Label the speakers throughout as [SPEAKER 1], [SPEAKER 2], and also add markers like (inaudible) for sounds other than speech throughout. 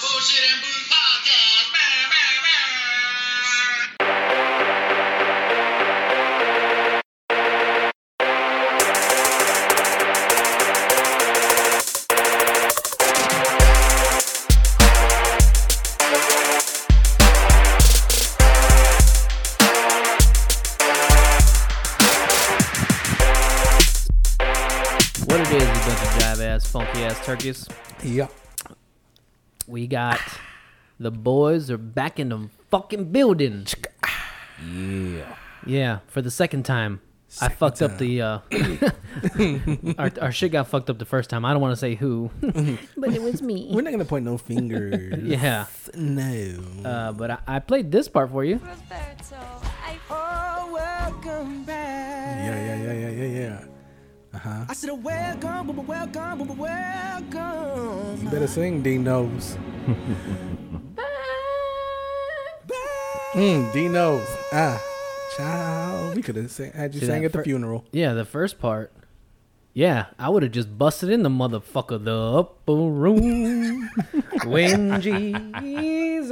[SPEAKER 1] Bullshit and Brew Podcast. Bah, bah, bah.
[SPEAKER 2] What it is, you bunch of jive ass, funky ass turkeys.
[SPEAKER 3] Yeah.
[SPEAKER 2] We got the boys are back in the fucking building.
[SPEAKER 3] Yeah.
[SPEAKER 2] Yeah, for the second time. I fucked up the uh (coughs) our, our shit got fucked up the first time. I don't want to say who. but it was me.
[SPEAKER 3] (laughs) We're not gonna point no fingers.
[SPEAKER 2] Yeah.
[SPEAKER 3] No.
[SPEAKER 2] Uh, but I, I played this part for you.
[SPEAKER 4] Roberto, I
[SPEAKER 5] Oh, welcome
[SPEAKER 3] yeah,
[SPEAKER 5] back.
[SPEAKER 3] yeah, yeah, yeah, yeah, yeah. Uh-huh.
[SPEAKER 5] I said, oh, welcome, but welcome, but welcome.
[SPEAKER 3] You better
[SPEAKER 2] (laughs)
[SPEAKER 3] sing, Dinos. Mm, Dinos. Ah, child. We could have sang. Had you
[SPEAKER 2] See
[SPEAKER 3] sang
[SPEAKER 2] that
[SPEAKER 3] at the
[SPEAKER 2] fir-
[SPEAKER 3] funeral.
[SPEAKER 2] Yeah, the first part. Yeah, I would have just busted in the motherfucker the upper room
[SPEAKER 3] (laughs)
[SPEAKER 2] when Jesus.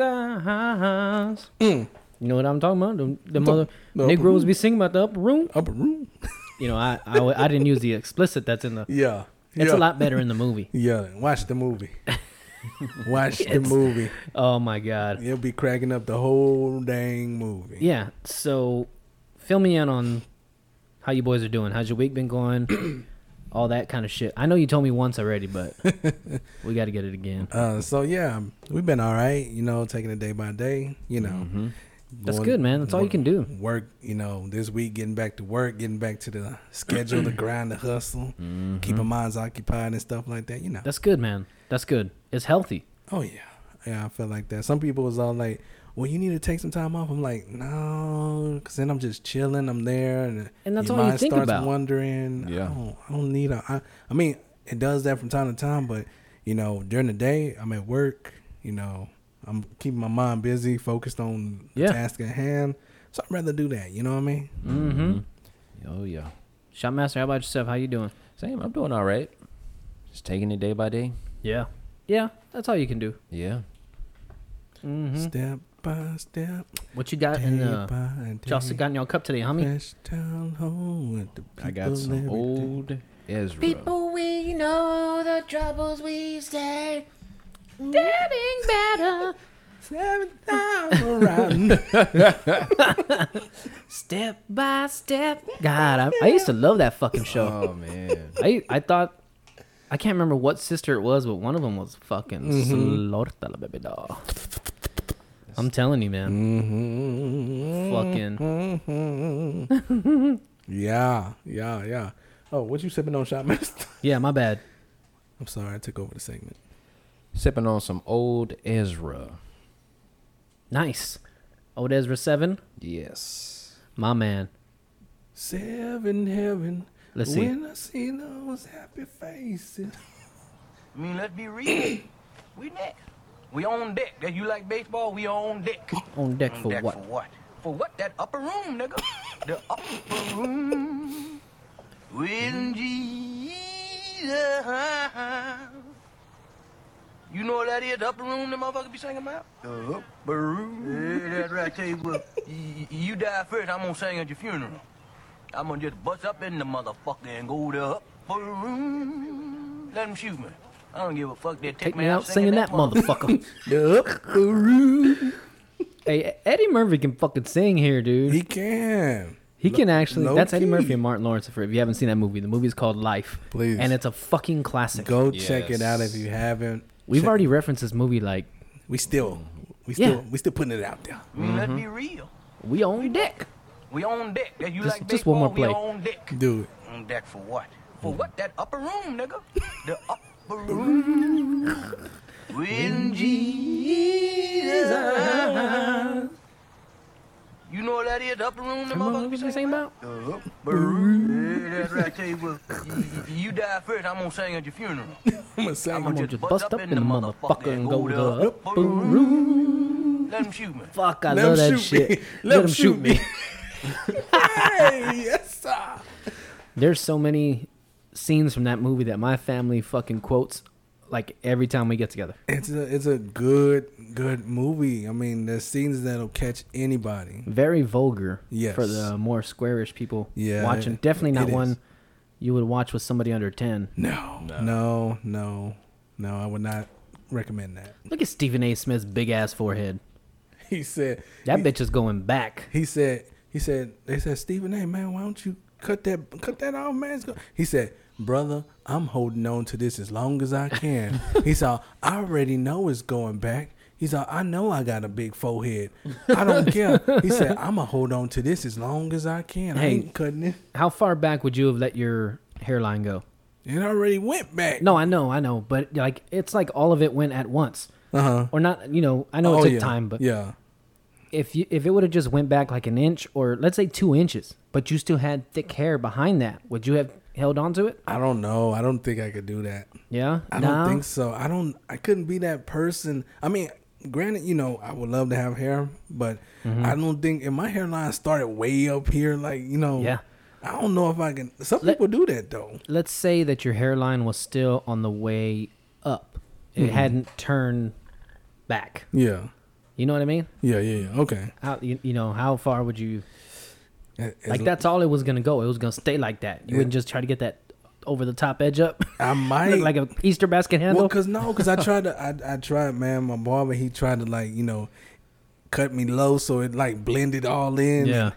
[SPEAKER 2] You know what I'm talking about? The, the mother
[SPEAKER 3] Mm. the upper
[SPEAKER 2] Negroes
[SPEAKER 3] room.
[SPEAKER 2] be singing about the upper room.
[SPEAKER 3] Upper
[SPEAKER 2] (laughs)
[SPEAKER 3] room.
[SPEAKER 2] You know, I I, w- I didn't use the explicit that's in the.
[SPEAKER 3] Yeah.
[SPEAKER 2] It's a
[SPEAKER 3] yeah.
[SPEAKER 2] lot better in the movie.
[SPEAKER 3] Yeah. Watch
[SPEAKER 2] (laughs)
[SPEAKER 3] the movie. Watch the movie.
[SPEAKER 2] Oh my god.
[SPEAKER 3] You'll be cracking up the whole dang movie.
[SPEAKER 2] Yeah. So, fill me in on how you boys are doing. How's your week been
[SPEAKER 3] (clears throat)
[SPEAKER 2] going? All that kind of shit. I know you told me once already,
[SPEAKER 3] (laughs)
[SPEAKER 2] but we got to get it again.
[SPEAKER 3] Uh, so yeah, we've been all right. You know, taking it day by day. You know,
[SPEAKER 2] Mm-hmm. That's
[SPEAKER 3] Going-
[SPEAKER 2] good, man. That's all you can do.
[SPEAKER 3] Work. You know, this week getting back to work, getting back to the
[SPEAKER 2] (clears throat)
[SPEAKER 3] schedule, the grind, the hustle,
[SPEAKER 2] Mm-hmm.
[SPEAKER 3] keeping minds occupied and stuff like that. You know.
[SPEAKER 2] That's good, man. That's good. It's healthy.
[SPEAKER 3] oh yeah, yeah. I feel like that. Some people was all like, "Well, you need to take some time off." I'm like, "No," because then I'm just chilling. I'm there, and,
[SPEAKER 2] And that's
[SPEAKER 3] your
[SPEAKER 2] all you
[SPEAKER 3] mind
[SPEAKER 2] think
[SPEAKER 3] starts
[SPEAKER 2] about.
[SPEAKER 3] Wondering.
[SPEAKER 6] Yeah.
[SPEAKER 3] I don't, I don't need. A, I, I mean, it does that from time to time, but you know, during the day, I'm at work. You know, I'm keeping my mind busy, focused on the
[SPEAKER 2] Yeah.
[SPEAKER 3] task at hand. So I'd rather do that. You know what I mean?
[SPEAKER 6] Oh yeah.
[SPEAKER 2] Shopmaster, how about yourself? How you doing?
[SPEAKER 6] Same. I'm doing all right. Just taking it day by day.
[SPEAKER 2] Yeah. Yeah. That's all you can do.
[SPEAKER 6] Yeah.
[SPEAKER 3] Step by step,
[SPEAKER 2] What you got
[SPEAKER 3] day
[SPEAKER 2] in Mm-hmm. uh,
[SPEAKER 3] by day.
[SPEAKER 2] y'all still got in y'all cup today, homie?
[SPEAKER 3] Fresh down home with the people
[SPEAKER 6] I got some
[SPEAKER 3] every day.
[SPEAKER 6] old Ezra.
[SPEAKER 4] Oh, we know the troubles we stay. Getting better.
[SPEAKER 3] Seven thousand around.
[SPEAKER 2] Step by step. God, I, I used to love that fucking show.
[SPEAKER 6] Oh man.
[SPEAKER 2] (laughs) I I thought I can't remember what sister it was, but one of them was fucking
[SPEAKER 6] Mm-hmm.
[SPEAKER 2] Slorta la baby doll. I'm telling you, man.
[SPEAKER 6] Mm-hmm.
[SPEAKER 2] Fucking
[SPEAKER 3] yeah, yeah, yeah. Oh, what you sipping on, shot master? (laughs)
[SPEAKER 2] yeah, my bad.
[SPEAKER 3] I'm sorry, I took over the segment.
[SPEAKER 6] Sipping on some old Ezra.
[SPEAKER 2] Nice. Old Ezra Seven,
[SPEAKER 6] Yes.
[SPEAKER 2] my man.
[SPEAKER 3] Seven heaven.
[SPEAKER 2] Let's see.
[SPEAKER 3] when I see those happy faces.
[SPEAKER 7] I mean, let's be real. (clears throat) we neck. We on deck. That you like baseball, we on deck.
[SPEAKER 2] On deck for
[SPEAKER 7] deck
[SPEAKER 2] what?
[SPEAKER 7] For what? For what? That upper room, (laughs) nigga. the upper room. With Jesus. You know what that is? The upper room the motherfucker be singing about? The upper room. Yeah, that's right. I tell you what. y- you die first, I'm gonna sing at your funeral. I'm gonna just bust up in the motherfucker and go to the upper room. Let them shoot me. I don't give a fuck. They take,
[SPEAKER 2] Take me out singing that
[SPEAKER 7] motherfucker.
[SPEAKER 2] (laughs) motherfucker.
[SPEAKER 3] The upper room.
[SPEAKER 2] hey, Eddie Murphy can fucking sing here, dude.
[SPEAKER 3] He
[SPEAKER 2] He,
[SPEAKER 3] can.
[SPEAKER 2] can actually.
[SPEAKER 3] low
[SPEAKER 2] That's Eddie
[SPEAKER 3] key.
[SPEAKER 2] Murphy and Martin Lawrence. If you haven't seen that movie, the movie's called Life.
[SPEAKER 3] Please.
[SPEAKER 2] And it's a fucking classic.
[SPEAKER 3] Go check it out if
[SPEAKER 6] Yes.
[SPEAKER 3] you haven't.
[SPEAKER 2] We've
[SPEAKER 3] Check-
[SPEAKER 2] already referenced this movie like
[SPEAKER 3] We still. We
[SPEAKER 2] Yeah. Mm-hmm.
[SPEAKER 3] still. We still putting it out there.
[SPEAKER 7] I mean, let's be real.
[SPEAKER 2] we on deck.
[SPEAKER 7] We on deck. That you
[SPEAKER 2] Just-
[SPEAKER 7] like
[SPEAKER 2] just one more
[SPEAKER 7] baseball,
[SPEAKER 2] play.
[SPEAKER 7] We on deck.
[SPEAKER 3] Do it.
[SPEAKER 7] On deck for what?
[SPEAKER 2] Hmm.
[SPEAKER 7] For what? That upper room, nigga.
[SPEAKER 2] (laughs)
[SPEAKER 7] The upper room. When Jesus. You know what that is? The upper room, the
[SPEAKER 2] What
[SPEAKER 7] motherfucker
[SPEAKER 2] was
[SPEAKER 7] be
[SPEAKER 2] he saying about?
[SPEAKER 7] The upper room. Yeah, that's right. I tell you what. y- y- You die first, I'm gonna sing at
[SPEAKER 2] (laughs)
[SPEAKER 7] your funeral.
[SPEAKER 3] I'm gonna say.
[SPEAKER 7] I'm
[SPEAKER 2] I'm
[SPEAKER 7] gonna
[SPEAKER 2] gonna just bust up in the motherfucker and go to
[SPEAKER 7] the
[SPEAKER 2] the
[SPEAKER 7] upper
[SPEAKER 2] room.
[SPEAKER 7] Let him shoot me.
[SPEAKER 2] Fuck, I
[SPEAKER 3] Let 'em
[SPEAKER 2] love that
[SPEAKER 3] shoot me.
[SPEAKER 2] shit.
[SPEAKER 3] Let 'em
[SPEAKER 2] them (laughs)
[SPEAKER 3] shoot me. hey, yes, sir.
[SPEAKER 2] There's so many scenes from that movie that my family fucking quotes like every time we get together.
[SPEAKER 3] It's a it's a good good movie. I mean, there's scenes that'll catch anybody.
[SPEAKER 2] Very vulgar
[SPEAKER 3] Yes.
[SPEAKER 2] for the more squarish people
[SPEAKER 3] Yeah,
[SPEAKER 2] watching.
[SPEAKER 3] it-
[SPEAKER 2] Definitely not
[SPEAKER 3] it is.
[SPEAKER 2] one you would watch with somebody under 10.
[SPEAKER 3] No, no, no, no. I would not recommend that. (laughs)
[SPEAKER 2] Look at Stephen A. Smith's big ass forehead.
[SPEAKER 3] He said
[SPEAKER 2] That
[SPEAKER 3] he,
[SPEAKER 2] bitch is going back.
[SPEAKER 3] He said he said they said Stephen, hey man, why don't you cut that cut that off, man? It's go-" He said, brother, I'm holding on to this as long as
[SPEAKER 2] (laughs)
[SPEAKER 3] I can. he said, I already know it's going back. He said, I know I got a big forehead. I
[SPEAKER 2] (laughs)
[SPEAKER 3] don't care. He said, I'm gonna hold on to this as long as I can. I
[SPEAKER 2] Hey.
[SPEAKER 3] ain't cutting it.
[SPEAKER 2] How far back would you have let your hairline go?
[SPEAKER 3] It already went back.
[SPEAKER 2] No, I know, I know, but like it's like all of it went at once.
[SPEAKER 3] Uh-huh.
[SPEAKER 2] Or not, you know, I know it took time, but
[SPEAKER 3] Oh, yeah,
[SPEAKER 2] if you if it would have just went back like an inch or let's say 2 inches, but you still had thick hair behind that, would you have held on to it?
[SPEAKER 3] I don't know. I don't think I could do that.
[SPEAKER 2] Yeah.
[SPEAKER 3] I
[SPEAKER 2] No?
[SPEAKER 3] don't think so. I don't. I couldn't be that person. I mean, granted, you know, I would love to have hair, but
[SPEAKER 2] Mm-hmm.
[SPEAKER 3] I don't think if my hairline started way up here, like you know,
[SPEAKER 2] Yeah.
[SPEAKER 3] I don't know if I can. Some
[SPEAKER 2] Let-
[SPEAKER 3] people do that though.
[SPEAKER 2] let's say that your hairline was still on the way up. It
[SPEAKER 3] Mm-hmm.
[SPEAKER 2] hadn't turned back.
[SPEAKER 3] Yeah,
[SPEAKER 2] You know what I mean?
[SPEAKER 3] yeah, yeah. yeah. Okay,
[SPEAKER 2] How you, you know how far would you
[SPEAKER 3] A- as
[SPEAKER 2] like? That's all it was gonna go. It was gonna stay like that. You wouldn't just try to get that over the top edge up.
[SPEAKER 3] (laughs) I might
[SPEAKER 2] Look (laughs) like a Easter basket handle.
[SPEAKER 3] Well, cause no, cause I tried to, I, I tried, man. My barber, he tried to like, you know, cut me low so it like blended all in.
[SPEAKER 2] Yeah.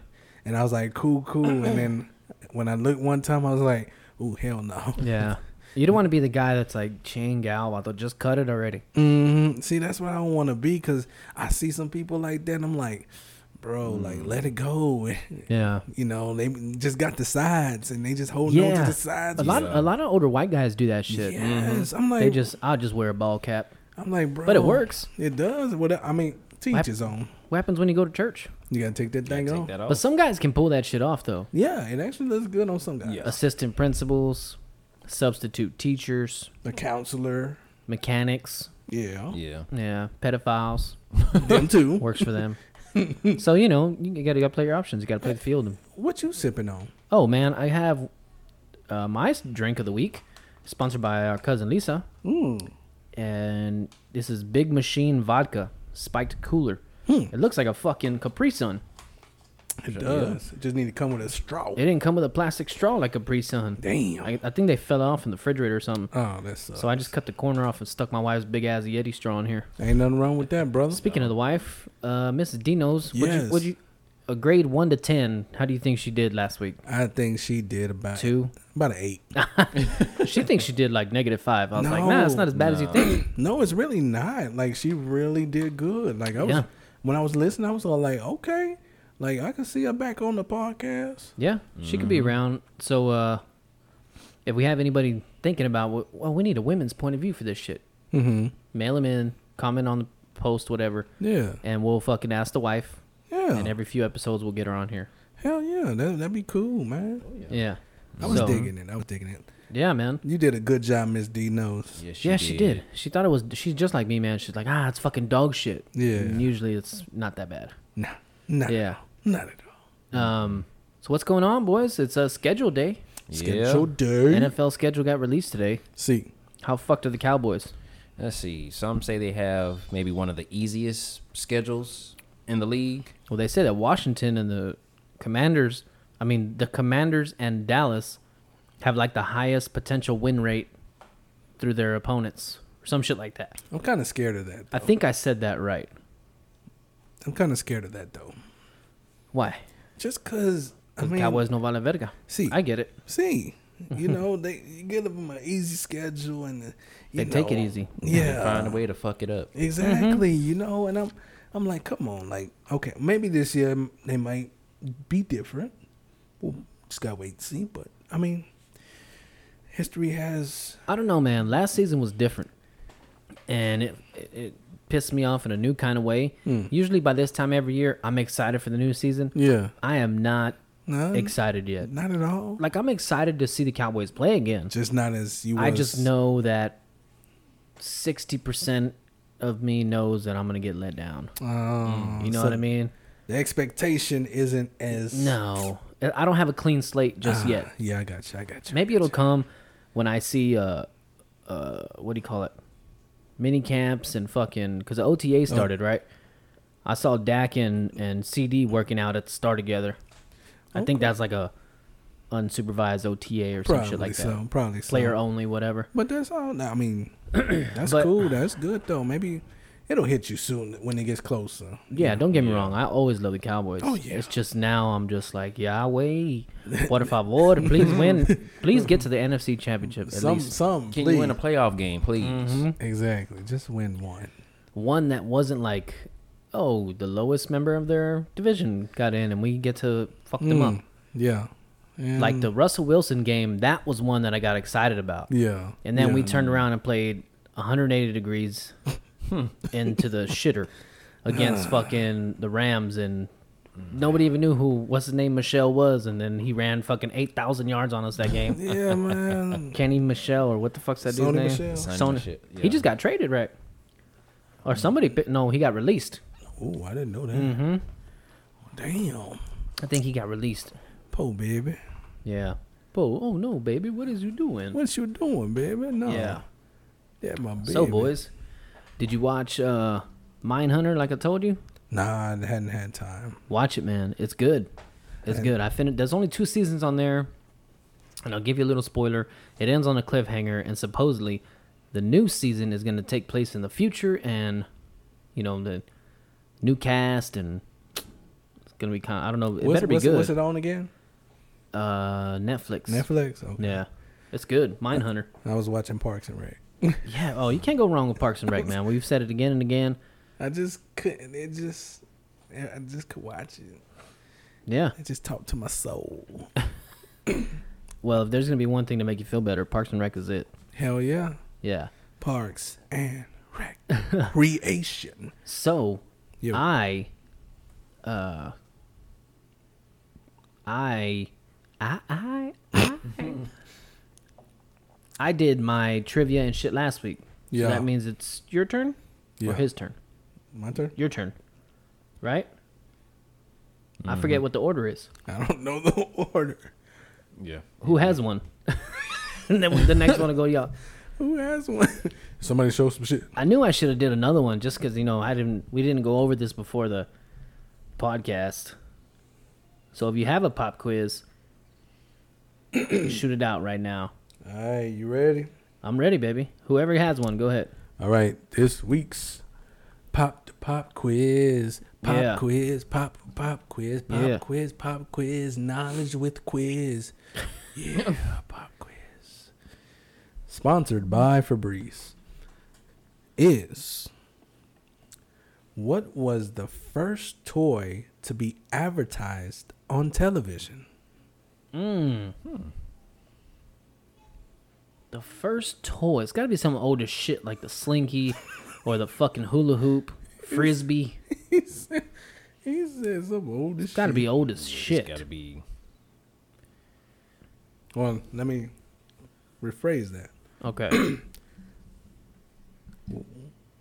[SPEAKER 3] And I was like, cool, cool.
[SPEAKER 2] (clears throat)
[SPEAKER 3] and then when I looked one time, I was like, ooh, hell no.
[SPEAKER 2] yeah, you don't want to be the guy that's like chain gal. Wato, just cut it already.
[SPEAKER 3] hmm See, that's what I don't want to be, cause I see some people like that. and I'm like, bro, like
[SPEAKER 2] Mm.
[SPEAKER 3] let it go. (laughs)
[SPEAKER 2] Yeah,
[SPEAKER 3] you know, they just got the sides and they just holding on to
[SPEAKER 2] yeah.
[SPEAKER 3] the sides.
[SPEAKER 2] A lot, a lot of older white guys do that shit. Mm-hmm.
[SPEAKER 3] Yes, I'm like,
[SPEAKER 2] They just, I'll just wear a ball cap.
[SPEAKER 3] I'm like, bro,
[SPEAKER 2] But it works.
[SPEAKER 3] It does. What I mean, teach his own.
[SPEAKER 2] What happens when you go to church?
[SPEAKER 3] You gotta take that thing
[SPEAKER 6] Take
[SPEAKER 3] off.
[SPEAKER 6] that off.
[SPEAKER 2] But some guys can pull that shit off though.
[SPEAKER 3] Yeah, it actually looks good on some guys.
[SPEAKER 6] Yeah.
[SPEAKER 2] assistant principals, substitute teachers,
[SPEAKER 3] The counselor.
[SPEAKER 2] mechanics,
[SPEAKER 3] Yeah.
[SPEAKER 6] yeah.
[SPEAKER 2] yeah, pedophiles
[SPEAKER 3] (laughs) Them too.
[SPEAKER 2] works for
[SPEAKER 3] (laughs)
[SPEAKER 2] them. so you know you gotta, gotta play your options. You gotta play the field.
[SPEAKER 3] What you sipping on?
[SPEAKER 2] Oh man, I have uh, my drink of the week, sponsored by our cousin Lisa, and this is Big Machine Vodka Spiked Cooler.
[SPEAKER 3] Hmm.
[SPEAKER 2] It looks like a fucking Capri Sun.
[SPEAKER 3] It does. It just need to come with a straw.
[SPEAKER 2] It didn't come with a plastic straw like Capri Sun.
[SPEAKER 3] Damn.
[SPEAKER 2] I, I think they fell off in the refrigerator or something.
[SPEAKER 3] oh, that's sucks.
[SPEAKER 2] So I just cut the corner off and stuck my wife's big ass Yeti straw in here.
[SPEAKER 3] Ain't nothing wrong with that, brother.
[SPEAKER 2] Speaking of the wife, uh, Mrs. Dino's, would you,
[SPEAKER 3] Yes.
[SPEAKER 2] would you, a grade one to ten? How do you think she did last week?
[SPEAKER 3] I think she did about
[SPEAKER 2] Two. Ah.
[SPEAKER 3] about an eight.
[SPEAKER 2] She thinks she did like negative five. I was like, nah, it's
[SPEAKER 3] No.
[SPEAKER 2] not as bad as you think.
[SPEAKER 3] no, it's really not. Like she really did good. Like I was
[SPEAKER 2] Yeah.
[SPEAKER 3] when I was listening, I was all like, okay, like I can see her back on the podcast.
[SPEAKER 2] Yeah, she could be
[SPEAKER 3] Mm-hmm.
[SPEAKER 2] around. So, uh, if we have anybody thinking about, wh- well, we need a women's point of view for this shit. Mm-hmm. Mail them in, comment on the post, whatever,
[SPEAKER 3] Yeah.
[SPEAKER 2] and we'll fucking ask the wife.
[SPEAKER 3] Yeah.
[SPEAKER 2] And every few episodes, we'll get her on here.
[SPEAKER 3] Hell yeah, that that'd be cool, man.
[SPEAKER 2] Oh, Yeah,
[SPEAKER 3] I was
[SPEAKER 2] So-
[SPEAKER 3] digging it. I was digging it.
[SPEAKER 2] Yeah, man.
[SPEAKER 3] You did a good job, Miss D knows.
[SPEAKER 6] Yeah,
[SPEAKER 2] yeah, she did. She thought it was. She's just like me, man. She's like, ah, it's fucking dog shit.
[SPEAKER 3] Yeah.
[SPEAKER 2] And usually it's not that bad.
[SPEAKER 3] Nah. Nah.
[SPEAKER 2] Yeah.
[SPEAKER 3] Not at all.
[SPEAKER 2] Um. So what's going on, boys? It's a schedule day.
[SPEAKER 3] Schedule day.
[SPEAKER 2] NFL schedule got released today.
[SPEAKER 3] See,
[SPEAKER 2] How fucked are the Cowboys?
[SPEAKER 6] Let's see. Some say they have maybe one of the easiest schedules in the league.
[SPEAKER 2] Well, they say that Washington and the Commanders, I mean the Commanders and Dallas, have like the highest potential win rate through their opponents, or some shit like that.
[SPEAKER 3] I'm kind of scared of that.
[SPEAKER 2] I think I said that right.
[SPEAKER 3] I'm kind of scared of that though.
[SPEAKER 2] Why?
[SPEAKER 3] Just cause I
[SPEAKER 2] 'Cause
[SPEAKER 3] mean,
[SPEAKER 2] Cowboys no vale verga.
[SPEAKER 3] See.
[SPEAKER 2] I get it.
[SPEAKER 3] see,
[SPEAKER 2] (laughs)
[SPEAKER 3] you know, they you give them an easy schedule and uh,
[SPEAKER 2] They
[SPEAKER 3] you
[SPEAKER 2] take it
[SPEAKER 3] know,
[SPEAKER 2] easy.
[SPEAKER 3] Yeah,
[SPEAKER 6] Find a way to fuck it up.
[SPEAKER 3] exactly.
[SPEAKER 2] Mm-hmm.
[SPEAKER 3] You know, and I'm I'm like, come on, like, okay, maybe this year m- they might be different. Well, just gotta wait and see. But I mean, history has
[SPEAKER 2] I don't know, man. Last season was different, and it it, it pissed me off in a new kind of way. Usually by this time every year, I'm excited for the new season.
[SPEAKER 3] Hmm. yeah,
[SPEAKER 2] I am not
[SPEAKER 3] no,
[SPEAKER 2] excited yet.
[SPEAKER 3] not at all.
[SPEAKER 2] Like I'm excited to see the Cowboys play again.
[SPEAKER 3] Just not as you.
[SPEAKER 2] I
[SPEAKER 3] was-
[SPEAKER 2] just know that sixty percent of me knows that I'm gonna get let down.
[SPEAKER 3] Oh,
[SPEAKER 2] You know
[SPEAKER 3] so
[SPEAKER 2] what I mean?
[SPEAKER 3] The expectation isn't as
[SPEAKER 2] No, I don't have a clean slate just
[SPEAKER 3] Ah,
[SPEAKER 2] yet.
[SPEAKER 3] Yeah, I got you. I got you.
[SPEAKER 2] Maybe it'll come when I see uh uh what do you call it? mini camps and fucking because the
[SPEAKER 3] Oh.
[SPEAKER 2] OTA started right. I saw Dak and and CD working out at the Star together. I think that's like a unsupervised OTA or some
[SPEAKER 3] Probably
[SPEAKER 2] shit like that.
[SPEAKER 3] so, probably so.
[SPEAKER 2] player only, whatever.
[SPEAKER 3] But that's all. nah,
[SPEAKER 2] (clears throat)
[SPEAKER 3] I mean, that's
[SPEAKER 2] But-
[SPEAKER 3] cool. That's good though. Maybe it'll hit you soon when it gets closer.
[SPEAKER 2] Yeah, don't get me wrong. I always love the Cowboys.
[SPEAKER 3] Oh, yeah.
[SPEAKER 2] It's just now I'm just like Yahweh. What if I would? Please
[SPEAKER 3] (laughs)
[SPEAKER 2] win. Please get to the NFC Championship at
[SPEAKER 3] Some,
[SPEAKER 2] least.
[SPEAKER 3] some.
[SPEAKER 6] Can
[SPEAKER 3] please.
[SPEAKER 6] you win a playoff game, please?
[SPEAKER 2] Mm-hmm.
[SPEAKER 3] Exactly. Just win one.
[SPEAKER 2] One that wasn't like, oh, the lowest member of their division got in, and we get to fuck them
[SPEAKER 3] Mm.
[SPEAKER 2] up.
[SPEAKER 3] Yeah. And-
[SPEAKER 2] Like the Russell Wilson game, that was one that I got excited about.
[SPEAKER 3] Mm. Yeah.
[SPEAKER 2] And then we
[SPEAKER 3] Yeah. Hmm.
[SPEAKER 2] turned around and played 180 degrees into
[SPEAKER 3] (laughs)
[SPEAKER 2] the shitter
[SPEAKER 3] Ah.
[SPEAKER 2] against fucking the Rams and
[SPEAKER 3] Mm.
[SPEAKER 2] nobody even knew who what's his name Michelle was and then he ran fucking 8,000 yards on us that
[SPEAKER 3] (laughs)
[SPEAKER 2] game. (laughs)
[SPEAKER 3] Yeah, man.
[SPEAKER 2] Kenny Michelle or what the fuck's that dude's
[SPEAKER 3] Sony
[SPEAKER 2] name?
[SPEAKER 3] Michel.
[SPEAKER 6] Sony
[SPEAKER 2] Sony.
[SPEAKER 6] Michel,
[SPEAKER 2] He
[SPEAKER 6] yeah.
[SPEAKER 2] just got traded, right? Or somebody pi- no, he got released.
[SPEAKER 3] oh, I didn't know that.
[SPEAKER 2] Mm-hmm.
[SPEAKER 3] Damn.
[SPEAKER 2] I think he got released.
[SPEAKER 3] Poor baby.
[SPEAKER 2] Yeah. Bo, oh no, baby, what is you doing?
[SPEAKER 3] What you doing, baby? No.
[SPEAKER 2] Yeah.
[SPEAKER 3] Yeah, my baby.
[SPEAKER 2] So boys, did you watch uh Mindhunter like I told you?
[SPEAKER 3] Nah, I hadn't had time.
[SPEAKER 2] Watch it, man. It's good. It's good. I finished. There's only two seasons on there, and I'll give you a little spoiler. It ends on a cliffhanger, and supposedly, the new season is going to take place in the future, and you know the new cast, and it's going to be kind. I don't know. It
[SPEAKER 3] What's-
[SPEAKER 2] better be
[SPEAKER 3] what's,
[SPEAKER 2] good.
[SPEAKER 3] What's it on again?
[SPEAKER 2] Uh, Netflix.
[SPEAKER 3] Netflix. Okay.
[SPEAKER 2] Yeah, it's good. Mindhunter.
[SPEAKER 3] I was watching Parks and Rec.
[SPEAKER 2] Yeah. Oh, you can't go wrong with Parks and Rec, man. We've said it again and again.
[SPEAKER 3] I just couldn't. It just, I just could watch it.
[SPEAKER 2] Yeah.
[SPEAKER 3] It just talked to my soul.
[SPEAKER 2] Well, if there's going to be one thing to make you feel better, Parks and Rec is it.
[SPEAKER 3] Hell yeah.
[SPEAKER 2] Yeah.
[SPEAKER 3] Parks and Rec. Creation.
[SPEAKER 2] So
[SPEAKER 3] Yeah.
[SPEAKER 2] I, uh, I, I, I, I,
[SPEAKER 3] (laughs)
[SPEAKER 2] I did my trivia and shit last week.
[SPEAKER 3] Yeah.
[SPEAKER 2] So that means it's your turn
[SPEAKER 3] Yeah.
[SPEAKER 2] or his turn.
[SPEAKER 3] My turn.
[SPEAKER 2] Your turn, right? I
[SPEAKER 3] Mm-hmm.
[SPEAKER 2] forget what the order is.
[SPEAKER 3] I don't know the (laughs) order.
[SPEAKER 6] Yeah.
[SPEAKER 2] Who has one? (laughs) and then the next one will go y'all.
[SPEAKER 3] Who has one? Somebody show some shit.
[SPEAKER 2] I knew I should have did another one just because you know I didn't. We didn't go over this before the podcast. So if you have a pop quiz, shoot it out right now.
[SPEAKER 3] All right, you ready?
[SPEAKER 2] I'm ready, baby. Whoever has one, go ahead.
[SPEAKER 3] All right, this week's pop to pop quiz. Pop
[SPEAKER 2] Yeah.
[SPEAKER 3] quiz, pop pop quiz, pop
[SPEAKER 2] Yeah.
[SPEAKER 3] quiz, pop quiz, knowledge with quiz. (laughs) Yeah, pop quiz. Sponsored by Fabrice. Is what was the first toy to be advertised on television? (laughs)
[SPEAKER 2] The first toy. It's got to be some old as shit like the slinky, or the fucking hula hoop, frisbee.
[SPEAKER 3] he said, he said some old as
[SPEAKER 2] It's got to
[SPEAKER 3] shit.
[SPEAKER 2] be old
[SPEAKER 6] (laughs)
[SPEAKER 2] as shit.
[SPEAKER 6] It's gotta be.
[SPEAKER 3] Well, let me rephrase that.
[SPEAKER 2] Okay.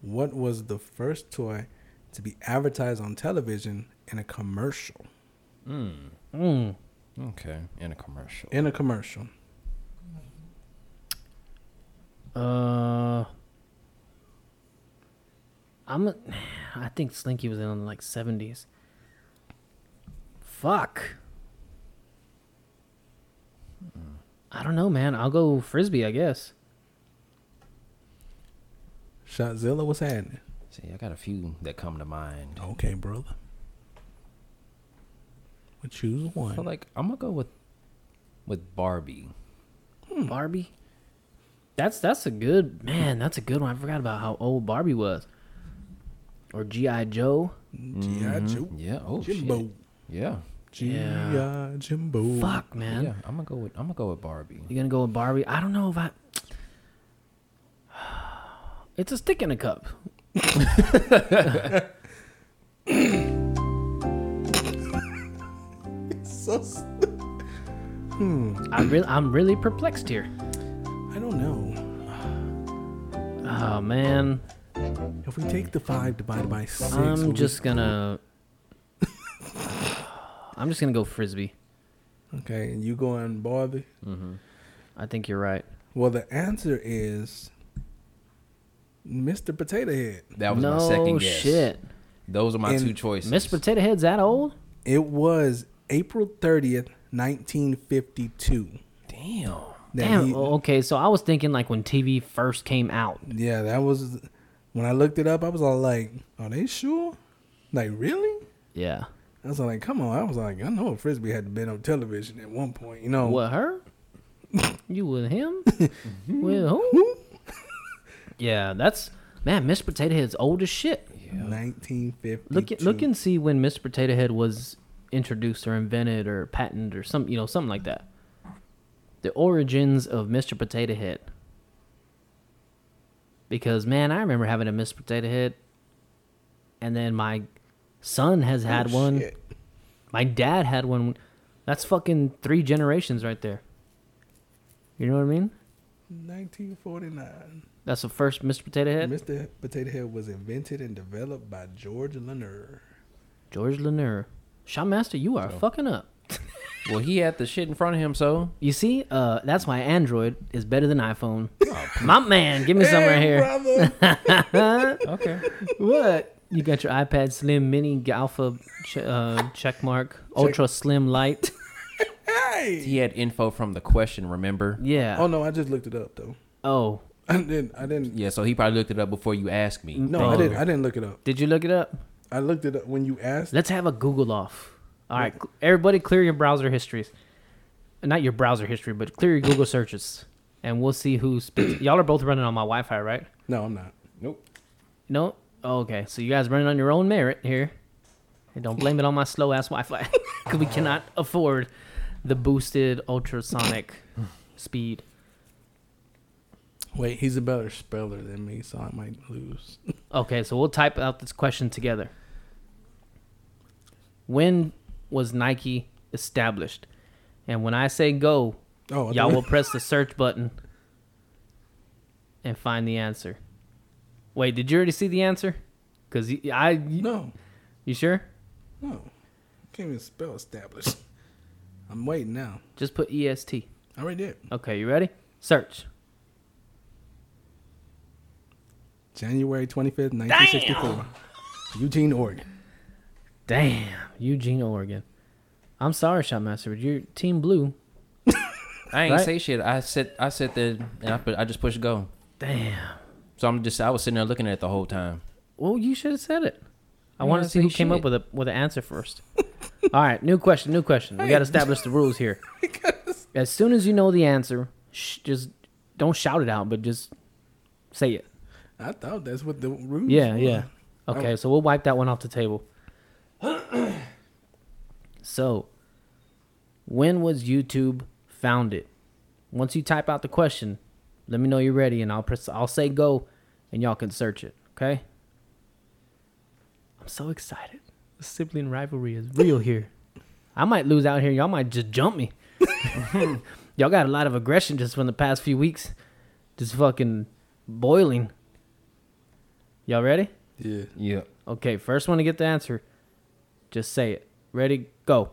[SPEAKER 3] What was the first toy to be advertised on television in a commercial?
[SPEAKER 6] Okay. In a commercial.
[SPEAKER 3] In a commercial.
[SPEAKER 2] uh. I'm. A, I think Slinky was in on like 70s. Fuck. I don't know, man. I'll go frisbee, I guess.
[SPEAKER 3] Shotzilla, what's happening?
[SPEAKER 6] See, I got a few that come to mind.
[SPEAKER 3] Okay, brother. Well, choose
[SPEAKER 6] So
[SPEAKER 3] one.
[SPEAKER 6] like, I'm gonna go with with Barbie.
[SPEAKER 2] Barbie. That's that's a good man. That's a good one. I forgot about how old Barbie was. Or GI Joe.
[SPEAKER 3] G.I. Joe.
[SPEAKER 6] Yeah. Oh
[SPEAKER 3] Jimbo.
[SPEAKER 6] shit. Yeah.
[SPEAKER 3] G.I. Jimbo.
[SPEAKER 2] Fuck, man.
[SPEAKER 6] Yeah. I'm gonna go with I'm gonna go with Barbie.
[SPEAKER 2] You gonna go with Barbie? I don't know if I. (sighs) It's a stick in a cup.
[SPEAKER 3] So st-
[SPEAKER 2] I really, I'm really perplexed here.
[SPEAKER 3] I don't know.
[SPEAKER 2] Oh man,
[SPEAKER 3] If we take the five divided by 6 will
[SPEAKER 2] I'm
[SPEAKER 3] we-
[SPEAKER 2] just gonna. (sighs) I'm just gonna go frisbee.
[SPEAKER 3] okay, and you going Barbie?
[SPEAKER 2] I think you're right.
[SPEAKER 3] Well, the answer is Mr. Potato Head.
[SPEAKER 6] That was
[SPEAKER 2] no
[SPEAKER 6] my second guess.
[SPEAKER 2] shit.
[SPEAKER 6] Those are my
[SPEAKER 3] And
[SPEAKER 6] two choices.
[SPEAKER 2] Mr. Potato Head's that old?
[SPEAKER 3] It was April 30th, 1952.
[SPEAKER 6] Damn.
[SPEAKER 3] that
[SPEAKER 2] Damn.
[SPEAKER 3] he-
[SPEAKER 2] oh, okay, so I was thinking like when TV first came out.
[SPEAKER 3] Yeah, that was when I looked it up. I was all like, "Are they sure? Like, really?"
[SPEAKER 2] Yeah.
[SPEAKER 3] I was all like, "Come on!" I was like, "I know Frisbee had been on television at one point, you know."
[SPEAKER 2] What
[SPEAKER 6] (laughs)
[SPEAKER 2] her? you with him?
[SPEAKER 6] Mm-hmm.
[SPEAKER 2] with who? yeah, that's man. Mr. Potato Head's old as shit.
[SPEAKER 3] 1950.
[SPEAKER 2] Look, at, look and see when Mr. Potato Head was introduced or invented or patented or some, you know, something like that. The origins of Mr. Potato Head. Because man, I remember having a Mr. Potato Head, and then my son has had one.
[SPEAKER 3] Oh, shit.
[SPEAKER 2] My dad had one. That's fucking three generations right there. You know what I mean?
[SPEAKER 3] 1949.
[SPEAKER 2] That's the first Mr. Potato Head.
[SPEAKER 3] Mr. Potato Head was invented and developed by George Lenner.
[SPEAKER 2] George Lanier. Shotmaster, you are fucking up.
[SPEAKER 6] Well, he had the shit in front of him, so
[SPEAKER 2] You see, uh, that's why Android is better than iPhone. My man, give me some right here.
[SPEAKER 3] brother.
[SPEAKER 2] (laughs)
[SPEAKER 6] okay.
[SPEAKER 2] What? You got your iPad Slim Mini Alpha ch- uh, check mark, Ultra Slim Light.
[SPEAKER 3] hey.
[SPEAKER 6] (laughs) He had info from the question. Remember?
[SPEAKER 2] Yeah.
[SPEAKER 3] Oh no, I just looked it up though.
[SPEAKER 2] Oh,
[SPEAKER 3] I didn't. I didn't.
[SPEAKER 6] Yeah. So he probably looked it up before you asked me.
[SPEAKER 3] No, I
[SPEAKER 2] Oh.
[SPEAKER 3] didn't. I didn't look it up.
[SPEAKER 2] did you look it up?
[SPEAKER 3] I looked it up when you asked.
[SPEAKER 2] Let's have a Google off. All right, cl- everybody, clear your browser histories. Not your browser history, but clear your Google searches, and we'll see who spits. Y'all are both running on my Wi-Fi, right?
[SPEAKER 3] No, I'm not.
[SPEAKER 6] Nope.
[SPEAKER 2] No. Oh, okay, so you guys running on your own merit here. And don't blame it on my slow ass Wi-Fi, (laughs) because we cannot afford the boosted ultrasonic speed.
[SPEAKER 3] Wait, he's a better speller than me, so I might lose.
[SPEAKER 2] Okay, so we'll type out this question together. When was Nike established? And when I say go,
[SPEAKER 3] Oh, I
[SPEAKER 2] y'all
[SPEAKER 3] thought-
[SPEAKER 2] will press the search button and find the answer. Wait, did you already see the answer? Cause y- I, you,
[SPEAKER 3] (laughs) No,
[SPEAKER 2] you sure?
[SPEAKER 3] no. Can't even spell established. I'm waiting now.
[SPEAKER 2] Just put E EST.
[SPEAKER 3] I already did.
[SPEAKER 2] Okay, you ready? Search.
[SPEAKER 3] January 25th, 1964.
[SPEAKER 2] (laughs)
[SPEAKER 3] Eugene, Oregon.
[SPEAKER 2] Damn, Eugene, Oregon. I'm sorry, Shotmaster, but you're Team Blue.
[SPEAKER 6] I ain't
[SPEAKER 2] Right?
[SPEAKER 6] say shit. I sit. I sit there and I, put, I just push go.
[SPEAKER 2] Damn.
[SPEAKER 6] So I'm just. I was sitting there looking at it the whole time.
[SPEAKER 2] Well, you should have said it. I
[SPEAKER 6] You
[SPEAKER 2] want to
[SPEAKER 6] gotta
[SPEAKER 2] see who
[SPEAKER 6] say
[SPEAKER 2] came up
[SPEAKER 6] shit.
[SPEAKER 2] with a with an answer first. (laughs) All right, new question, new question. We got to establish the rules here. As soon as you know the answer, sh- just don't shout it out, but just say it.
[SPEAKER 3] I thought that's what the rules
[SPEAKER 2] Yeah,
[SPEAKER 3] were.
[SPEAKER 2] yeah. Okay, so we'll wipe that one off the table. (clears throat) so, when was YouTube founded? Once you type out the question, let me know you're ready, and I'll press. I'll say go, and y'all can search it. Okay. I'm so excited. The sibling rivalry is real here. (laughs) I might lose out here. Y'all might just jump (laughs) me. y'all got a lot of aggression just from the past few weeks. Just fucking boiling. Y'all ready?
[SPEAKER 3] Yeah.
[SPEAKER 6] Yeah.
[SPEAKER 2] Okay, first one to get the answer, just say it. Ready? Go.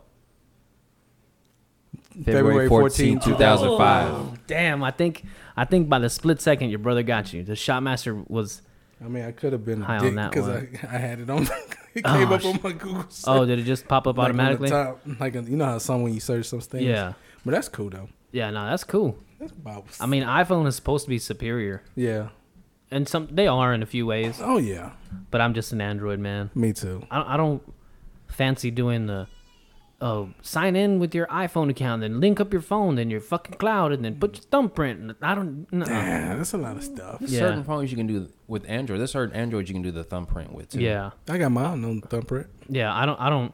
[SPEAKER 3] February 14,
[SPEAKER 6] 2005.
[SPEAKER 2] Oh, Damn, I think I think by the split second your brother got you. The shotmaster was.
[SPEAKER 3] I mean, I could have been
[SPEAKER 2] High
[SPEAKER 3] a
[SPEAKER 2] on
[SPEAKER 3] dick
[SPEAKER 2] that
[SPEAKER 3] because I,
[SPEAKER 2] one.
[SPEAKER 3] I had it on. (laughs) it came
[SPEAKER 2] Oh,
[SPEAKER 3] up
[SPEAKER 2] sh-
[SPEAKER 3] on my Google search.
[SPEAKER 2] Oh, did it just pop up
[SPEAKER 3] Like, on the
[SPEAKER 2] automatically?
[SPEAKER 3] top, Like, you know how some when you search some things?
[SPEAKER 2] Yeah.
[SPEAKER 3] But that's cool, though.
[SPEAKER 2] Yeah, no, that's cool.
[SPEAKER 3] That's bops.
[SPEAKER 2] I mean, iPhone is supposed to be superior,
[SPEAKER 3] yeah.
[SPEAKER 2] and some they are in a few ways.
[SPEAKER 3] Oh, yeah.
[SPEAKER 2] But I'm just an Android man.
[SPEAKER 3] Me too.
[SPEAKER 2] I don't, I don't fancy doing the oh sign in with your iPhone account, then link up your phone, then your fucking cloud, and then put your thumbprint. and I don't. nuh-uh.
[SPEAKER 3] Yeah, that's a lot of stuff.
[SPEAKER 6] There's
[SPEAKER 2] Yeah.
[SPEAKER 6] certain phones you can do with Android. There's certain Androids you can do the thumbprint with too.
[SPEAKER 2] Yeah.
[SPEAKER 3] I got mine on thumbprint.
[SPEAKER 2] Yeah, I don't. I don't.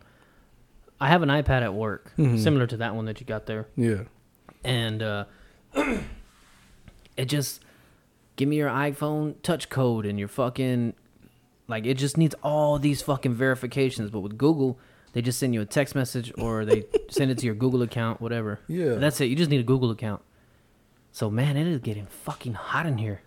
[SPEAKER 2] I have an iPad at work, similar to that one that you got there,
[SPEAKER 3] Yeah.
[SPEAKER 2] and uh, (clears throat) it just give me your iPhone touch code and your fucking like it just needs all these fucking verifications. But with Google, they just send you a text message or
[SPEAKER 3] (laughs)
[SPEAKER 2] they send it to your Google account, whatever.
[SPEAKER 3] Yeah.
[SPEAKER 2] that's it. You just need a Google account. So man, it is getting fucking hot in here.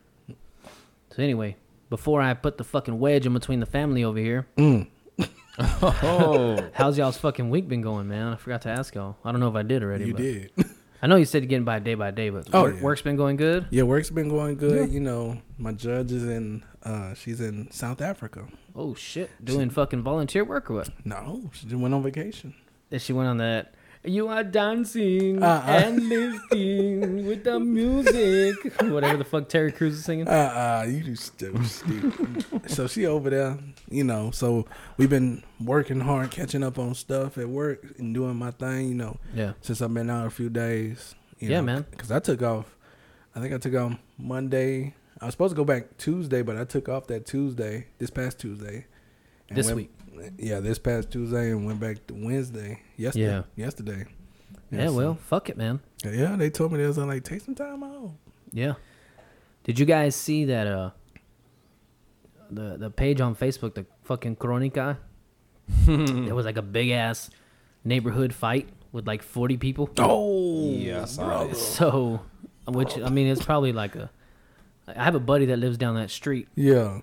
[SPEAKER 2] So anyway, before I put the fucking wedge in between the family over here.
[SPEAKER 6] Oh.
[SPEAKER 3] Mm.
[SPEAKER 2] (laughs)
[SPEAKER 3] (laughs) Oh.
[SPEAKER 2] How's y'all's fucking week been going, man? I forgot to ask y'all. I don't know if I did already.
[SPEAKER 3] You
[SPEAKER 2] but
[SPEAKER 3] did. (laughs)
[SPEAKER 2] I know you said you're getting by day by day, but
[SPEAKER 3] Oh,
[SPEAKER 2] work,
[SPEAKER 3] yeah.
[SPEAKER 2] has been going good.
[SPEAKER 3] Yeah, work's been going good. You know, my judge is in. Uh, she's in South Africa.
[SPEAKER 2] Oh shit, doing fucking volunteer work or what?
[SPEAKER 3] No, she just went on vacation.
[SPEAKER 2] And she went on that. You are dancing
[SPEAKER 3] Uh-uh.
[SPEAKER 2] and lifting with the music, (laughs) whatever the fuck Terry Crews is singing.
[SPEAKER 3] Uh, uh you do stupid, stupid. so she over there, you know. So we've been working hard, catching up on stuff at work and doing my thing, you know.
[SPEAKER 2] Yeah.
[SPEAKER 3] Since I've been out a few days. You
[SPEAKER 2] Yeah,
[SPEAKER 3] know,
[SPEAKER 2] man.
[SPEAKER 3] Because I took off. I think I took off Monday. I was supposed to go back Tuesday, but I took off that Tuesday, this past Tuesday. and
[SPEAKER 2] This
[SPEAKER 3] went-
[SPEAKER 2] week.
[SPEAKER 3] Yeah, this past Tuesday, and went back to Wednesday. Yesterday.
[SPEAKER 2] Yeah.
[SPEAKER 3] Yesterday.
[SPEAKER 2] yeah,
[SPEAKER 3] so-
[SPEAKER 2] well, fuck it, man.
[SPEAKER 3] Yeah, they told me they was like, take some time out.
[SPEAKER 2] Yeah. Did you guys see that uh the the page on Facebook, the fucking
[SPEAKER 3] (laughs)
[SPEAKER 2] Cronica? there was like a big ass neighborhood fight with like forty people.
[SPEAKER 3] Oh,
[SPEAKER 6] Yeah, I saw this.
[SPEAKER 2] So which I mean it's probably like a I have a buddy that lives down that street
[SPEAKER 3] yeah.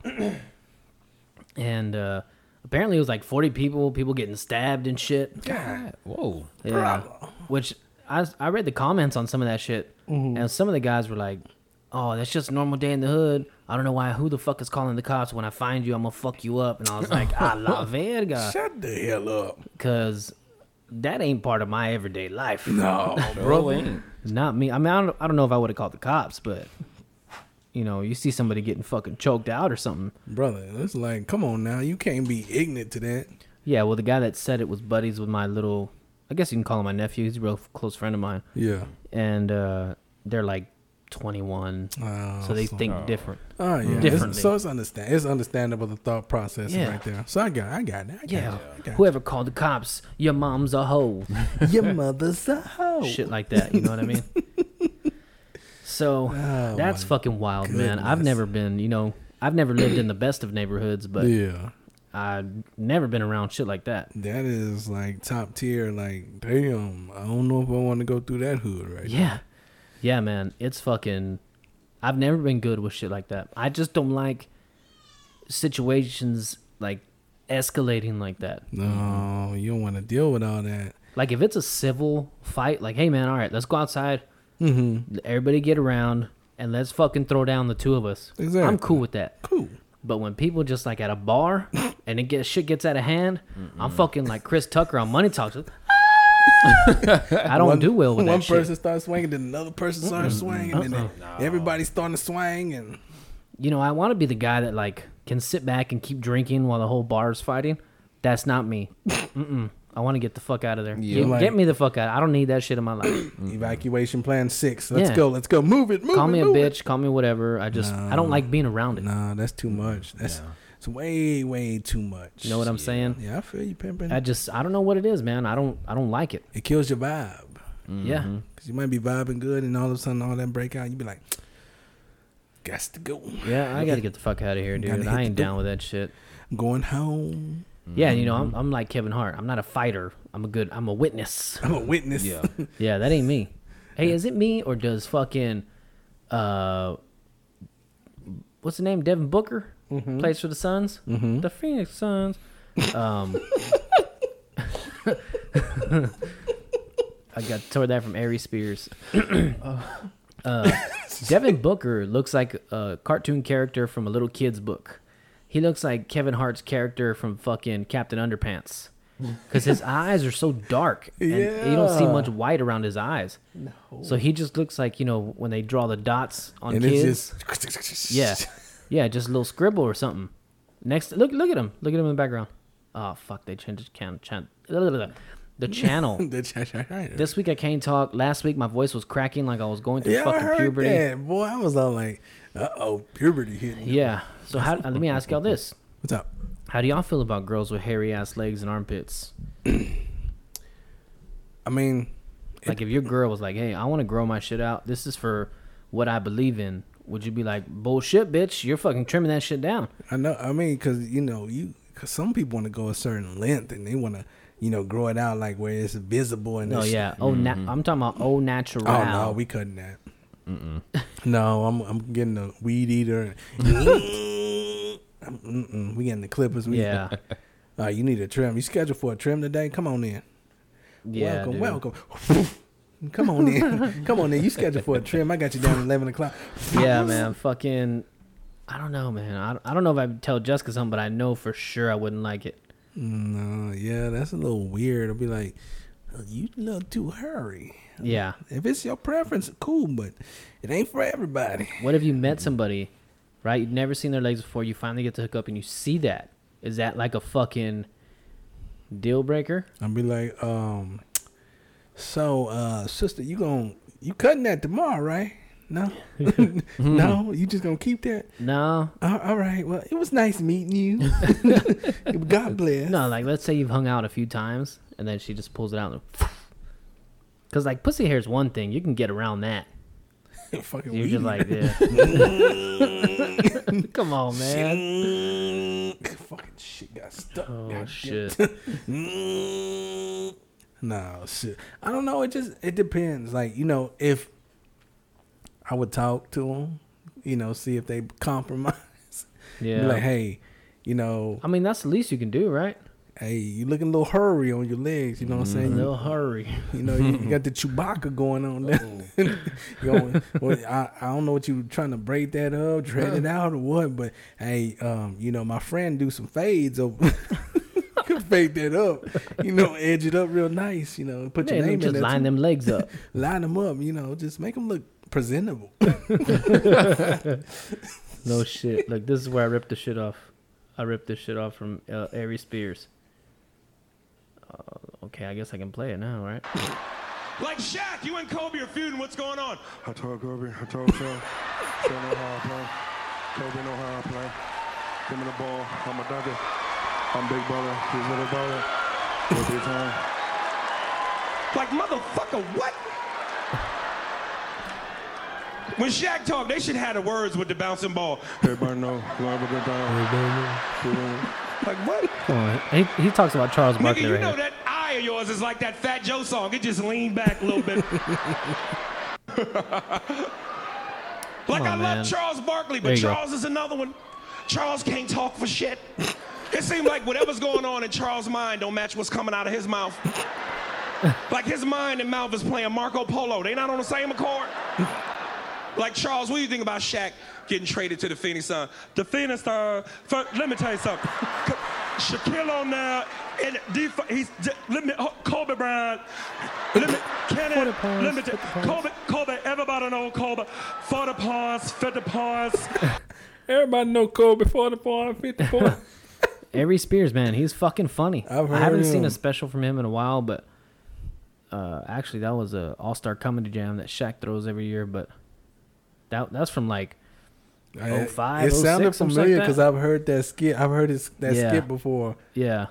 [SPEAKER 2] and uh apparently it was like forty people, people getting stabbed and shit.
[SPEAKER 6] Whoa.
[SPEAKER 2] Yeah. Which I I read the comments on some of that shit, and some of the guys were like, "Oh, that's just a normal day in the hood. I don't know why. Who the fuck is calling the cops? When I find you, I'm gonna fuck you up." And I was like, "A la verga,"
[SPEAKER 3] (laughs) Shut the hell up.
[SPEAKER 2] because that ain't part of my everyday life.
[SPEAKER 3] No,
[SPEAKER 6] Bro, ain't.
[SPEAKER 2] Not me. I mean, I don't, I don't know if I would have called the cops, but you know, you see somebody getting fucking choked out or something.
[SPEAKER 3] (laughs) brother. It's like, come on now. You can't be ignorant to that.
[SPEAKER 2] Yeah. Well, the guy that said it was buddies with my little. I guess you can call him my nephew. He's a real close friend of mine.
[SPEAKER 3] Yeah.
[SPEAKER 2] and uh, they're like 21,
[SPEAKER 3] Oh,
[SPEAKER 2] so they think different.
[SPEAKER 3] Oh yeah.
[SPEAKER 2] Differently.
[SPEAKER 3] It's, so it's understand. It's understandable the thought process
[SPEAKER 2] Yeah.
[SPEAKER 3] right there. So I got. I got that. I got
[SPEAKER 2] Yeah,
[SPEAKER 3] That.
[SPEAKER 2] whoever called the cops, your mom's a
[SPEAKER 3] (laughs)
[SPEAKER 2] hoe,
[SPEAKER 3] I got Your mother's a hoe.
[SPEAKER 2] shit like that. You know what I
[SPEAKER 3] (laughs)
[SPEAKER 2] mean? So that's fucking wild, man. I've
[SPEAKER 3] Oh goodness.
[SPEAKER 2] never been, you know, I've never lived in the best of neighborhoods, but
[SPEAKER 3] Yeah.
[SPEAKER 2] I've never been around shit like that.
[SPEAKER 3] That is like top tier. Like, damn. I don't know if I want to go through that hood right. now.
[SPEAKER 2] Yeah, yeah, man. It's fucking. I've never been good with shit like that. I just don't like situations like escalating like that.
[SPEAKER 3] No, you don't want to deal with all that.
[SPEAKER 2] Like if it's a civil fight, like hey man, all right, let's go outside. Mm-hmm. Everybody get around and let's fucking throw down the two of us. I'm
[SPEAKER 3] Exactly.
[SPEAKER 2] cool with that.
[SPEAKER 3] Cool.
[SPEAKER 2] But when people just like at a
[SPEAKER 3] (laughs)
[SPEAKER 2] bar and it gets shit gets out of hand, I'm fucking like Chris Tucker on Money
[SPEAKER 3] (laughs)
[SPEAKER 2] Talks. I don't do well with
[SPEAKER 3] One
[SPEAKER 2] that
[SPEAKER 3] person
[SPEAKER 2] shit. Uh-uh.
[SPEAKER 3] starts swinging, then another person starts swinging, and then everybody's starting to swing. And
[SPEAKER 2] You know, I want to be the guy that like can sit back and keep drinking while the whole bar is fighting. That's not me. Mm-mm. I want to get the fuck out of there.
[SPEAKER 6] Yeah.
[SPEAKER 2] Get,
[SPEAKER 3] Like-
[SPEAKER 2] get me the fuck out. I don't need that shit in my life.
[SPEAKER 3] evacuation plan six. Let's
[SPEAKER 2] Yeah.
[SPEAKER 3] go. Let's go. Move it. Move
[SPEAKER 2] call
[SPEAKER 3] it.
[SPEAKER 2] me a
[SPEAKER 3] move it.
[SPEAKER 2] bitch, call me whatever. I just I don't like being around it.
[SPEAKER 3] Nah, that's too much. That's it's way, way too much.
[SPEAKER 2] You know what I'm saying?
[SPEAKER 3] Yeah, I feel you, pimping.
[SPEAKER 2] I just I don't know what it is, man. I don't I don't like it.
[SPEAKER 3] it kills your vibe
[SPEAKER 2] Yeah.
[SPEAKER 3] because you might be vibing good, and all of a sudden all that breakout, you be like, "Gots to go.
[SPEAKER 2] Yeah, I gotta get the fuck out of here,
[SPEAKER 3] Gotta
[SPEAKER 2] dude.
[SPEAKER 3] hit
[SPEAKER 2] I
[SPEAKER 3] the
[SPEAKER 2] ain't
[SPEAKER 3] door.
[SPEAKER 2] down with that shit.
[SPEAKER 3] I'm (laughs) going home.
[SPEAKER 2] Yeah, you know, I'm,
[SPEAKER 3] Mm-hmm.
[SPEAKER 2] I'm like Kevin Hart. I'm not a fighter. I'm a good I'm a witness.
[SPEAKER 3] I'm a witness."
[SPEAKER 6] Yeah.
[SPEAKER 2] Yeah, that ain't me. Hey, is it me or does fucking uh what's the name? Devin Booker plays for the Suns? The Phoenix Suns. Um I got tore that from Ari Spears. (clears throat) uh, Devin Booker looks like a cartoon character from a little kid's book. He looks like Kevin Hart's character from fucking Captain Underpants. Because his eyes are so dark. And You don't see
[SPEAKER 3] Yeah.
[SPEAKER 2] much white around his eyes. No. So he just looks like, you know, when they draw the dots on
[SPEAKER 3] (laughs) and
[SPEAKER 2] kids.
[SPEAKER 3] it's just (laughs)
[SPEAKER 2] Yeah, yeah, just a little scribble or something. Next, look, look at him. Look at him in the background. Oh fuck, they changed the can, chan, (laughs) blah, blah, blah, blah. the
[SPEAKER 3] (laughs)
[SPEAKER 2] channel.
[SPEAKER 3] That's right, right.
[SPEAKER 2] this week I can't talk. Last week my voice was cracking like I was going through
[SPEAKER 3] yeah, I
[SPEAKER 2] fucking
[SPEAKER 3] heard
[SPEAKER 2] puberty.
[SPEAKER 3] that. Boy, I was all like, "Uh oh, puberty hitting."
[SPEAKER 2] Yeah. So how, let me
[SPEAKER 3] (laughs)
[SPEAKER 2] ask y'all this:
[SPEAKER 3] What's up?
[SPEAKER 2] How do y'all feel about girls with hairy ass legs and armpits?
[SPEAKER 3] I mean,
[SPEAKER 2] Like, if your girl was like, "Hey, I want to grow my shit out. This is for what I believe in." Would you be like, "Bullshit, bitch! You're fucking trimming that shit down."
[SPEAKER 3] I know. I mean, because you know, you because some people want to go a certain length and they want to, you know, grow it out like where it's visible and
[SPEAKER 2] No,
[SPEAKER 3] it's-
[SPEAKER 2] yeah. Oh, na- I'm talking about oh natural.
[SPEAKER 3] Oh no, we couldn't that. (laughs) No, I'm I'm getting the weed
[SPEAKER 2] (laughs)
[SPEAKER 3] eater. Mm, mm-mm, we getting the clippers. We (laughs)
[SPEAKER 2] yeah,
[SPEAKER 3] Uh, you need a trim. You scheduled for a trim today? Come on in.
[SPEAKER 2] yeah.
[SPEAKER 3] welcome, (laughs)
[SPEAKER 2] dude.
[SPEAKER 3] welcome. Come
[SPEAKER 2] (laughs)
[SPEAKER 3] on in. Come on in. You scheduled for a trim. I got you down at 11 o'clock.
[SPEAKER 2] Yeah, man. Fucking. I don't know, man. I, don't- I don't know if I'd tell Jessica something, but I know for sure I wouldn't like it.
[SPEAKER 3] No, yeah, that's a little weird. I'll be like, "Oh, you a little too hurry.
[SPEAKER 2] Yeah.
[SPEAKER 3] If it's your preference, cool, but it ain't for everybody.
[SPEAKER 2] What if you met somebody, right? You've never seen their legs before. You finally get to hook up and you see that. Is that like a fucking deal breaker?
[SPEAKER 3] I'll be like, um, so, uh, sister, you gon' you cutting that tomorrow, right? No, (laughs) no, you just gonna keep that. Uh,
[SPEAKER 2] No.
[SPEAKER 3] All, all right. Well, it was nice meeting you. (laughs) God bless.
[SPEAKER 2] No, like let's say you've hung out a few times and then she just pulls it out. Because like pussy hair is one thing. You can get around that.
[SPEAKER 3] fucking
[SPEAKER 2] You're
[SPEAKER 3] weird.
[SPEAKER 2] just like, yeah. (laughs) Come on, man.
[SPEAKER 3] (laughs) fucking shit got stuck.
[SPEAKER 2] Oh,
[SPEAKER 3] God
[SPEAKER 2] shit.
[SPEAKER 3] Mm. (laughs) no shit. I don't know. It just it depends. Like you know, if I would talk to them, you know, see if they compromise. (laughs) Be
[SPEAKER 2] Yeah.
[SPEAKER 3] like, hey, you know,
[SPEAKER 2] I mean, that's the least you can do, right?
[SPEAKER 3] hey, you looking a little hurry on your legs. You know what I'm saying?
[SPEAKER 2] No hurry.
[SPEAKER 3] You know, you, you got the Chewbacca going on there. (laughs) You know, well, I, I don't know what you trying to break that up, dread it out, or what. But hey, um, you know, my friend do some fades over. (laughs) Could fade that up, you know, edge it up real nice, you know, put your
[SPEAKER 2] Man,
[SPEAKER 3] name in
[SPEAKER 2] just
[SPEAKER 3] there,
[SPEAKER 2] line
[SPEAKER 3] too.
[SPEAKER 2] them legs
[SPEAKER 3] (laughs)
[SPEAKER 2] up.
[SPEAKER 3] line them up, you know, just make them look presentable.
[SPEAKER 2] No shit. Look, this is where I ripped the shit off. I ripped this shit off from uh, Ari Spears. Uh, okay, I guess I can play it now, right?
[SPEAKER 8] Like Shaq, you and Kobe are feuding. What's going on?
[SPEAKER 9] I told Kobe, I told Phil, Phil know how I play. Kobe know how I play. Give me the ball, I'm a dunker. I'm big brother, he's little brother. It'll be time.
[SPEAKER 8] Like motherfucker, what? When Shaq talked, they should have the words with the bouncing ball.
[SPEAKER 9] Everybody know, love a good time. He win.
[SPEAKER 8] Like what?
[SPEAKER 2] He, he talks about Charles
[SPEAKER 8] Nigga,
[SPEAKER 2] Barkley
[SPEAKER 8] you
[SPEAKER 2] right
[SPEAKER 8] know
[SPEAKER 2] here.
[SPEAKER 8] that eye of yours is like that Fat Joe song. It just leaned back a
[SPEAKER 2] (laughs)
[SPEAKER 8] little bit. like
[SPEAKER 2] on,
[SPEAKER 8] I
[SPEAKER 2] man.
[SPEAKER 8] love Charles Barkley,
[SPEAKER 2] There
[SPEAKER 8] but
[SPEAKER 2] you go.
[SPEAKER 8] Charles is another one. Charles can't talk for shit. It seems like whatever's going on in Charles' mind don't match what's coming out of his mouth. Like his mind and mouth is playing Marco Polo. They not on the same accord. Like Charles, what do you think about Shaq getting traded to the Phoenix Sun? The Phoenix Sun. fir- let me tell you something. Shaquille O'Neal and def- he's de- let me oh, Kobe Bryant. Let me Kenny. Let me tell- Kobe. Kobe. Everybody know Kobe. Forty points, fifty points.
[SPEAKER 3] Everybody know Kobe before the point, fifty (laughs) point.
[SPEAKER 2] Ari Spears, man, he's fucking funny.
[SPEAKER 3] I've
[SPEAKER 2] I haven't
[SPEAKER 3] heard
[SPEAKER 2] seen
[SPEAKER 3] him.
[SPEAKER 2] a special from him in a while, but uh, actually, that was a All Star Comedy Jam that Shaq throws every year. But that that's from like
[SPEAKER 3] I-
[SPEAKER 2] 05, 06,
[SPEAKER 3] it sounded
[SPEAKER 2] oh, something like
[SPEAKER 3] familiar
[SPEAKER 2] that.
[SPEAKER 3] because I've heard that skit. I've heard his, that
[SPEAKER 2] Yeah.
[SPEAKER 3] skit before.
[SPEAKER 2] yeah.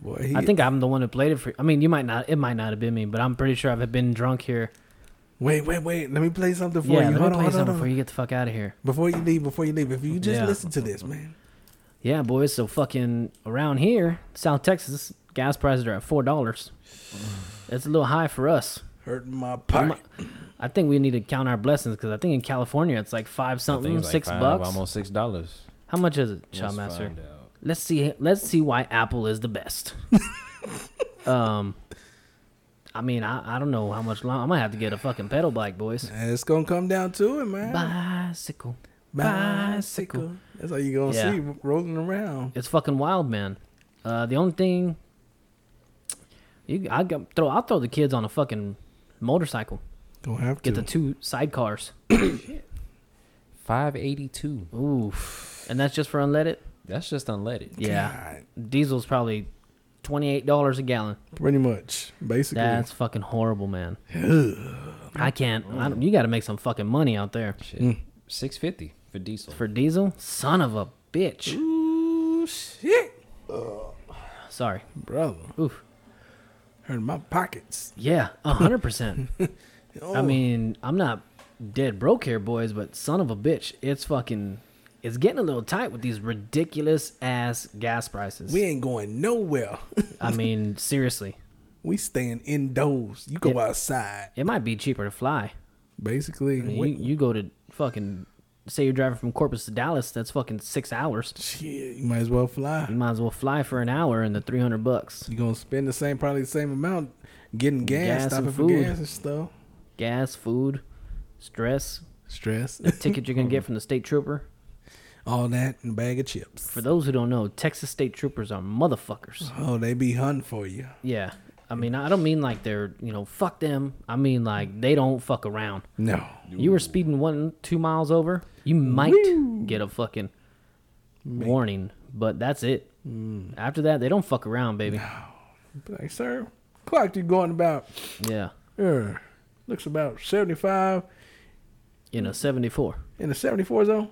[SPEAKER 3] Boy, he,
[SPEAKER 2] I think I'm the one who played it for. I mean, you might not. It might not have been me, but I'm pretty sure I've been drunk here.
[SPEAKER 3] Wait, wait, wait. Let me play something for
[SPEAKER 2] Yeah,
[SPEAKER 3] you.
[SPEAKER 2] let me
[SPEAKER 3] Hold on,
[SPEAKER 2] play
[SPEAKER 3] hold on,
[SPEAKER 2] something
[SPEAKER 3] hold
[SPEAKER 2] before
[SPEAKER 3] on.
[SPEAKER 2] you get the fuck out of here.
[SPEAKER 3] Before you leave, before you leave, if you just
[SPEAKER 2] Yeah.
[SPEAKER 3] listen to this, man.
[SPEAKER 2] Yeah, boys. So fucking around here, South Texas, gas prices are at four dollars. That's a little high for us.
[SPEAKER 3] Hurting my pocket.
[SPEAKER 2] I think we need to count our blessings because I think in California it's like five
[SPEAKER 6] I
[SPEAKER 2] something,
[SPEAKER 6] think it's like
[SPEAKER 2] six
[SPEAKER 6] five,
[SPEAKER 2] bucks.
[SPEAKER 6] almost six dollars.
[SPEAKER 2] How much is it,
[SPEAKER 6] Let's
[SPEAKER 2] Childmaster?
[SPEAKER 6] find out.
[SPEAKER 2] Let's see. Let's see why Apple is the best. um, I mean, I, I don't know how much long. I might have to get a fucking pedal bike, boys.
[SPEAKER 3] And it's gonna come down to it, man.
[SPEAKER 2] Bicycle.
[SPEAKER 3] Bicycle. That's all you gonna
[SPEAKER 2] Yeah.
[SPEAKER 3] see rolling around.
[SPEAKER 2] It's fucking wild, man. Uh, the only thing you, I got, throw, I'll throw the kids on a fucking motorcycle.
[SPEAKER 3] Don't have to.
[SPEAKER 2] Get the two sidecars.
[SPEAKER 6] Five eighty two.
[SPEAKER 2] Ooh, and that's just for unleaded.
[SPEAKER 6] That's just unleaded.
[SPEAKER 2] Yeah,
[SPEAKER 3] God,
[SPEAKER 2] diesel's probably twenty eight dollars a gallon.
[SPEAKER 3] pretty much, basically.
[SPEAKER 2] That's fucking horrible, man. (sighs) I can't. I don't, you got to make some fucking money out there
[SPEAKER 6] Shit. Six fifty for diesel.
[SPEAKER 2] Mm. for diesel. Son of a bitch.
[SPEAKER 3] Ooh, shit,
[SPEAKER 2] Sorry.
[SPEAKER 3] brother.
[SPEAKER 2] Oof.
[SPEAKER 3] Hurting my pockets.
[SPEAKER 2] Yeah, a hundred (laughs) percent.
[SPEAKER 3] Oh,
[SPEAKER 2] I mean, I'm not dead broke here, boys, but son of a bitch, it's fucking, it's getting a little tight with these ridiculous ass gas prices.
[SPEAKER 3] we ain't going nowhere. (laughs)
[SPEAKER 2] I mean, seriously,
[SPEAKER 3] we staying indoors. You go
[SPEAKER 2] Yeah.
[SPEAKER 3] outside,
[SPEAKER 2] it might be cheaper to fly.
[SPEAKER 3] basically.
[SPEAKER 2] You,
[SPEAKER 3] What-
[SPEAKER 2] you go to fucking, say you're driving from Corpus to Dallas, that's fucking six hours.
[SPEAKER 3] shit, you might as well fly.
[SPEAKER 2] You might as well fly for an hour and the three hundred bucks.
[SPEAKER 3] You gonna spend the same, probably the same amount, getting gas,
[SPEAKER 2] Gas and
[SPEAKER 3] stopping for
[SPEAKER 2] food.
[SPEAKER 3] gas and stuff.
[SPEAKER 2] gas, food, stress, (laughs)
[SPEAKER 3] Stress.
[SPEAKER 2] ticket you're gonna
[SPEAKER 3] (laughs)
[SPEAKER 2] get from the state trooper.
[SPEAKER 3] All that and a bag of chips.
[SPEAKER 2] For those who don't know, Texas state troopers are motherfuckers.
[SPEAKER 3] Oh, they be hunting for you.
[SPEAKER 2] Yeah. I mean, I don't mean like they're, you know, fuck them. I mean like they don't fuck around.
[SPEAKER 3] No.
[SPEAKER 2] You were speeding one, two miles over, you might get a fucking warning, but that's it. After that, they don't fuck around, baby.
[SPEAKER 3] Be Like, sir, clock you going about,
[SPEAKER 2] Yeah.
[SPEAKER 3] uh, looks about 75
[SPEAKER 2] In a 74.
[SPEAKER 3] in the 74 zone.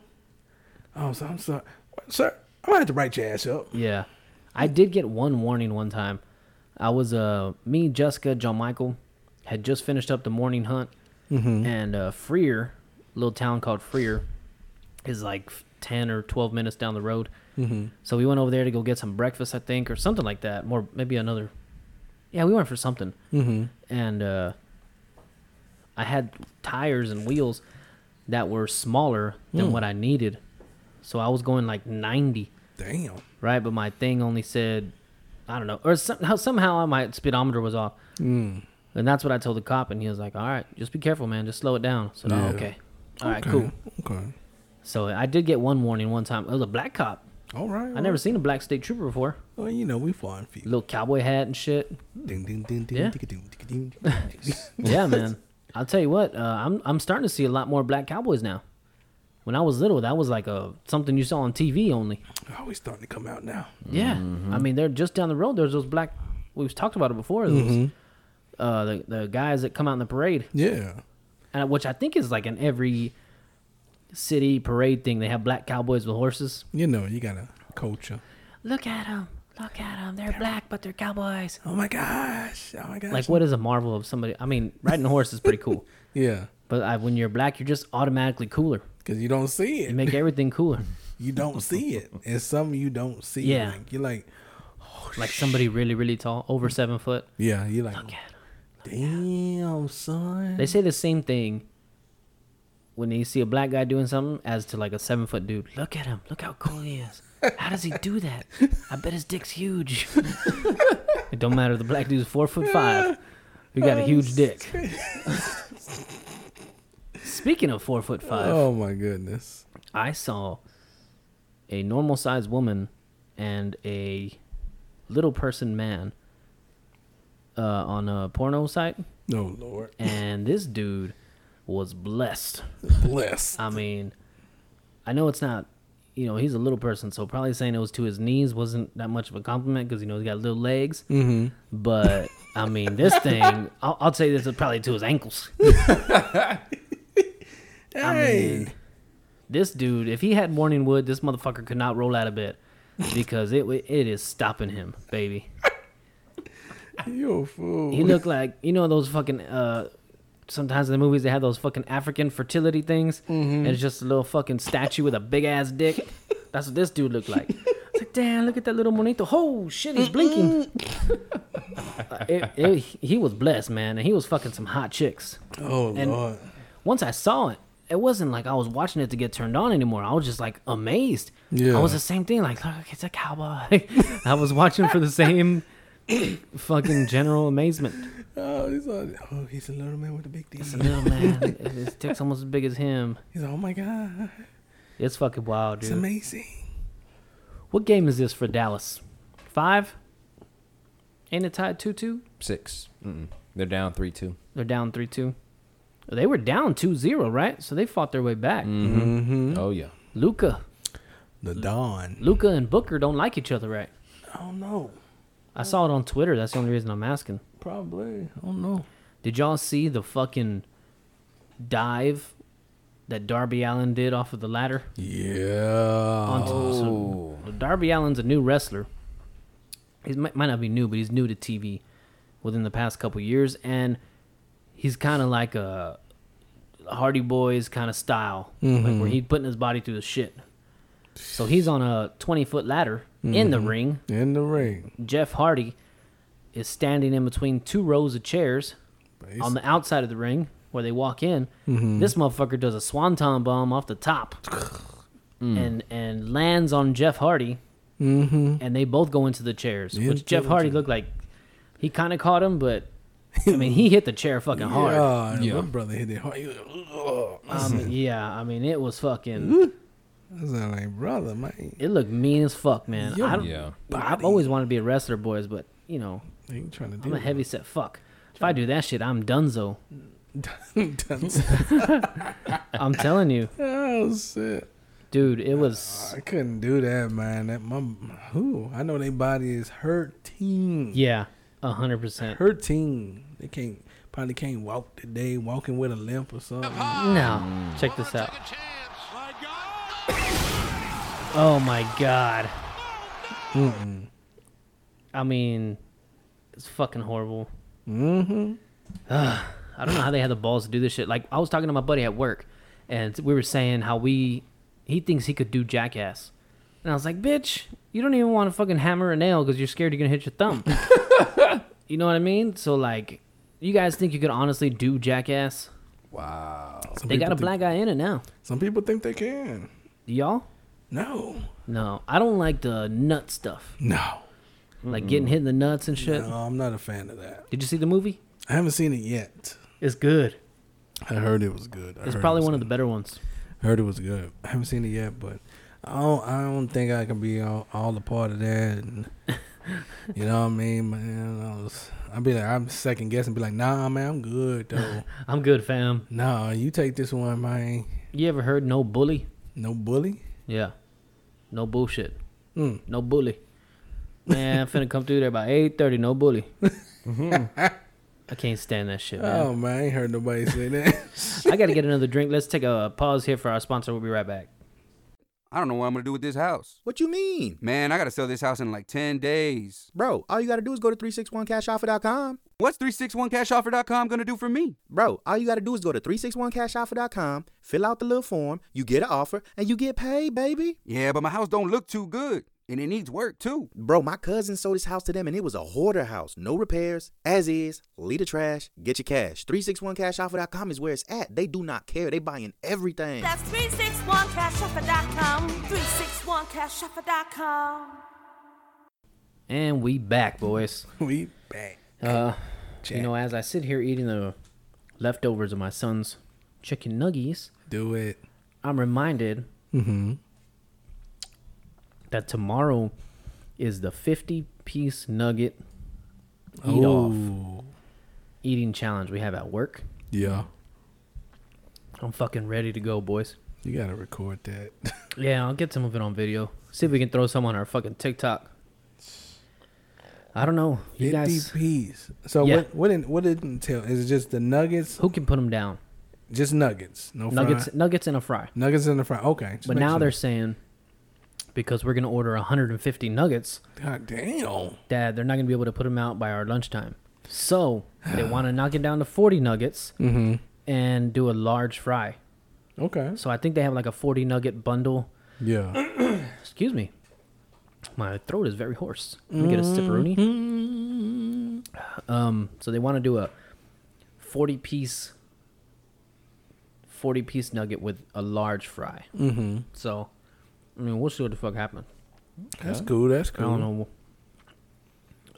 [SPEAKER 3] Oh, so I'm sorry. Sir, I'm going to have to write your ass up.
[SPEAKER 2] Yeah. I did get one warning one time. I was, uh, me, Jessica, John Michael had just finished up the morning hunt. And, uh, Freer, little town called Freer, is like 10 or 12 minutes down the road. Mm-hmm. So we went over there to go get some breakfast, I think, or something like that. More, maybe another. Yeah, we went for something. Mm-hmm. And, uh, I had tires and wheels that were smaller than what I needed. So I was going like 90
[SPEAKER 3] Damn.
[SPEAKER 2] right? But my thing only said, I don't know, or somehow somehow my speedometer was off, mm. and that's what I told the cop, and he was like, "All right, just be careful, man, just slow it down." So oh, okay, all right, cool.
[SPEAKER 3] Okay.
[SPEAKER 2] So I did get one warning one time. It was a black cop.
[SPEAKER 3] All right.
[SPEAKER 2] I never seen a black state trooper before.
[SPEAKER 3] Well, you know, we flying for you.
[SPEAKER 2] Little cowboy hat and shit.
[SPEAKER 3] Ding, ding, ding, ding,
[SPEAKER 2] Yeah.
[SPEAKER 3] ding, ding, ding, ding, ding.
[SPEAKER 2] (laughs)
[SPEAKER 3] (laughs)
[SPEAKER 2] Yeah, man. I'll tell you what. Uh, I'm I'm starting to see a lot more black cowboys now. When I was little, that was like a something you saw on TV only.
[SPEAKER 3] Oh, we starting to come out now.
[SPEAKER 2] Yeah, I mean they're just down the road. There's those black. We've talked about it before. Those, uh, the the guys that come out in the parade,
[SPEAKER 3] Yeah.
[SPEAKER 2] and which I think is like in every city parade thing. They have black cowboys with horses.
[SPEAKER 3] You know, you got to culture.
[SPEAKER 2] Look at them! Look at them! They're black, but they're cowboys.
[SPEAKER 3] Oh, my gosh. Oh, my gosh.
[SPEAKER 2] Like what is a marvel of somebody? I mean, riding a horse is pretty (laughs) cool,
[SPEAKER 3] Yeah.
[SPEAKER 2] but I, when you're black, you're just automatically cooler.
[SPEAKER 3] Because you don't see it.
[SPEAKER 2] You (laughs) make everything cooler.
[SPEAKER 3] you don't see (laughs) it. It's something you don't see.
[SPEAKER 2] Yeah.
[SPEAKER 3] Like, you're like,
[SPEAKER 2] Like somebody really, really tall, over seven foot.
[SPEAKER 3] yeah, you're like,
[SPEAKER 2] Look at 'em.
[SPEAKER 3] damn, son.
[SPEAKER 2] They say the same thing when they see a black guy doing something as to like a seven foot dude. Look at him. Look how cool he is. How does he do that? I bet his dick's huge. it don't matter. The black dude's four foot five. He got a huge dick. (laughs) Speaking of four foot five,
[SPEAKER 3] Oh, my goodness.
[SPEAKER 2] I saw a normal sized woman and a little person man uh, on a porno site,
[SPEAKER 3] Oh, Lord.
[SPEAKER 2] and this dude was blessed.
[SPEAKER 3] Bless.
[SPEAKER 2] I mean, I know it's not, you know, he's a little person, so probably saying it was to his knees wasn't that much of a compliment because, you know, he's got little legs. Mm-hmm. But, I mean, this thing, I'll, I'll say this is probably to his ankles.
[SPEAKER 3] Hey.
[SPEAKER 2] This dude, if he had morning wood, this motherfucker could not roll out of bed because it wa- it is stopping him, baby.
[SPEAKER 3] You a fool.
[SPEAKER 2] He looked like, you know, those fucking, uh, sometimes in the movies they have those fucking African fertility things, and it's just a little fucking statue with a big ass dick. That's what this dude looked like. It's like, damn, look at that little monito. Oh shit, he's blinking. (laughs) it, it, he was blessed, man, and he was fucking some hot chicks.
[SPEAKER 3] Oh,
[SPEAKER 2] And
[SPEAKER 3] Lord.
[SPEAKER 2] once I saw it, it wasn't like I was watching it to get turned on anymore. I was just like amazed.
[SPEAKER 3] Yeah.
[SPEAKER 2] I was the same thing. Like, look, it's a cowboy. (laughs) I was watching for the same fucking general amazement.
[SPEAKER 3] Oh, he's a, oh, he's a little man with a big D.
[SPEAKER 2] Little man, his dick's almost as big as him.
[SPEAKER 3] He's oh my god,
[SPEAKER 2] It's fucking wild,
[SPEAKER 3] it's
[SPEAKER 2] dude.
[SPEAKER 3] amazing.
[SPEAKER 2] What game is this for Dallas? Five? Ain't it tied 2 2?
[SPEAKER 6] Six. Mm-mm. They're down three two.
[SPEAKER 2] They're down 3 2. They were down 2 0, right? So they fought their way back. Mm-hmm.
[SPEAKER 6] Oh yeah.
[SPEAKER 2] Luca.
[SPEAKER 3] The dawn.
[SPEAKER 2] Luca and Booker don't like each other, right?
[SPEAKER 3] I don't know.
[SPEAKER 2] I saw it on Twitter. That's the only reason I'm asking.
[SPEAKER 3] Probably. I don't know.
[SPEAKER 2] Did y'all see the fucking dive that Darby Allen did off of the ladder?
[SPEAKER 3] Yeah.
[SPEAKER 2] Onto, so, Darby Allen's a new wrestler. He might, might not be new, but he's new to TV within the past couple years, and he's kind of like a Hardy Boys kind of style, like where he's putting his body through the shit. So he's on a twenty foot ladder in the ring.
[SPEAKER 3] In the ring.
[SPEAKER 2] Jeff Hardy is standing in between two rows of chairs on the outside of the ring where they walk in. This motherfucker does a swanton bomb off the top and and lands on Jeff Hardy. Mm-hmm. And they both go into the chairs,
[SPEAKER 3] Into
[SPEAKER 2] which Jeff
[SPEAKER 3] the
[SPEAKER 2] Hardy
[SPEAKER 3] chair.
[SPEAKER 2] looked like he kind of caught him, but I mean, he hit the chair fucking hard.
[SPEAKER 3] (laughs) Oh,
[SPEAKER 6] Yeah.
[SPEAKER 3] my brother hit it hard. He was, "Ugh."
[SPEAKER 2] Um, yeah, I mean, it was fucking.
[SPEAKER 3] I was like, brother, man,
[SPEAKER 2] It looked mean as fuck, man. I don't,
[SPEAKER 6] Yeah.
[SPEAKER 2] but I've always wanted to be a wrestler, boys, but you know,
[SPEAKER 3] you ain't trying to do
[SPEAKER 2] I'm a heavy set fuck. If I do that shit, I'm dunzo.
[SPEAKER 3] (laughs) that.
[SPEAKER 2] I'm telling you,
[SPEAKER 3] oh shit!
[SPEAKER 2] dude. It was.
[SPEAKER 3] I couldn't do that, man. That my who? I know their body is hurting.
[SPEAKER 2] Yeah, a hundred percent.
[SPEAKER 3] hurting. They can't probably can't walk today, walking with a limp or something.
[SPEAKER 2] Now, check this out. Oh my god. I mean, it's fucking horrible. Mm-hmm. (sighs) I don't know how they had the balls to do this shit. Like I was talking to my buddy at work, and we were saying how we he thinks he could do jackass, and I was like, bitch, you don't even want to fucking hammer a nail because you're scared you're gonna hit your thumb. you know what I mean? So like, you guys think you could honestly do jackass?
[SPEAKER 6] Wow.
[SPEAKER 3] Some
[SPEAKER 2] They got
[SPEAKER 3] people
[SPEAKER 2] a black
[SPEAKER 3] Think,
[SPEAKER 2] guy in it now.
[SPEAKER 3] some people think they can.
[SPEAKER 2] Do y'all?
[SPEAKER 3] No,
[SPEAKER 2] No, I don't like the nut stuff,
[SPEAKER 3] no,
[SPEAKER 2] like getting hit in the nuts and shit.
[SPEAKER 3] no. I'm not a fan of that.
[SPEAKER 2] Did you see the movie?
[SPEAKER 3] I haven't seen it yet.
[SPEAKER 2] It's good.
[SPEAKER 3] I heard it was good. I
[SPEAKER 2] It's
[SPEAKER 3] heard
[SPEAKER 2] probably
[SPEAKER 3] it was
[SPEAKER 2] one of the better ones.
[SPEAKER 3] good. Heard it was good. I haven't seen it yet, but I don't. I don't think I can be all, all a part of that.
[SPEAKER 2] (laughs)
[SPEAKER 3] And, you know what I mean, man? I was, I'd be like, I'm second guessing. Be like, nah, man, I'm
[SPEAKER 2] (laughs)
[SPEAKER 3] good though.
[SPEAKER 2] I'm good, fam.
[SPEAKER 3] nah, you take this one, man.
[SPEAKER 2] You ever heard no bully?
[SPEAKER 3] No bully.
[SPEAKER 2] Yeah. No bullshit. No bully. Man, I'm finna come through there by eight thirty. No bully. Mm-hmm. (laughs) I can't stand that shit, man.
[SPEAKER 3] Oh man, I ain't heard nobody
[SPEAKER 2] (laughs)
[SPEAKER 3] say that. (laughs)
[SPEAKER 2] I gotta get another drink. Let's take a pause here for our sponsor. We'll be right back.
[SPEAKER 10] I don't know what I'm gonna do with this house.
[SPEAKER 11] What you mean?
[SPEAKER 10] Man, I gotta sell this house in like 10 days.
[SPEAKER 11] Bro, all you gotta do is go to 361cashoffer.com.
[SPEAKER 10] What's 361cashoffer.com gonna do for me?
[SPEAKER 11] Bro, all you gotta do is go to 361cashoffer.com, fill out the little form, you get an offer, and you get paid, baby.
[SPEAKER 10] Yeah, but my house don't look too good, and it needs work too.
[SPEAKER 11] Bro, my cousin sold his house to them and it was a hoarder house. No repairs, as is, leave the trash, get your cash. 361cashoffer.com is where it's at. They do not care. They buying everything.
[SPEAKER 12] That's 361cashshopper.com. 361cashshopper.com.
[SPEAKER 2] And we back, boys.
[SPEAKER 3] we back.
[SPEAKER 2] Uh, you know, as I sit here eating the leftovers of my son's chicken nuggies,
[SPEAKER 3] Do it.
[SPEAKER 2] I'm reminded
[SPEAKER 3] Mm-hmm.
[SPEAKER 2] that tomorrow is the 50 piece nugget eat off
[SPEAKER 3] Ooh.
[SPEAKER 2] eating challenge we have at work.
[SPEAKER 3] Yeah.
[SPEAKER 2] I'm fucking ready to go, boys.
[SPEAKER 3] You gotta record that. (laughs)
[SPEAKER 2] Yeah, I'll get some of it on video. See if we can throw some on our fucking TikTok. I don't know. You
[SPEAKER 3] Fifty
[SPEAKER 2] guys,
[SPEAKER 3] piece. So
[SPEAKER 2] Yeah.
[SPEAKER 3] what? What did what did it entail? Is it just the nuggets?
[SPEAKER 2] who can put them down?
[SPEAKER 3] Just nuggets? No
[SPEAKER 2] Nuggets,
[SPEAKER 3] fry?
[SPEAKER 2] nuggets in a fry.
[SPEAKER 3] Nuggets in the fry. Okay. just
[SPEAKER 2] But
[SPEAKER 3] make
[SPEAKER 2] now
[SPEAKER 3] sure.
[SPEAKER 2] they're saying because we're gonna order 150 nuggets,
[SPEAKER 3] God damn.
[SPEAKER 2] that they're not gonna be able to put them out by our lunchtime. So they want to knock it down to 40 nuggets and do a large fry.
[SPEAKER 3] Okay.
[SPEAKER 2] So I think they have like a 40 nugget bundle.
[SPEAKER 3] Yeah.
[SPEAKER 2] Excuse me. My throat is very hoarse. Let me get a sipperoni. Um, so they want to do a 40 piece 40 piece nugget with a large fry. Mm-hmm. So, I mean, we'll see what the fuck happens.
[SPEAKER 3] That's cool. That's
[SPEAKER 2] I
[SPEAKER 3] cool.
[SPEAKER 2] don't know.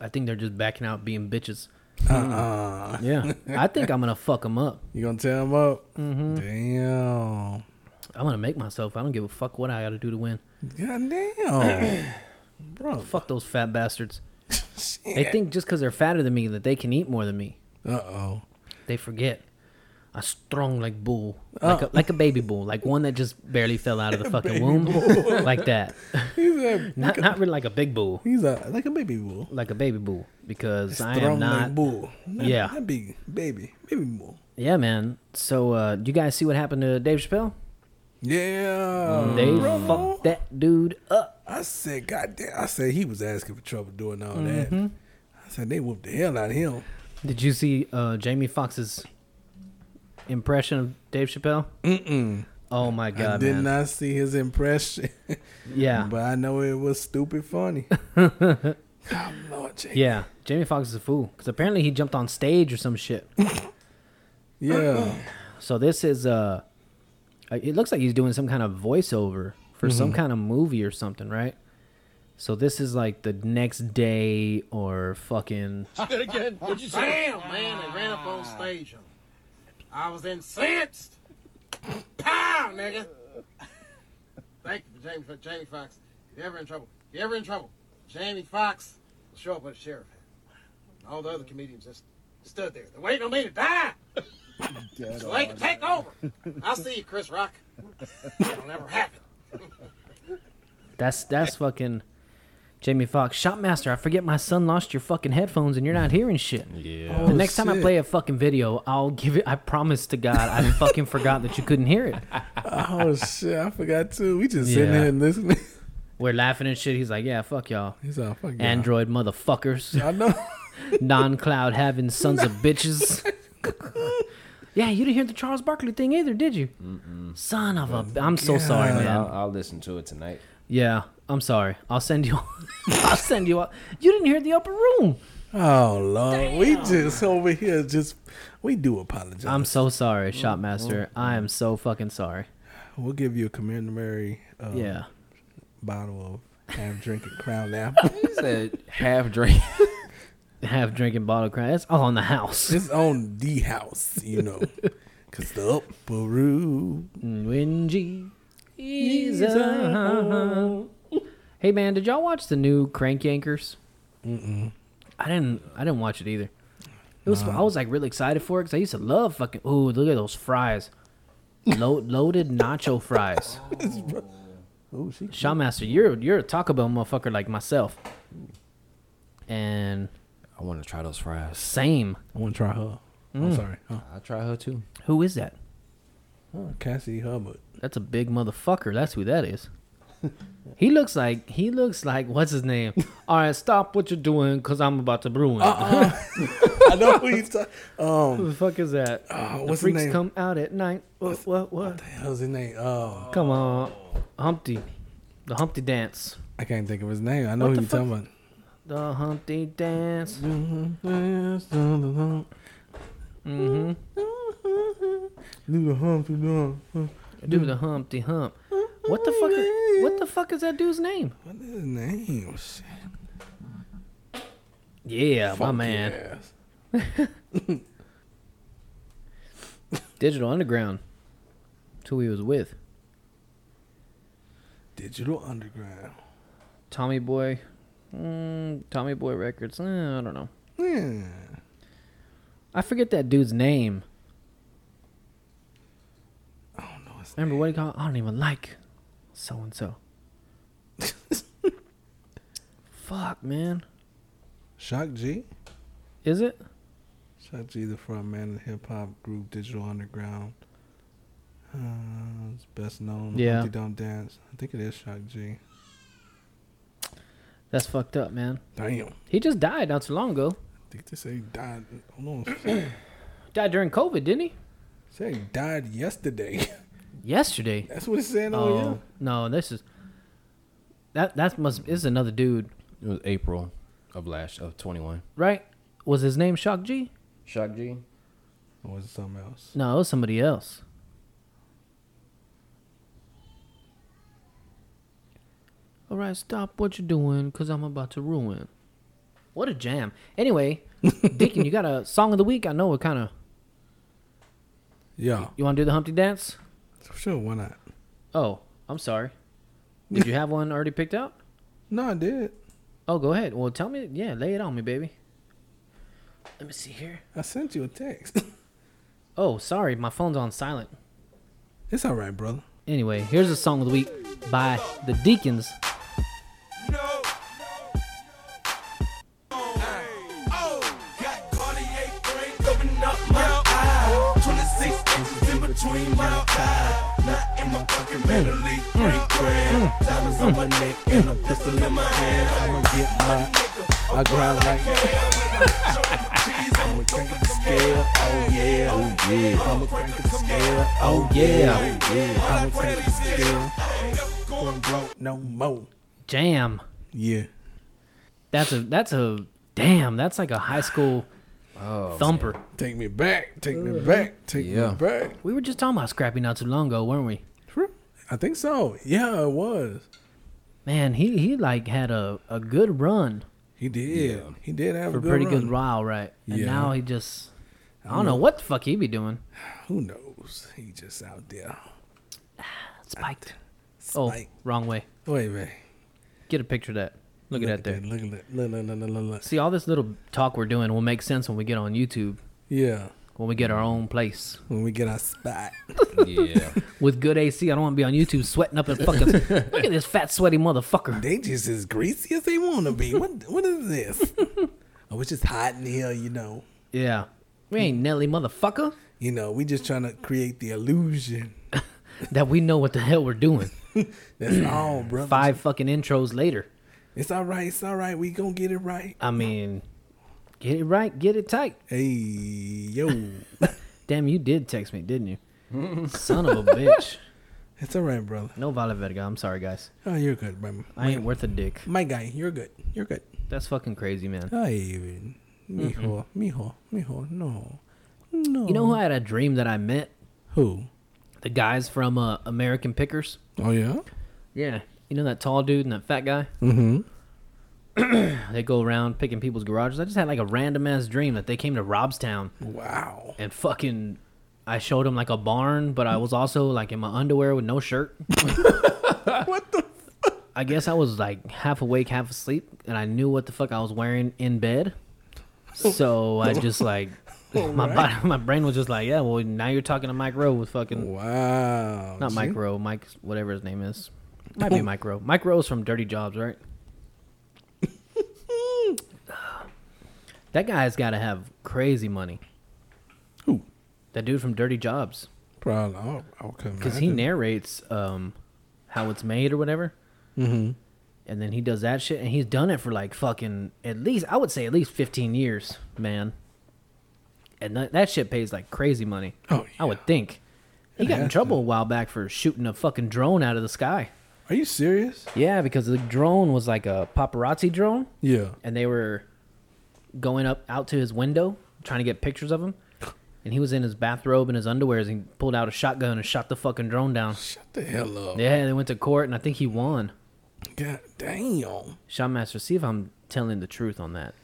[SPEAKER 2] I think they're just backing out being bitches. Uh-uh. (laughs) Yeah. I think I'm going to fuck them up.
[SPEAKER 3] You gonna tear them up?
[SPEAKER 2] Mm-hmm.
[SPEAKER 3] Damn.
[SPEAKER 2] I'm going to make myself. I don't give a fuck what I got to do to win.
[SPEAKER 3] God
[SPEAKER 2] (clears throat)
[SPEAKER 3] damn. Bro.
[SPEAKER 2] Fuck those fat bastards. They think just because they're fatter than me that they can eat more than me.
[SPEAKER 3] Uh oh.
[SPEAKER 2] They forget. I strong like bull, like, a, like a baby bull, like one that just barely fell out (laughs) of the fucking womb, (laughs) like that.
[SPEAKER 3] He's a
[SPEAKER 2] Not not really like a big bull,
[SPEAKER 3] he's a like a baby bull.
[SPEAKER 2] like a baby bull, because I
[SPEAKER 3] Strong
[SPEAKER 2] am not.
[SPEAKER 3] like bull. Not-
[SPEAKER 2] Yeah.
[SPEAKER 3] Not big baby. Baby bull.
[SPEAKER 2] Yeah, man. So uh, you guys see what happened to Dave Chappelle?
[SPEAKER 3] Yeah.
[SPEAKER 2] Mm, They
[SPEAKER 3] Bro.
[SPEAKER 2] fucked that dude up.
[SPEAKER 3] I said, God damn. I said he was asking for trouble doing all
[SPEAKER 2] Mm-hmm.
[SPEAKER 3] that. I said they whooped the hell out of him.
[SPEAKER 2] Did you see uh, Jamie Foxx's impression of Dave Chappelle? Mm-mm. Oh my
[SPEAKER 3] I
[SPEAKER 2] god,
[SPEAKER 3] did
[SPEAKER 2] man.
[SPEAKER 3] not see his impression,
[SPEAKER 2] yeah.
[SPEAKER 3] (laughs) but I know it was
[SPEAKER 2] (laughs)
[SPEAKER 3] stupid funny. oh, Lord, Jake.
[SPEAKER 2] Yeah, Jamie Foxx is a fool because apparently he jumped on stage or some
[SPEAKER 3] (laughs)
[SPEAKER 2] shit.
[SPEAKER 3] yeah.
[SPEAKER 2] so this is uh,
[SPEAKER 3] Mm-hmm.
[SPEAKER 2] it looks like he's doing some kind of voiceover for some kind of movie or something, right? So this is like the next day or fucking.
[SPEAKER 13] Say it again. What'd you say? Damn, man, they ran up on stage. I was incensed. Pow, nigga. Thank you, Jamie, Fo- Jamie Fox. If you're ever in trouble, if you're ever in trouble, Jamie Fox will show up with a sheriff hat. And All the other comedians just stood there. They're waiting on me to die. so they can take over. I'll see you, Chris Rock. It'll never happen.
[SPEAKER 2] That's that's fucking. Jamie Foxx, Shopmaster, I forget my son lost your fucking headphones and you're not hearing shit. Yeah.
[SPEAKER 6] Oh,
[SPEAKER 2] the next time I
[SPEAKER 6] shit.
[SPEAKER 2] play a fucking video, I'll give it. I promise to God, (laughs) I fucking forgot that you couldn't hear it.
[SPEAKER 3] Oh shit, I forgot too. We just sitting here and listening. (laughs)
[SPEAKER 2] We're laughing and shit. He's like, yeah, fuck y'all.
[SPEAKER 3] He's all, "Fuck y'all."
[SPEAKER 2] Android motherfuckers. (laughs)
[SPEAKER 3] I know.
[SPEAKER 2] Non cloud having sons of (laughs) bitches. yeah, you didn't hear the Charles Barkley thing either, did you? Son of a. I'm so sorry, man.
[SPEAKER 6] I'll, I'll listen to it tonight.
[SPEAKER 2] Yeah, I'm sorry. I'll send you. (laughs) I'll send you. Up. You didn't hear the upper room.
[SPEAKER 3] Oh lord, we just over here just we do apologize.
[SPEAKER 2] I'm so sorry, Shopmaster. I am so fucking sorry.
[SPEAKER 3] We'll give you a commemory. Um,
[SPEAKER 2] Yeah.
[SPEAKER 3] Bottle of half drinking Crown Apple.
[SPEAKER 2] (laughs) (laughs) He said half drink, (laughs) half drinking bottle crown. That's all on the house.
[SPEAKER 3] It's on the house, you
[SPEAKER 2] (laughs)
[SPEAKER 3] know, cause the upper room.
[SPEAKER 2] When G Hey man, did y'all watch the new Crank Yankers? Mm-mm. I didn't. I didn't watch it either. It was. I was like really excited for it because I used to love fucking. Ooh, look at those fries,
[SPEAKER 3] (laughs)
[SPEAKER 2] Lo- loaded nacho fries.
[SPEAKER 3] Oh, she.
[SPEAKER 2] Shawmaster, you're you're a Taco Bell motherfucker like myself. And
[SPEAKER 6] I want to try those fries.
[SPEAKER 2] Same.
[SPEAKER 3] I want to try her. I'm sorry. Huh.
[SPEAKER 6] I'll try her too.
[SPEAKER 2] Who is that?
[SPEAKER 3] Oh, Cassie Hubbard. (laughs)
[SPEAKER 2] That's a big motherfucker. That's who that is. he looks like he looks like what's his
[SPEAKER 3] (laughs)
[SPEAKER 2] name? All right, stop what you're doing because I'm about to brew it.
[SPEAKER 3] Uh-uh. I know who he's talking.
[SPEAKER 2] who (laughs) the
[SPEAKER 3] Um,
[SPEAKER 2] fuck is that?
[SPEAKER 3] oh,
[SPEAKER 2] The
[SPEAKER 3] what's his
[SPEAKER 2] freaks
[SPEAKER 3] name?
[SPEAKER 2] come out at night. What what what?
[SPEAKER 3] What was his name? Oh,
[SPEAKER 2] Come on, Humpty, the Humpty dance.
[SPEAKER 3] I can't think of his name. I know
[SPEAKER 2] What
[SPEAKER 3] who
[SPEAKER 2] the
[SPEAKER 3] you're talking about.
[SPEAKER 2] The Humpty dance.
[SPEAKER 3] Mm-hmm. Do the hump, do the hump.
[SPEAKER 2] Do the Humpty hump. What the fuck? Is, what the fuck is that dude's name?
[SPEAKER 3] What is his name? Shit.
[SPEAKER 2] Yeah, my
[SPEAKER 3] Fuck
[SPEAKER 2] man.
[SPEAKER 3] yes.
[SPEAKER 2] Digital Underground. That's who he was with.
[SPEAKER 3] Digital Underground.
[SPEAKER 2] Tommy Boy. Mm, Tommy Boy Records. Eh, I don't know.
[SPEAKER 3] Yeah.
[SPEAKER 2] I forget that dude's name. I don't know.
[SPEAKER 3] His
[SPEAKER 2] Remember what he called? I don't even like so and so. Fuck, man.
[SPEAKER 3] Shock G.
[SPEAKER 2] Is it?
[SPEAKER 3] Shock G, the front man of the hip hop group Digital Underground. Uh, it's best known.
[SPEAKER 2] Yeah.
[SPEAKER 3] Humpty Don't Dance. I think it is Shock G.
[SPEAKER 2] That's fucked up, man.
[SPEAKER 3] Damn. I
[SPEAKER 2] He just died not too long ago.
[SPEAKER 3] think they say he died. Hold on.
[SPEAKER 2] Died during COVID, didn't he?
[SPEAKER 3] say he died yesterday. (laughs)
[SPEAKER 2] Yesterday.
[SPEAKER 3] That's what it said
[SPEAKER 2] Oh,
[SPEAKER 3] on here.
[SPEAKER 2] no, this is that. That must this is another dude,
[SPEAKER 6] It was April of last of twenty one.
[SPEAKER 2] right? Was his name Shock G?
[SPEAKER 6] Shock G.
[SPEAKER 3] Or was it something else?
[SPEAKER 2] No, it was somebody else. All right, stop what you're doing, cause I'm about to ruin. What a jam! Anyway, Deacon, you got a song of the week? I know what kind of
[SPEAKER 3] Yeah.
[SPEAKER 2] you want to do the Humpty Dance?
[SPEAKER 3] Sure, why not?
[SPEAKER 2] Oh, I'm sorry. Did you have one already picked out?
[SPEAKER 3] No, I did.
[SPEAKER 2] Oh, go ahead. Well, tell me. Yeah, lay it on me, baby. Let me see here.
[SPEAKER 3] I sent you a text. (laughs)
[SPEAKER 2] Oh, sorry, my phone's on silent.
[SPEAKER 3] it's all right, (laughs) brother.
[SPEAKER 2] Anyway, here's a song of the week by the Deacons.
[SPEAKER 3] I grind like Oh,
[SPEAKER 9] Oh
[SPEAKER 3] yeah.
[SPEAKER 9] yeah.
[SPEAKER 3] going broke no more.
[SPEAKER 2] Jam.
[SPEAKER 3] Yeah.
[SPEAKER 2] That's a that's a damn. That's like a high school thumper.
[SPEAKER 3] Take me back. Take me
[SPEAKER 2] Mm.
[SPEAKER 3] back. Take
[SPEAKER 6] Yeah.
[SPEAKER 3] me back.
[SPEAKER 2] We were just talking about Scrappy not too long ago, weren't we?
[SPEAKER 3] I think so. Yeah, it was.
[SPEAKER 2] Man, he he like had a, a good run.
[SPEAKER 3] He did. He did have
[SPEAKER 2] for
[SPEAKER 3] a good
[SPEAKER 2] pretty good
[SPEAKER 3] run.
[SPEAKER 2] while, right? And
[SPEAKER 3] Yeah.
[SPEAKER 2] now he just I
[SPEAKER 3] I
[SPEAKER 2] don't know
[SPEAKER 3] know.
[SPEAKER 2] what the fuck he be doing.
[SPEAKER 3] Who knows? He just out there.
[SPEAKER 2] Spiked. Oh, wrong way.
[SPEAKER 3] Wait, man.
[SPEAKER 2] Get a picture of that. Look, at that there.
[SPEAKER 3] Look at that. Look, look, look, look, look, look.
[SPEAKER 2] See, all this little talk we're doing will make sense when we get on YouTube.
[SPEAKER 3] Yeah.
[SPEAKER 2] When we get our own place.
[SPEAKER 3] When we get our spot.
[SPEAKER 2] (laughs)
[SPEAKER 6] (laughs) yeah.
[SPEAKER 2] With good AC, I don't want to be on YouTube sweating up and fucking. look at this fat, sweaty motherfucker.
[SPEAKER 3] They just as greasy as they want to
[SPEAKER 2] (laughs)
[SPEAKER 3] be. What What is this? oh, it's just hot in here, you know.
[SPEAKER 2] Yeah. We ain't Nelly, motherfucker.
[SPEAKER 3] You know, we just trying to create the illusion.
[SPEAKER 2] That we know what the hell we're doing. (clears throat)
[SPEAKER 3] That's all, brothers.
[SPEAKER 2] Five fucking intros later.
[SPEAKER 3] It's all right. It's all right. We gonna get it right.
[SPEAKER 2] I mean, get it right, get it tight.
[SPEAKER 3] Hey, yo.
[SPEAKER 2] Damn, you did text me, didn't you? Son of a bitch.
[SPEAKER 3] It's all right, brother.
[SPEAKER 2] No Vale Verga. I'm sorry, guys.
[SPEAKER 3] Oh, you're good, brother.
[SPEAKER 2] I ain't worth a dick.
[SPEAKER 3] My guy, you're good. You're good.
[SPEAKER 2] That's fucking crazy, man.
[SPEAKER 3] Ay, ven. mijo, mijo, mijo. No, no.
[SPEAKER 2] You know who I had a dream that I met?
[SPEAKER 3] Who?
[SPEAKER 2] The guys from uh, American Pickers.
[SPEAKER 3] Oh yeah.
[SPEAKER 2] Yeah. You know that tall dude and that fat guy?
[SPEAKER 3] Mm-hmm.
[SPEAKER 2] (clears throat) They go around picking people's garages. I just had like a random ass dream that they came to Robstown.
[SPEAKER 3] Wow.
[SPEAKER 2] And fucking, I showed them like a barn, but I was also like in my underwear with no shirt. what the? I guess I was like half awake, half asleep, and I knew what the fuck I was wearing in bed. So I just like my body, (laughs) my brain was just like, yeah, well now you're talking to Mike Rowe with fucking
[SPEAKER 3] Wow.
[SPEAKER 2] not Mike
[SPEAKER 3] see?
[SPEAKER 2] Rowe, Mike whatever his name is. Might be Mike Rowe. Mike Rowe's from Dirty Jobs,
[SPEAKER 3] (laughs)
[SPEAKER 2] right? that guy's got to have crazy money.
[SPEAKER 3] Who?
[SPEAKER 2] That dude from Dirty Jobs,
[SPEAKER 3] Probably. I'll, I'll come.
[SPEAKER 2] because he narrates um, how it's made or whatever,
[SPEAKER 3] Mm-hmm.
[SPEAKER 2] and then he does that shit, and he's done it for like fucking at least I would say at least fifteen years, man. And that, that shit pays like crazy money.
[SPEAKER 3] Oh,
[SPEAKER 2] I would think. He
[SPEAKER 3] It
[SPEAKER 2] got in
[SPEAKER 3] has to.
[SPEAKER 2] trouble a while back for shooting a fucking drone out of the sky.
[SPEAKER 3] Are you serious?
[SPEAKER 2] Yeah, because the drone was like a paparazzi drone,
[SPEAKER 3] Yeah.
[SPEAKER 2] and they were going up out to his window trying to get pictures of him. And he was in his bathrobe and his underwear, and he pulled out a shotgun and shot the fucking drone down.
[SPEAKER 3] Shut the hell up.
[SPEAKER 2] Yeah, they went to court, and I think he won.
[SPEAKER 3] God damn.
[SPEAKER 2] Shotmaster, see if I'm telling the truth on that.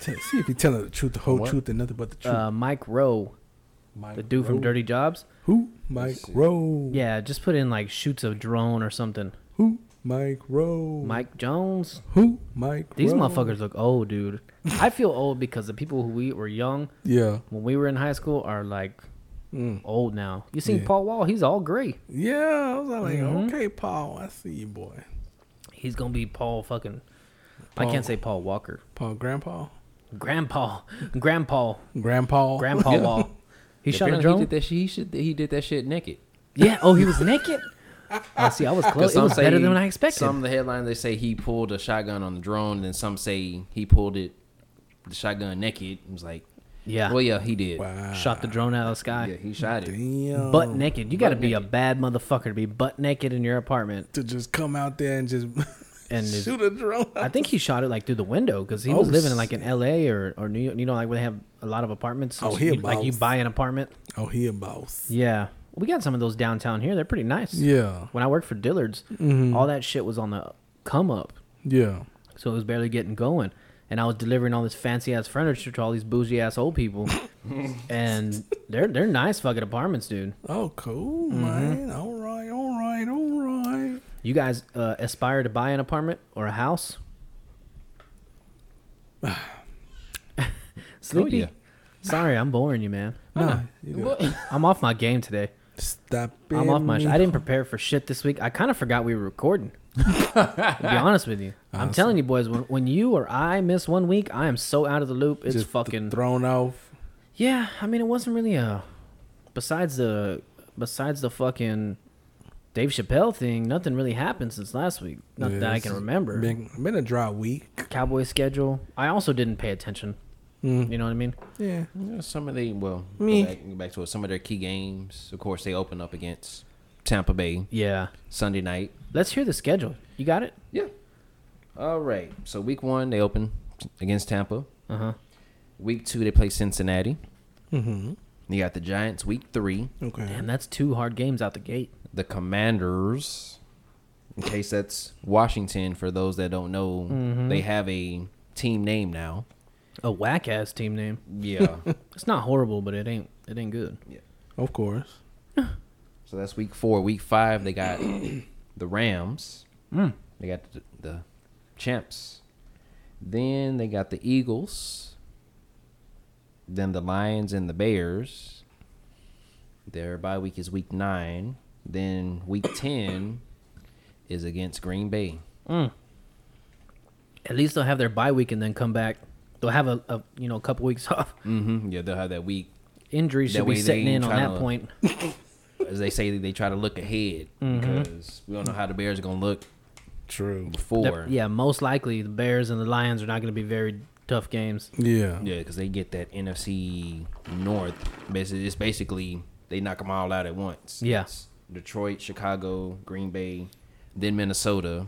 [SPEAKER 3] Tell- See if he's telling the truth, the whole
[SPEAKER 2] What?
[SPEAKER 3] truth, and nothing but the truth.
[SPEAKER 2] Uh, Mike Rowe,
[SPEAKER 3] Mike
[SPEAKER 2] the dude from
[SPEAKER 3] Rowe.
[SPEAKER 2] Dirty Jobs.
[SPEAKER 3] Who? Mike Rowe.
[SPEAKER 2] Yeah, just put in like shoots a drone or something.
[SPEAKER 3] Who? Mike Rowe.
[SPEAKER 2] Mike Jones.
[SPEAKER 3] Who? Mike.
[SPEAKER 2] These
[SPEAKER 3] Rowe.
[SPEAKER 2] motherfuckers look old, dude. I feel old because the people who we were young
[SPEAKER 3] Yeah.
[SPEAKER 2] when we were in high school are like old now. You seen
[SPEAKER 3] Yeah.
[SPEAKER 2] Paul Wall? He's all gray.
[SPEAKER 3] Yeah. I was like,
[SPEAKER 2] Mm-hmm.
[SPEAKER 3] okay, Paul, I see you, boy.
[SPEAKER 2] He's gonna be Paul fucking. I
[SPEAKER 3] Paul.
[SPEAKER 2] can't say Paul Walker.
[SPEAKER 3] Paul, Grandpa,
[SPEAKER 2] Grandpa, Grandpa,
[SPEAKER 3] Grandpa,
[SPEAKER 2] Grandpa Wall. He shot a
[SPEAKER 6] Apparently he
[SPEAKER 2] drone.
[SPEAKER 6] did that. Shit, he should. He did that shit naked.
[SPEAKER 2] Yeah. Oh, he was naked. Oh, see, I was
[SPEAKER 6] 'Cause
[SPEAKER 2] close. It was
[SPEAKER 6] say
[SPEAKER 2] better
[SPEAKER 6] he-
[SPEAKER 2] than I expected.
[SPEAKER 6] Some of the headlines they say he pulled a shotgun on the drone, and then some say he pulled it, the shotgun naked. It was like,
[SPEAKER 2] Yeah.
[SPEAKER 6] well, yeah, he did.
[SPEAKER 2] Shot the drone out of the sky.
[SPEAKER 6] Yeah, he shot it.
[SPEAKER 3] Damn.
[SPEAKER 2] Butt naked. You got to be a bad motherfucker to be butt naked in your apartment.
[SPEAKER 3] to just come out there and just (laughs)
[SPEAKER 2] And his-
[SPEAKER 3] shoot a drone.
[SPEAKER 2] I think he shot it like through the window because he
[SPEAKER 3] Oh,
[SPEAKER 2] was living in like in L.A. or or New York. You know, like where they have a lot of apartments.
[SPEAKER 3] Oh, he
[SPEAKER 2] you,
[SPEAKER 3] a
[SPEAKER 2] like you
[SPEAKER 3] boss.
[SPEAKER 2] buy an apartment.
[SPEAKER 3] Oh, he a boss.
[SPEAKER 2] Yeah. We got some of those downtown here. They're pretty nice.
[SPEAKER 3] Yeah.
[SPEAKER 2] When I worked for Dillard's,
[SPEAKER 3] Mhm.
[SPEAKER 2] all that shit was on the come up.
[SPEAKER 3] Yeah.
[SPEAKER 2] So it was barely getting going. And I was delivering all this fancy ass furniture to all these bougie ass old people. and they're they're nice fucking apartments, dude.
[SPEAKER 3] Oh, cool,
[SPEAKER 2] Mm-hmm.
[SPEAKER 3] man. All right, all right, all right.
[SPEAKER 2] You guys uh, aspire to buy an apartment or a
[SPEAKER 3] (sighs)
[SPEAKER 2] house? Sleepy.
[SPEAKER 6] yeah.
[SPEAKER 2] Sorry, I'm boring you,
[SPEAKER 3] (laughs)
[SPEAKER 2] man.
[SPEAKER 3] Nah, you good.
[SPEAKER 2] (laughs) I'm off my game today.
[SPEAKER 3] Stop it.
[SPEAKER 2] I'm off my. Sh- I
[SPEAKER 3] mijo.
[SPEAKER 2] didn't prepare for shit this week. I kind of forgot we were recording. to
[SPEAKER 3] (laughs)
[SPEAKER 2] be honest with you, I'm telling you, boys, when, when you or I miss one week, I am so out of the loop. It's
[SPEAKER 3] Just th-
[SPEAKER 2] fucking.
[SPEAKER 3] thrown off.
[SPEAKER 2] yeah, I mean, it wasn't really a. Besides the, besides the fucking, Dave Chappelle thing, nothing really happened since last week. Not
[SPEAKER 3] Yeah,
[SPEAKER 2] that I
[SPEAKER 3] it's
[SPEAKER 2] can remember.
[SPEAKER 3] Been, been a dry week.
[SPEAKER 2] Cowboy schedule. I also didn't pay attention.
[SPEAKER 3] Mm.
[SPEAKER 2] You know what I mean?
[SPEAKER 3] Yeah.
[SPEAKER 6] Yeah, some of the well,
[SPEAKER 3] Me.
[SPEAKER 6] go back, go back to it. Some of their key games, of course, they open up against Tampa Bay
[SPEAKER 2] Yeah.
[SPEAKER 6] Sunday night.
[SPEAKER 2] Let's hear the schedule. You got it?
[SPEAKER 6] Yeah. All right. So week one they open against Tampa.
[SPEAKER 2] Uh huh.
[SPEAKER 6] Week two they play Cincinnati.
[SPEAKER 3] Mm-hmm.
[SPEAKER 6] You got the Giants. Week three
[SPEAKER 3] Okay.
[SPEAKER 2] Damn, that's two hard games out the gate.
[SPEAKER 6] the Commanders. in case that's Washington. For those that don't know,
[SPEAKER 2] Mhm.
[SPEAKER 6] they have a team name now.
[SPEAKER 2] A whack ass team name.
[SPEAKER 6] Yeah.
[SPEAKER 2] it's not horrible, but it ain't it ain't good.
[SPEAKER 6] Yeah.
[SPEAKER 3] Of course.
[SPEAKER 6] So that's week four. Week five, they (clears throat) got the Rams.
[SPEAKER 2] Mm.
[SPEAKER 6] They got the, the Champs. Then they got the Eagles. Then the Lions and the Bears. Their bye week is week nine. Then week (coughs) 10 is against Green Bay.
[SPEAKER 2] Mm. At least they'll have their bye week and then come back. They'll have a, a you know a couple weeks (laughs) off.
[SPEAKER 3] Mm.
[SPEAKER 6] Mm-hmm. Yeah, they'll have that week.
[SPEAKER 2] Injuries should be
[SPEAKER 6] they
[SPEAKER 2] setting
[SPEAKER 6] ain't
[SPEAKER 2] in on
[SPEAKER 6] tryna-
[SPEAKER 2] that point.
[SPEAKER 6] as they say, they try to look ahead
[SPEAKER 2] Mhm.
[SPEAKER 6] because we don't know how the Bears are going to look.
[SPEAKER 3] True.
[SPEAKER 6] Before.
[SPEAKER 2] The- yeah, most likely the Bears and the Lions are not going to be very tough games.
[SPEAKER 6] Yeah, because they get that NFC North. Basically, it's basically they knock them all out at once.
[SPEAKER 2] Yeah.
[SPEAKER 6] It's Detroit, Chicago, Green Bay, then Minnesota.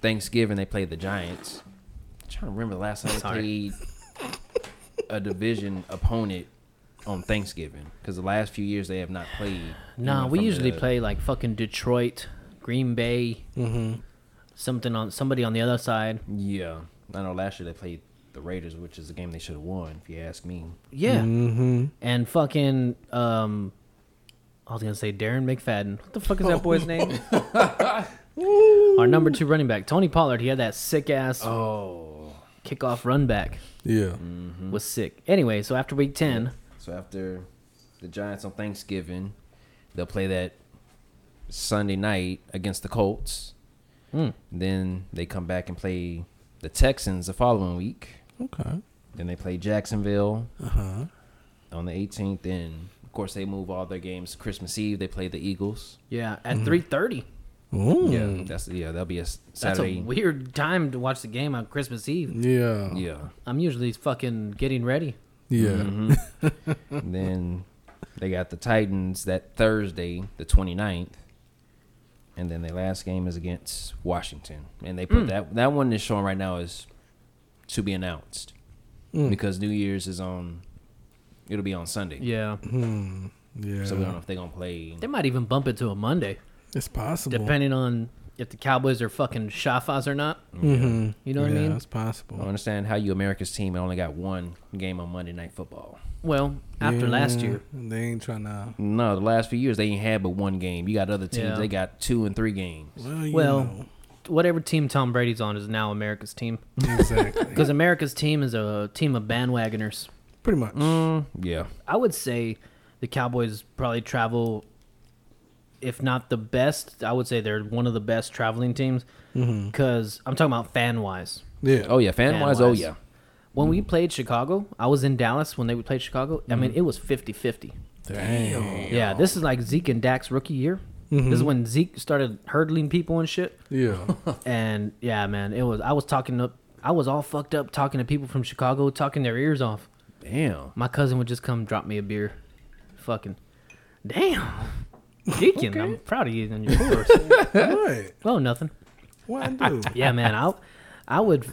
[SPEAKER 6] Thanksgiving they play the Giants. I'm trying to remember the last time they
[SPEAKER 2] Sorry.
[SPEAKER 6] played a division opponent on Thanksgiving because the last few years they have not played.
[SPEAKER 2] Nah,
[SPEAKER 6] even
[SPEAKER 2] we
[SPEAKER 6] from
[SPEAKER 2] usually
[SPEAKER 6] the-
[SPEAKER 2] play like fucking Detroit, Green Bay,
[SPEAKER 6] Mhm.
[SPEAKER 2] something on somebody on the other side.
[SPEAKER 6] Yeah, I know. Last year they played the Raiders, which is a game they should have won, if you ask me.
[SPEAKER 2] Yeah.
[SPEAKER 6] Mm-hmm.
[SPEAKER 3] Mhm.
[SPEAKER 2] And fucking um I was gonna say Darren McFadden. What the fuck is
[SPEAKER 6] Oh.
[SPEAKER 2] that boy's
[SPEAKER 6] (laughs)
[SPEAKER 2] name? Our number two running back, Tony Pollard, he had that sick ass
[SPEAKER 6] oh Mm-hmm.
[SPEAKER 2] kickoff run back.
[SPEAKER 3] Yeah.
[SPEAKER 2] Mm. Was sick. Anyway, so after week ten,
[SPEAKER 6] So after the Giants on Thanksgiving, they'll play that Sunday night against the Colts.
[SPEAKER 2] Mm.
[SPEAKER 6] Then they come back and play the Texans the following week.
[SPEAKER 3] Okay.
[SPEAKER 6] Then they play Jacksonville
[SPEAKER 3] Uh-huh.
[SPEAKER 6] on the 18th. And of course, they move all their games. Christmas Eve, they play the Eagles.
[SPEAKER 2] yeah, at three thirty.
[SPEAKER 6] Mm-hmm. Yeah, that's yeah. That'll be a s-
[SPEAKER 2] That's
[SPEAKER 6] Saturday.
[SPEAKER 2] a weird time to watch the game on Christmas Eve.
[SPEAKER 3] Yeah.
[SPEAKER 6] Yeah.
[SPEAKER 2] I'm usually fucking getting ready.
[SPEAKER 3] Yeah.
[SPEAKER 2] Mm-hmm.
[SPEAKER 6] Mhm. And then they got the Titans that Thursday, the 29th. And then their last game is against Washington. And they put
[SPEAKER 2] Mm.
[SPEAKER 6] that that one is showing right now is to be announced.
[SPEAKER 2] Mm.
[SPEAKER 6] Because New Year's is on it'll be on Sunday.
[SPEAKER 2] Yeah.
[SPEAKER 3] Hmm. Yeah.
[SPEAKER 6] So we don't know if they're gonna play
[SPEAKER 2] They might even bump it to a Monday.
[SPEAKER 3] It's possible.
[SPEAKER 2] Depending on if the Cowboys are fucking Shafas or not.
[SPEAKER 3] Mhm.
[SPEAKER 2] You know what I
[SPEAKER 3] Yeah,
[SPEAKER 2] mean?
[SPEAKER 3] It's possible.
[SPEAKER 6] I don't understand how you America's team only got one game on Monday night football.
[SPEAKER 2] Well, after last
[SPEAKER 3] Yeah,
[SPEAKER 2] year.
[SPEAKER 3] They ain't trying to.
[SPEAKER 6] No, the last few years they ain't had but one game. You got other teams,
[SPEAKER 2] Yeah.
[SPEAKER 6] they got two and three games.
[SPEAKER 3] Well, you
[SPEAKER 2] Well,
[SPEAKER 3] know.
[SPEAKER 2] whatever team Tom Brady's on is now America's team.
[SPEAKER 3] Mm-hmm. Exactly.
[SPEAKER 2] (laughs) Because America's team is a team of bandwagoners.
[SPEAKER 3] Pretty much.
[SPEAKER 2] Mm.
[SPEAKER 6] yeah.
[SPEAKER 2] I would say the Cowboys probably travel, if not the best, I would say they're one of the best traveling teams.
[SPEAKER 3] Mm-hmm.
[SPEAKER 6] Mhm.
[SPEAKER 2] Because I'm talking about fan wise.
[SPEAKER 3] Yeah.
[SPEAKER 6] Oh yeah, fan wise, oh yeah.
[SPEAKER 2] When we played Chicago, I was in Dallas when they played Chicago. I mean,
[SPEAKER 6] Mhm.
[SPEAKER 2] it was 50 50.
[SPEAKER 3] Damn.
[SPEAKER 2] Yeah, this is like Zeke and Dak's rookie year.
[SPEAKER 3] Mhm.
[SPEAKER 2] This is when Zeke started hurdling people and shit.
[SPEAKER 3] Yeah. (laughs)
[SPEAKER 2] and yeah, man, it was. I was talking up. I was all fucked up talking to people from Chicago, talking their ears off.
[SPEAKER 6] Damn.
[SPEAKER 2] My cousin would just come drop me a beer. Fucking.
[SPEAKER 3] (laughs)
[SPEAKER 2] Damn. Deacon, I'm proud of you and your course.
[SPEAKER 3] what?
[SPEAKER 2] Well, nothing.
[SPEAKER 3] What I do?
[SPEAKER 2] Yeah, man. I, I would.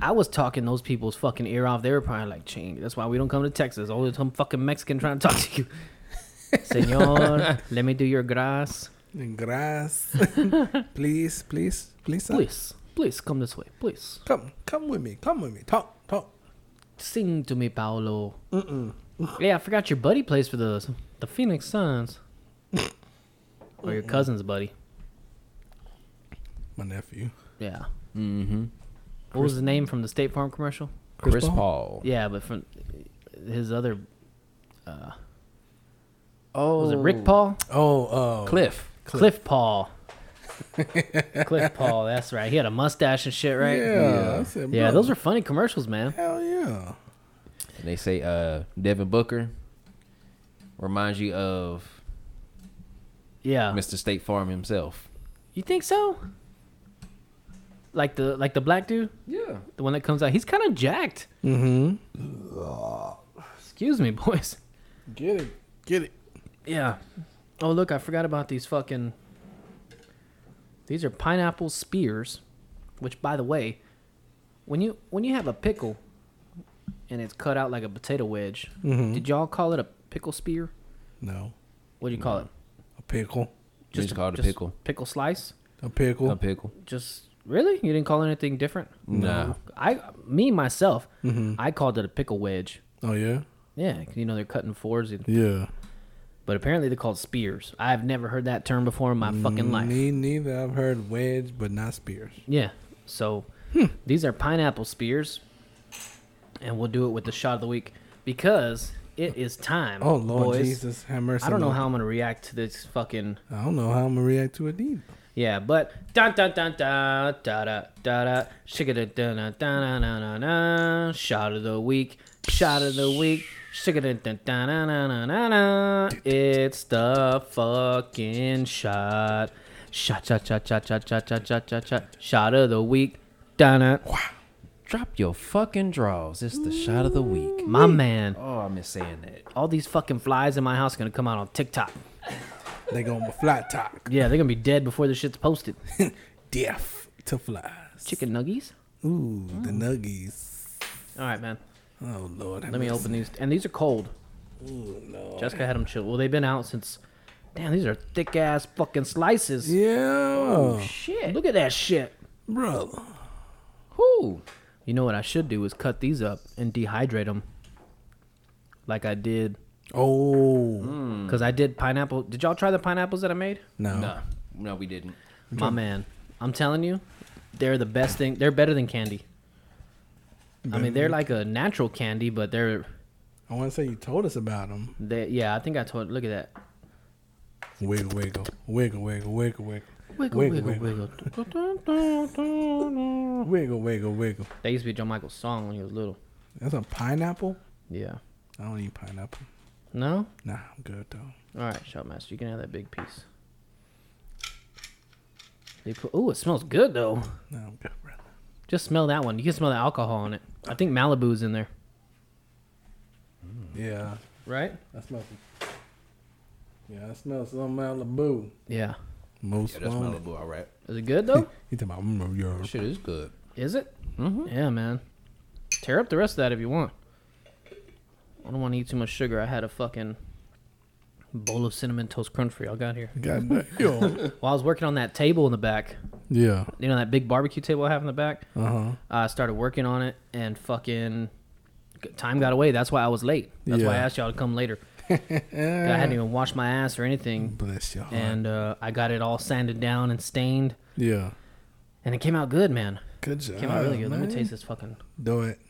[SPEAKER 2] I was talking those people's fucking ear off. They were probably like, "Ching, that's why we don't come to Texas. Always some fucking Mexican trying to talk to you, Senor. let me do your grass, (laughs)
[SPEAKER 3] Grass. please, please, please. sir.
[SPEAKER 2] please. Please come this way, please.
[SPEAKER 3] Come, come with me. Come with me. Talk, talk.
[SPEAKER 2] Sing to me, Paolo. Mm-mm. yeah, I forgot your buddy plays for the the Phoenix Suns, or your cousin's buddy.
[SPEAKER 3] My nephew.
[SPEAKER 2] Yeah.
[SPEAKER 6] Mm-hmm.
[SPEAKER 2] What was the name from the State Farm commercial?
[SPEAKER 6] Chris Chris Paul? Paul.
[SPEAKER 2] Yeah, but from his other. Uh,
[SPEAKER 6] Oh,
[SPEAKER 2] was it Rick Paul?
[SPEAKER 3] Oh, uh,
[SPEAKER 6] Cliff.
[SPEAKER 2] Cliff, Paul. (laughs) Cliff Paul, that's right. He had a mustache and shit, right?
[SPEAKER 3] Yeah, Yeah. I said,
[SPEAKER 2] Yeah,
[SPEAKER 3] bro.
[SPEAKER 2] those were funny commercials, man.
[SPEAKER 3] Hell yeah.
[SPEAKER 6] And they say uh, Devin Booker reminds you of
[SPEAKER 2] Yeah.
[SPEAKER 6] Mr. State Farm himself.
[SPEAKER 2] You think so? Like the like the black dude?
[SPEAKER 6] Yeah.
[SPEAKER 2] The one that comes out. He's kind of jacked.
[SPEAKER 3] Mm-hmm.
[SPEAKER 2] Excuse me, (laughs) boys.
[SPEAKER 3] Get it. Get it.
[SPEAKER 2] Yeah. Oh, look, I forgot about these fucking These are pineapple spears, which by the way, when you when you have a pickle and it's cut out like a potato wedge,
[SPEAKER 3] Mhm.
[SPEAKER 2] did y'all call it a pickle spear?
[SPEAKER 3] No.
[SPEAKER 2] What do you call it?
[SPEAKER 3] A pickle.
[SPEAKER 6] Just, called a
[SPEAKER 2] just
[SPEAKER 6] pickle.
[SPEAKER 2] Pickle slice?
[SPEAKER 3] A pickle.
[SPEAKER 6] A pickle.
[SPEAKER 2] Just really? You didn't call it anything different?
[SPEAKER 6] No.
[SPEAKER 2] I me myself,
[SPEAKER 3] Mhm.
[SPEAKER 2] I called it a pickle wedge.
[SPEAKER 3] Oh yeah.
[SPEAKER 2] Yeah, 'cause, you know they're cutting fours. And,
[SPEAKER 3] Yeah.
[SPEAKER 2] But apparently they're called spears. I've never heard that term before in my fucking life.
[SPEAKER 3] Me neither. I've heard wedge, but not spears.
[SPEAKER 2] Yeah. So
[SPEAKER 3] Hmm.
[SPEAKER 2] these are pineapple spears, and we'll do it with the shot of the week because it is time.
[SPEAKER 3] Oh, Lord
[SPEAKER 2] boys.
[SPEAKER 3] Jesus, have mercy,
[SPEAKER 2] I don't know
[SPEAKER 3] Lord.
[SPEAKER 2] how I'm gonna react to this fucking.
[SPEAKER 3] I don't know how I'm gonna react to it either.
[SPEAKER 2] Yeah, but dun dun dun dun da da da da shigga dun dun dun dun dun dun shot of the week shot of the week shigga dun dun dun dun dun dun dun it's the fucking shot shot shot shot shot shot shot shot shot shot shot shot of the week dun dun
[SPEAKER 6] drop your fucking draws it's the shot of the week
[SPEAKER 2] my man
[SPEAKER 6] oh I miss saying that
[SPEAKER 2] all these fucking flies in my house are gonna come out on TikTok
[SPEAKER 3] they gonna fly
[SPEAKER 2] (laughs)
[SPEAKER 3] talk
[SPEAKER 2] yeah they're gonna be dead before this shit's posted
[SPEAKER 3] (laughs) deaf to flies
[SPEAKER 2] chicken nuggies
[SPEAKER 3] ooh the nuggies
[SPEAKER 2] all right man
[SPEAKER 3] oh lord
[SPEAKER 2] Oh. Let me open these. And these are cold.
[SPEAKER 3] Ooh, no.
[SPEAKER 2] Jessica had them chilled. Well, they've been out since. Damn, these are thick ass fucking slices.
[SPEAKER 3] Yeah.
[SPEAKER 2] Oh, shit. Look at that shit.
[SPEAKER 3] Brother.
[SPEAKER 2] Whoo. You know what I should do is cut these up and dehydrate them like I did.
[SPEAKER 3] Oh.
[SPEAKER 2] Because I did pineapple. Did y'all try the pineapples that I made?
[SPEAKER 3] No.
[SPEAKER 6] no no we didn't
[SPEAKER 2] My man, I'm telling you, they're the best thing. They're better than candy. I
[SPEAKER 3] Better
[SPEAKER 2] mean, they're
[SPEAKER 3] than-
[SPEAKER 2] like a natural candy, but they're.
[SPEAKER 3] I want to say you told us about them.
[SPEAKER 2] They, yeah, I think I told. Look at that.
[SPEAKER 3] Wiggle, wiggle, wiggle, wiggle, wiggle, wiggle,
[SPEAKER 2] Wiggle, wiggle, wiggle.
[SPEAKER 3] wiggle, wiggle, wiggle, wiggle.
[SPEAKER 2] (laughs) That used to be John Michael's song when he was little.
[SPEAKER 3] That's a pineapple.
[SPEAKER 2] Yeah.
[SPEAKER 3] I don't eat pineapple.
[SPEAKER 2] No?
[SPEAKER 3] Nah, I'm good though.
[SPEAKER 2] All right, Shopmaster, you can have that big piece. They put, ooh, it smells good though.
[SPEAKER 3] No, I'm good, brother.
[SPEAKER 2] Just smell that one. You can smell the alcohol in it. I think Malibu's in there,
[SPEAKER 3] Yeah,
[SPEAKER 2] right?
[SPEAKER 3] I smell. Some, yeah, I smell some Malibu.
[SPEAKER 2] Yeah.
[SPEAKER 3] Most
[SPEAKER 6] yeah, that's
[SPEAKER 3] wanted.
[SPEAKER 6] Malibu all right
[SPEAKER 2] Is it good though?
[SPEAKER 3] He talking about mm, your
[SPEAKER 6] shit is good
[SPEAKER 2] Is it? Mm-hmm. Yeah, man. Tear up the rest of that if you want. I don't want to eat too much sugar. I had a fucking bowl of cinnamon toast crunch for y'all got here.
[SPEAKER 3] God (laughs) damn. Yo.
[SPEAKER 2] While I was working on that table in the back,
[SPEAKER 3] Yeah.
[SPEAKER 2] you know that big barbecue table I have in the back.
[SPEAKER 3] Uh-huh.
[SPEAKER 2] I started working on it, and fucking g- time got away. That's why I was late. That's why I
[SPEAKER 3] Yeah.
[SPEAKER 2] asked y'all to come
[SPEAKER 3] (laughs)
[SPEAKER 2] later. 'Cause I hadn't even washed my ass or anything.
[SPEAKER 3] Bless your heart.
[SPEAKER 2] And uh, I got it all sanded down and stained,
[SPEAKER 3] Yeah.
[SPEAKER 2] and it came out good, man.
[SPEAKER 3] Good
[SPEAKER 2] It
[SPEAKER 3] job.
[SPEAKER 2] Came out really good. Let
[SPEAKER 3] man.
[SPEAKER 2] me taste this fucking.
[SPEAKER 3] Do it.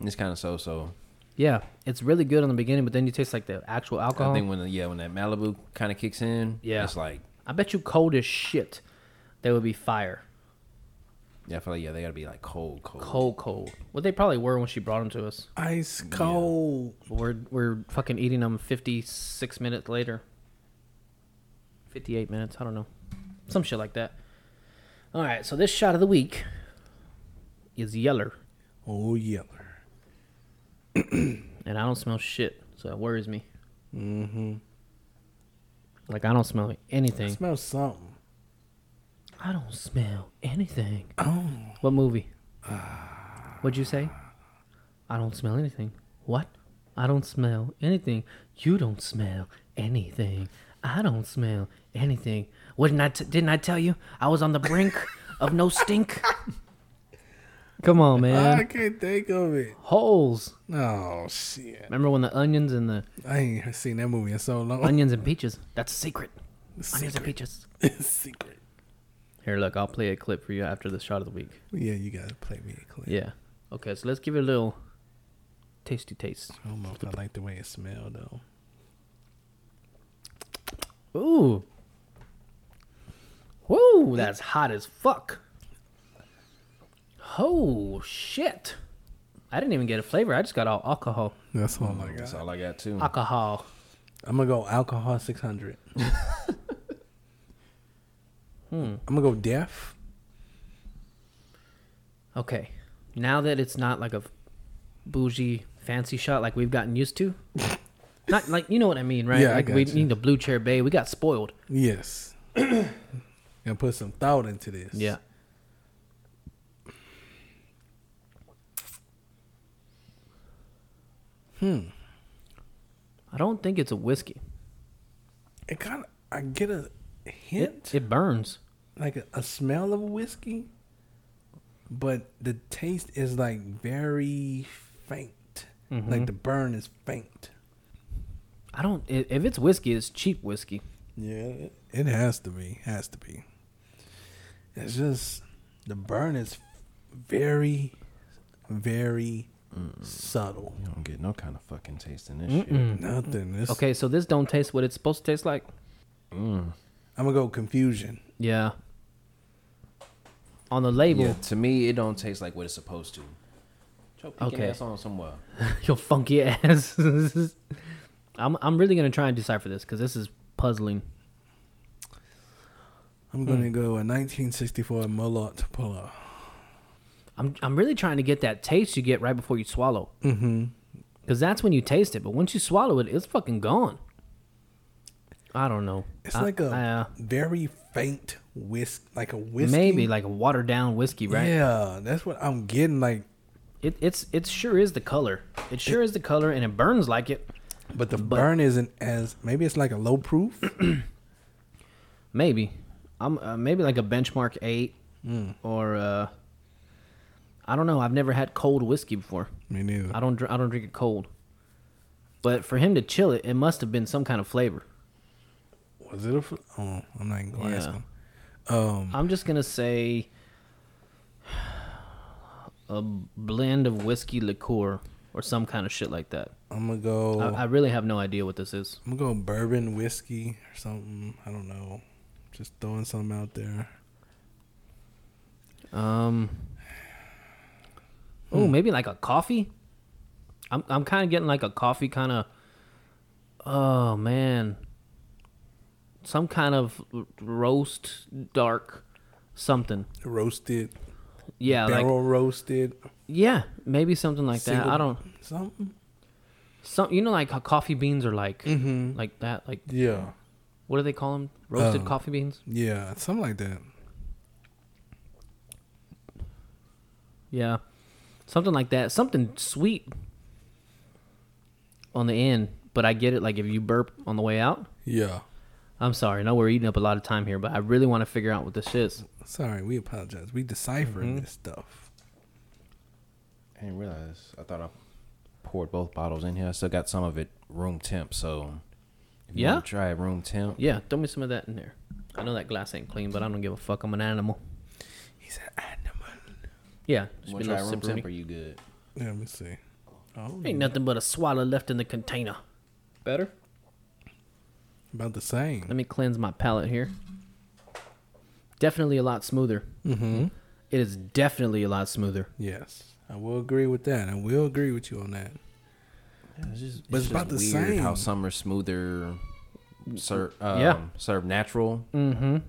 [SPEAKER 6] it's kind of so so
[SPEAKER 2] Yeah, it's really good in the beginning, but then you taste like the actual alcohol.
[SPEAKER 6] I think when the, yeah when that Malibu kind of kicks in
[SPEAKER 2] Yeah.
[SPEAKER 6] it's like
[SPEAKER 2] I bet you cold as shit, they would be fire.
[SPEAKER 6] yeah I feel like yeah they gotta be like cold cold
[SPEAKER 2] Cold, cold. Well, they probably were when she brought them to us.
[SPEAKER 3] Ice cold.
[SPEAKER 2] We're we're fucking eating them 56 minutes later. 58 minutes, I don't know. Some shit like that. All right, so this shot of the week is yeller,
[SPEAKER 3] Oh yeah.
[SPEAKER 2] and I don't smell shit, so that worries me.
[SPEAKER 3] Mm-hmm.
[SPEAKER 2] Like I don't smell
[SPEAKER 3] I
[SPEAKER 2] anything.
[SPEAKER 3] smell something.
[SPEAKER 2] I don't smell anything. Oh. What movie? What'd you say? I don't smell anything. What? I don't smell anything. You don't smell anything. I don't smell anything. Wouldn't I? T- didn't I tell you I was on the brink of no stink? Come on,
[SPEAKER 3] I
[SPEAKER 2] man.
[SPEAKER 3] can't think of it.
[SPEAKER 2] Holes.
[SPEAKER 3] Oh shit.
[SPEAKER 2] Remember when the onions and the
[SPEAKER 3] I ain't seen that movie in so (laughs) long.
[SPEAKER 2] onions and peaches? That's a secret. Onions and
[SPEAKER 3] Secret.
[SPEAKER 2] peaches.
[SPEAKER 3] (laughs) Secret.
[SPEAKER 2] Here, look. I'll play a clip for you after the shot of the week.
[SPEAKER 3] Yeah, you gotta play me a clip.
[SPEAKER 2] Yeah. Okay, so let's give it a little tasty taste.
[SPEAKER 3] I don't know if I like the way it smelled though.
[SPEAKER 2] Ooh. Woo, that's hot as fuck. Oh, shit. I didn't even get a flavor. I just got all alcohol.
[SPEAKER 3] That's all I
[SPEAKER 6] that's
[SPEAKER 3] got.
[SPEAKER 6] all I got
[SPEAKER 3] Hmm.
[SPEAKER 6] too
[SPEAKER 2] Alcohol.
[SPEAKER 3] I'm gonna Oh, go alcohol six hundred.
[SPEAKER 2] (laughs) Hmm.
[SPEAKER 3] I'm gonna go deaf.
[SPEAKER 2] Okay. Now that it's not like a bougie fancy shot like we've gotten used
[SPEAKER 3] (laughs)
[SPEAKER 2] to. not like you know what I mean, right?
[SPEAKER 3] Yeah, I
[SPEAKER 2] like we
[SPEAKER 3] got you.
[SPEAKER 2] need the blue chair bay. We got spoiled.
[SPEAKER 3] Yes. (clears throat) and put some thought into this.
[SPEAKER 2] Yeah.
[SPEAKER 3] Hmm.
[SPEAKER 2] I don't think it's a whiskey.
[SPEAKER 3] It kind of I get a
[SPEAKER 2] It, it burns.
[SPEAKER 3] like a, a smell of whiskey, but the taste is like very faint. Like
[SPEAKER 2] Mhm.
[SPEAKER 3] the burn is faint.
[SPEAKER 2] I don't. i- If it's whiskey, it's cheap whiskey.
[SPEAKER 3] Yeah, it has to be. Has to be. It's just the burn is very, very subtle.
[SPEAKER 6] You don't get no kind of fucking taste in this
[SPEAKER 2] Mm-mm.
[SPEAKER 6] shit.
[SPEAKER 3] Nothing. It's-
[SPEAKER 2] Mm. Okay, so this don't taste what it's supposed to taste like.
[SPEAKER 3] I'm gonna go confusion.
[SPEAKER 2] Yeah. On the label,
[SPEAKER 6] Yeah, to me, it don't taste like what it's supposed to. Choke okay.
[SPEAKER 2] Okay.
[SPEAKER 6] ass on somewhere.
[SPEAKER 2] (laughs) your funky ass. (laughs) I'm I'm really gonna try and decipher this because this is puzzling.
[SPEAKER 3] I'm gonna
[SPEAKER 2] Mm.
[SPEAKER 3] go a 1964 Molot Polo.
[SPEAKER 2] I'm I'm really trying to get that taste you get right before you swallow.
[SPEAKER 3] Mm-hmm.
[SPEAKER 2] Because that's when you taste it. But once you swallow it, it's fucking gone. I don't know.
[SPEAKER 3] It's
[SPEAKER 2] I-
[SPEAKER 3] like a
[SPEAKER 2] I, uh,
[SPEAKER 3] very faint whisk, like a whiskey.
[SPEAKER 2] Maybe like a watered down whiskey, right?
[SPEAKER 3] Yeah, that's what I'm getting. Like
[SPEAKER 2] It it's it sure is the color. It sure is the color, and it burns like it.
[SPEAKER 3] But the burn isn't as maybe it's like a low
[SPEAKER 2] (clears throat)
[SPEAKER 3] proof.
[SPEAKER 2] maybe, I'm uh, maybe like a benchmark eight
[SPEAKER 3] Mm.
[SPEAKER 2] or uh, I don't know. I've never had cold whiskey before.
[SPEAKER 3] Me neither.
[SPEAKER 2] I don't dr- I don't drink it cold. But for him to chill it, it must have been some kind of flavor.
[SPEAKER 3] Was it a? Fl- oh, I'm not even gonna ask
[SPEAKER 2] Yeah.
[SPEAKER 3] him. Um,
[SPEAKER 2] I'm just gonna say a blend of whiskey liqueur or some kind of shit like that.
[SPEAKER 3] I'm gonna go.
[SPEAKER 2] I, I really have no idea what this is.
[SPEAKER 3] I'm gonna go bourbon whiskey or something. I don't know. Just throwing something out there.
[SPEAKER 2] Um. Oh,
[SPEAKER 3] Hmm.
[SPEAKER 2] maybe like a coffee. I'm I'm kind of getting like a coffee kind of. Oh man. Some kind of r- roast dark something.
[SPEAKER 3] Roasted.
[SPEAKER 2] Yeah, like-
[SPEAKER 3] Barrel roasted.
[SPEAKER 2] Yeah, maybe something like that.
[SPEAKER 3] Single-
[SPEAKER 2] I don't.
[SPEAKER 3] Something.
[SPEAKER 2] Some you know like how coffee beans are like
[SPEAKER 3] Mm-hmm.
[SPEAKER 2] like that like
[SPEAKER 3] Yeah.
[SPEAKER 2] What do they call them? Roasted
[SPEAKER 3] Um,
[SPEAKER 2] coffee beans.
[SPEAKER 3] Yeah, something like that.
[SPEAKER 2] Yeah, something like that. Something sweet on the end, but I get it. Like if you burp on the way out.
[SPEAKER 3] Yeah.
[SPEAKER 2] I'm sorry. I know we're eating up a lot of time here, but I really want to figure out what this is.
[SPEAKER 3] Sorry, we apologize. We deciphering
[SPEAKER 2] Mm-hmm.
[SPEAKER 6] Mhm.
[SPEAKER 3] this stuff.
[SPEAKER 6] I didn't realize. I thought I poured both bottles in here. I still got some of it room temp. So if you
[SPEAKER 2] Yeah?
[SPEAKER 6] wanna try it room temp.
[SPEAKER 2] Yeah, throw me some of that in there. I know that glass ain't clean, but I don't give a fuck. I'm an animal. He's an animal. Yeah,
[SPEAKER 6] You
[SPEAKER 2] just
[SPEAKER 6] wanna
[SPEAKER 2] be a
[SPEAKER 6] try
[SPEAKER 2] little
[SPEAKER 6] room temp?
[SPEAKER 2] sipperini.
[SPEAKER 6] Are you good?
[SPEAKER 3] Yeah, let me see. Oh,
[SPEAKER 2] Ain't nothing but a swallow left in the container. Better.
[SPEAKER 3] About the same.
[SPEAKER 2] Let me cleanse my palate here. Definitely a lot smoother.
[SPEAKER 3] Mm-hmm.
[SPEAKER 2] It is definitely a lot smoother.
[SPEAKER 3] Yes, I will agree with that. I will agree with you on that.
[SPEAKER 6] it's
[SPEAKER 3] but it's, about the
[SPEAKER 6] weird
[SPEAKER 3] same.
[SPEAKER 6] how some are smoother, serve um,
[SPEAKER 2] Yeah.
[SPEAKER 6] serve natural,
[SPEAKER 2] Mhm.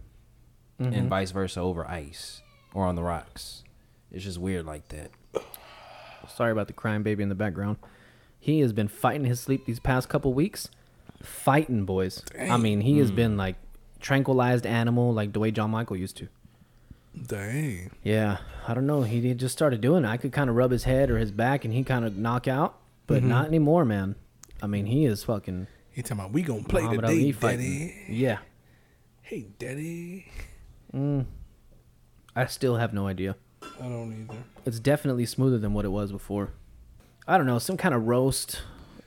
[SPEAKER 2] Mhm.
[SPEAKER 6] and vice versa over ice or on the rocks. It's just weird like that.
[SPEAKER 2] Sorry about the crying baby in the background. He has been fighting his sleep these past couple weeks. Fighting, boys. I mean, he has
[SPEAKER 3] Mm.
[SPEAKER 2] been like tranquilized animal, like the way John Michael used to.
[SPEAKER 3] Dang.
[SPEAKER 2] Yeah, I don't know. He, he just started doing it. I could kind of rub his head or his back, and he kind of knock out, but
[SPEAKER 3] Mhm.
[SPEAKER 2] not anymore, man. I mean, he is fucking.
[SPEAKER 3] He talking about we gonna play
[SPEAKER 2] Muhammad
[SPEAKER 3] today,
[SPEAKER 2] Ali
[SPEAKER 3] daddy.
[SPEAKER 2] fighting. Yeah.
[SPEAKER 3] Hey, daddy.
[SPEAKER 2] Mm. I still have no idea.
[SPEAKER 3] I don't either.
[SPEAKER 2] It's definitely smoother than what it was before. I don't know, some kind of roast.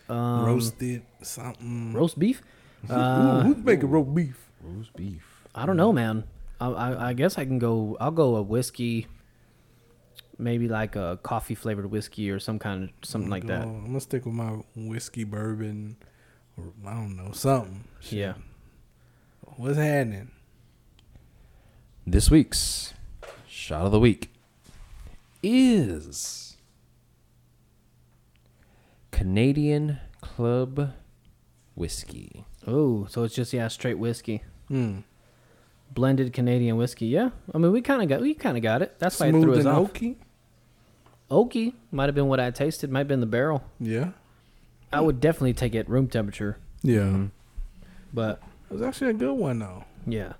[SPEAKER 2] Um,
[SPEAKER 3] Roasted something.
[SPEAKER 2] Roast beef?
[SPEAKER 3] Ooh, who's making roast beef? Oh,
[SPEAKER 6] Roast beef.
[SPEAKER 2] I don't know, man. I, I, I guess I can go. I'll go a whiskey, maybe like a coffee flavored whiskey or some kind of something like that.
[SPEAKER 3] I'm gonna stick with my whiskey bourbon. Or, I don't know something.
[SPEAKER 2] Yeah.
[SPEAKER 3] What's happening?
[SPEAKER 6] This week's shot of the week is Canadian Club Whiskey.
[SPEAKER 2] Oh, so it's just yeah, straight whiskey.
[SPEAKER 3] Hmm.
[SPEAKER 2] Blended Canadian whiskey. Yeah, I mean we kind of got we kind of got it. That's why it threw us
[SPEAKER 3] and
[SPEAKER 2] off.
[SPEAKER 3] oaky.
[SPEAKER 2] Oaky might have been what I tasted. Might have been the barrel.
[SPEAKER 3] Yeah.
[SPEAKER 2] I would definitely take it room temperature,
[SPEAKER 3] Yeah.
[SPEAKER 2] but
[SPEAKER 3] It was actually a good one though.
[SPEAKER 2] yeah.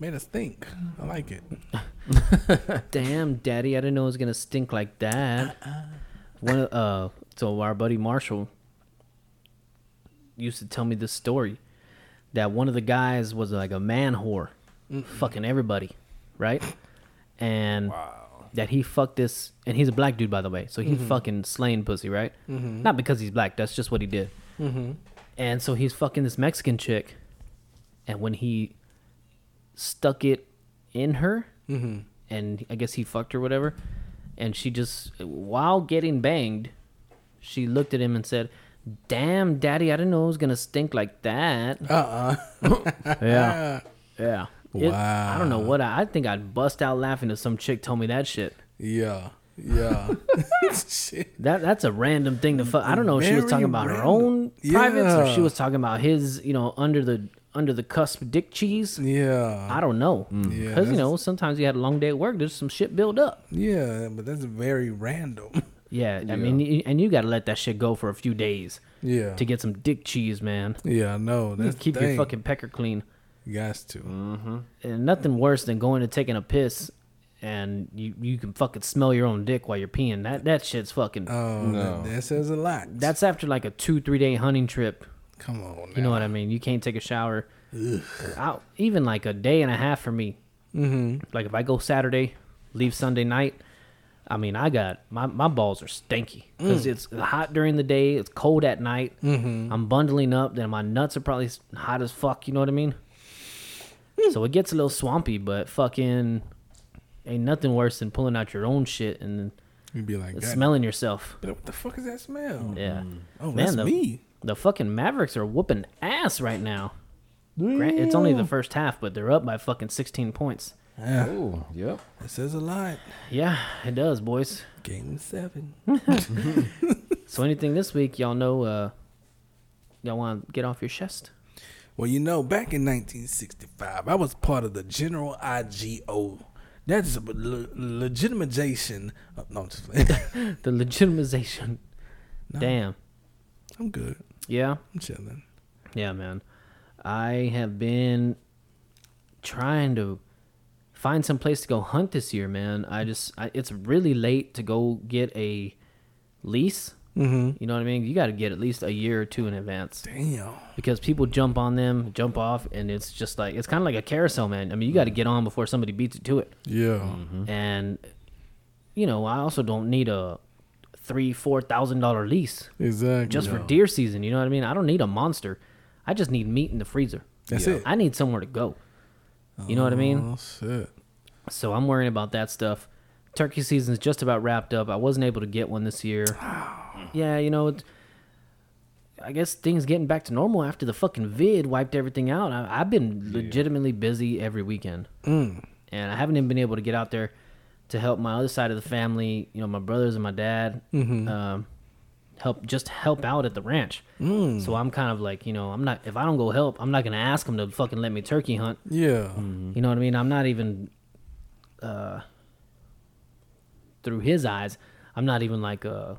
[SPEAKER 3] Made us think. I like it.
[SPEAKER 2] Damn, Daddy, I didn't know it was gonna stink like that. One, of- uh, so our buddy Marshall used to tell me this story that one of the guys was like a man whore, fucking everybody, right? And that he fucked this, and he's a black dude by the way, so he
[SPEAKER 4] Mhm.
[SPEAKER 2] fucking slain pussy, right?
[SPEAKER 4] Mhm.
[SPEAKER 2] Not because he's black, that's just what he did.
[SPEAKER 4] Mhm.
[SPEAKER 2] And so he's fucking this Mexican chick, and when he stuck it in her,
[SPEAKER 3] Mhm.
[SPEAKER 2] and I guess he fucked her, whatever, and she just, while getting banged, she looked at him and said, "Damn, daddy, I didn't know it was gonna stink like that."
[SPEAKER 3] Uh
[SPEAKER 2] uh (laughs) yeah, yeah. It- I don't know
[SPEAKER 3] Wow.
[SPEAKER 2] what I, I think. I'd bust out laughing if some chick told me that shit.
[SPEAKER 3] Yeah,
[SPEAKER 2] (laughs)
[SPEAKER 3] yeah. (laughs)
[SPEAKER 2] That that's a random thing to fuck. I don't know if she was
[SPEAKER 3] Very
[SPEAKER 2] talking about her
[SPEAKER 3] random.
[SPEAKER 2] own privates or if she
[SPEAKER 3] Yeah.
[SPEAKER 2] was talking about his, you know, under the under the cusp dick cheese.
[SPEAKER 3] Yeah.
[SPEAKER 2] I don't know.
[SPEAKER 3] Yeah,
[SPEAKER 2] Cuz you know, sometimes you had a long day at work, there's some shit build up.
[SPEAKER 3] Yeah, but that's very random.
[SPEAKER 2] Yeah, I
[SPEAKER 3] Yeah.
[SPEAKER 2] mean, y- and you got to let that shit go for a few days.
[SPEAKER 3] Yeah.
[SPEAKER 2] To get some dick cheese, man.
[SPEAKER 3] (laughs) Yeah, I know.
[SPEAKER 2] You
[SPEAKER 3] That's the
[SPEAKER 2] keep your
[SPEAKER 3] thing.
[SPEAKER 2] fucking pecker clean.
[SPEAKER 3] You guys to. Mm-hmm.
[SPEAKER 2] And nothing worse than going to taking a piss and you, you can fucking smell your own dick while you're peeing. That that shit's fucking.
[SPEAKER 3] Oh, No. that- that says a lot.
[SPEAKER 2] That's after like a two three day hunting trip.
[SPEAKER 3] Come on.
[SPEAKER 2] You know what I mean? You can't take a shower. I'll, even like a day and a half for me.
[SPEAKER 3] Mhm.
[SPEAKER 2] Like if I go Saturday, leave Sunday night. I mean, I got my, my balls are stanky because
[SPEAKER 4] Mm.
[SPEAKER 2] it's hot during the day, it's cold at night.
[SPEAKER 4] Mhm.
[SPEAKER 2] I'm bundling up, then my nuts are probably s- hot as fuck. You know what I mean? So it gets a little swampy, but fucking ain't nothing worse than pulling out your own shit and then
[SPEAKER 3] You'd be like, "God
[SPEAKER 2] smelling yourself.
[SPEAKER 3] But what the fuck is that smell?
[SPEAKER 2] Yeah.
[SPEAKER 3] Oh, that's
[SPEAKER 2] the,
[SPEAKER 3] me.
[SPEAKER 2] The fucking Mavericks are whooping ass right now. Grant, it's only the
[SPEAKER 3] Yeah.
[SPEAKER 2] first half, but they're up by fucking 16 points.
[SPEAKER 3] Yeah.
[SPEAKER 6] Oh, yep.
[SPEAKER 3] It says a lot.
[SPEAKER 2] Yeah, it does, boys.
[SPEAKER 3] Game seven.
[SPEAKER 2] so anything this week, y'all know, uh, y'all want to get off your chest?
[SPEAKER 3] Well, you know, back in 1965, I was part of the General IGO. That's a le- legitimization. Of, no, I'm just (laughs) playing.
[SPEAKER 2] the legitimization. Damn.
[SPEAKER 3] I'm good.
[SPEAKER 2] Yeah.
[SPEAKER 3] I'm chilling.
[SPEAKER 2] Yeah, man. I have been trying to find some place to go hunt this year, man. I just I, it's really late to go get a lease.
[SPEAKER 3] Mhm.
[SPEAKER 2] You know what I mean? You got to get at least a year or two in advance.
[SPEAKER 3] Damn.
[SPEAKER 2] Because people jump on them, jump off, and it's just like it's kind of like a carousel, man. I mean, you got to get on before somebody beats you to it.
[SPEAKER 3] Yeah.
[SPEAKER 2] And you know, I also don't need a three, four thousand dollar lease
[SPEAKER 3] Exactly.
[SPEAKER 2] just for
[SPEAKER 3] No.
[SPEAKER 2] deer season. You know what I mean? I don't need a monster. I just need meat in the freezer.
[SPEAKER 3] That's it.
[SPEAKER 2] I need somewhere to go. You know what I mean?
[SPEAKER 3] Oh, shit.
[SPEAKER 2] So I'm worrying about that stuff. Turkey season's just about wrapped up. I wasn't able to get one this year. yeah, you know, it, I guess things getting back to normal after the fucking vid wiped everything out. I, I've been legitimately busy every weekend,
[SPEAKER 3] Mm.
[SPEAKER 2] and I haven't even been able to get out there to help my other side of the family. You know, my brothers and my dad.
[SPEAKER 3] Mhm.
[SPEAKER 2] Um, help just help out at the ranch. So I'm kind of like, you know, I'm not if I don't go help, I'm not gonna ask them to fucking let me turkey hunt.
[SPEAKER 3] Yeah.
[SPEAKER 2] You know what I mean? I'm not even uh through his eyes, I'm not even like a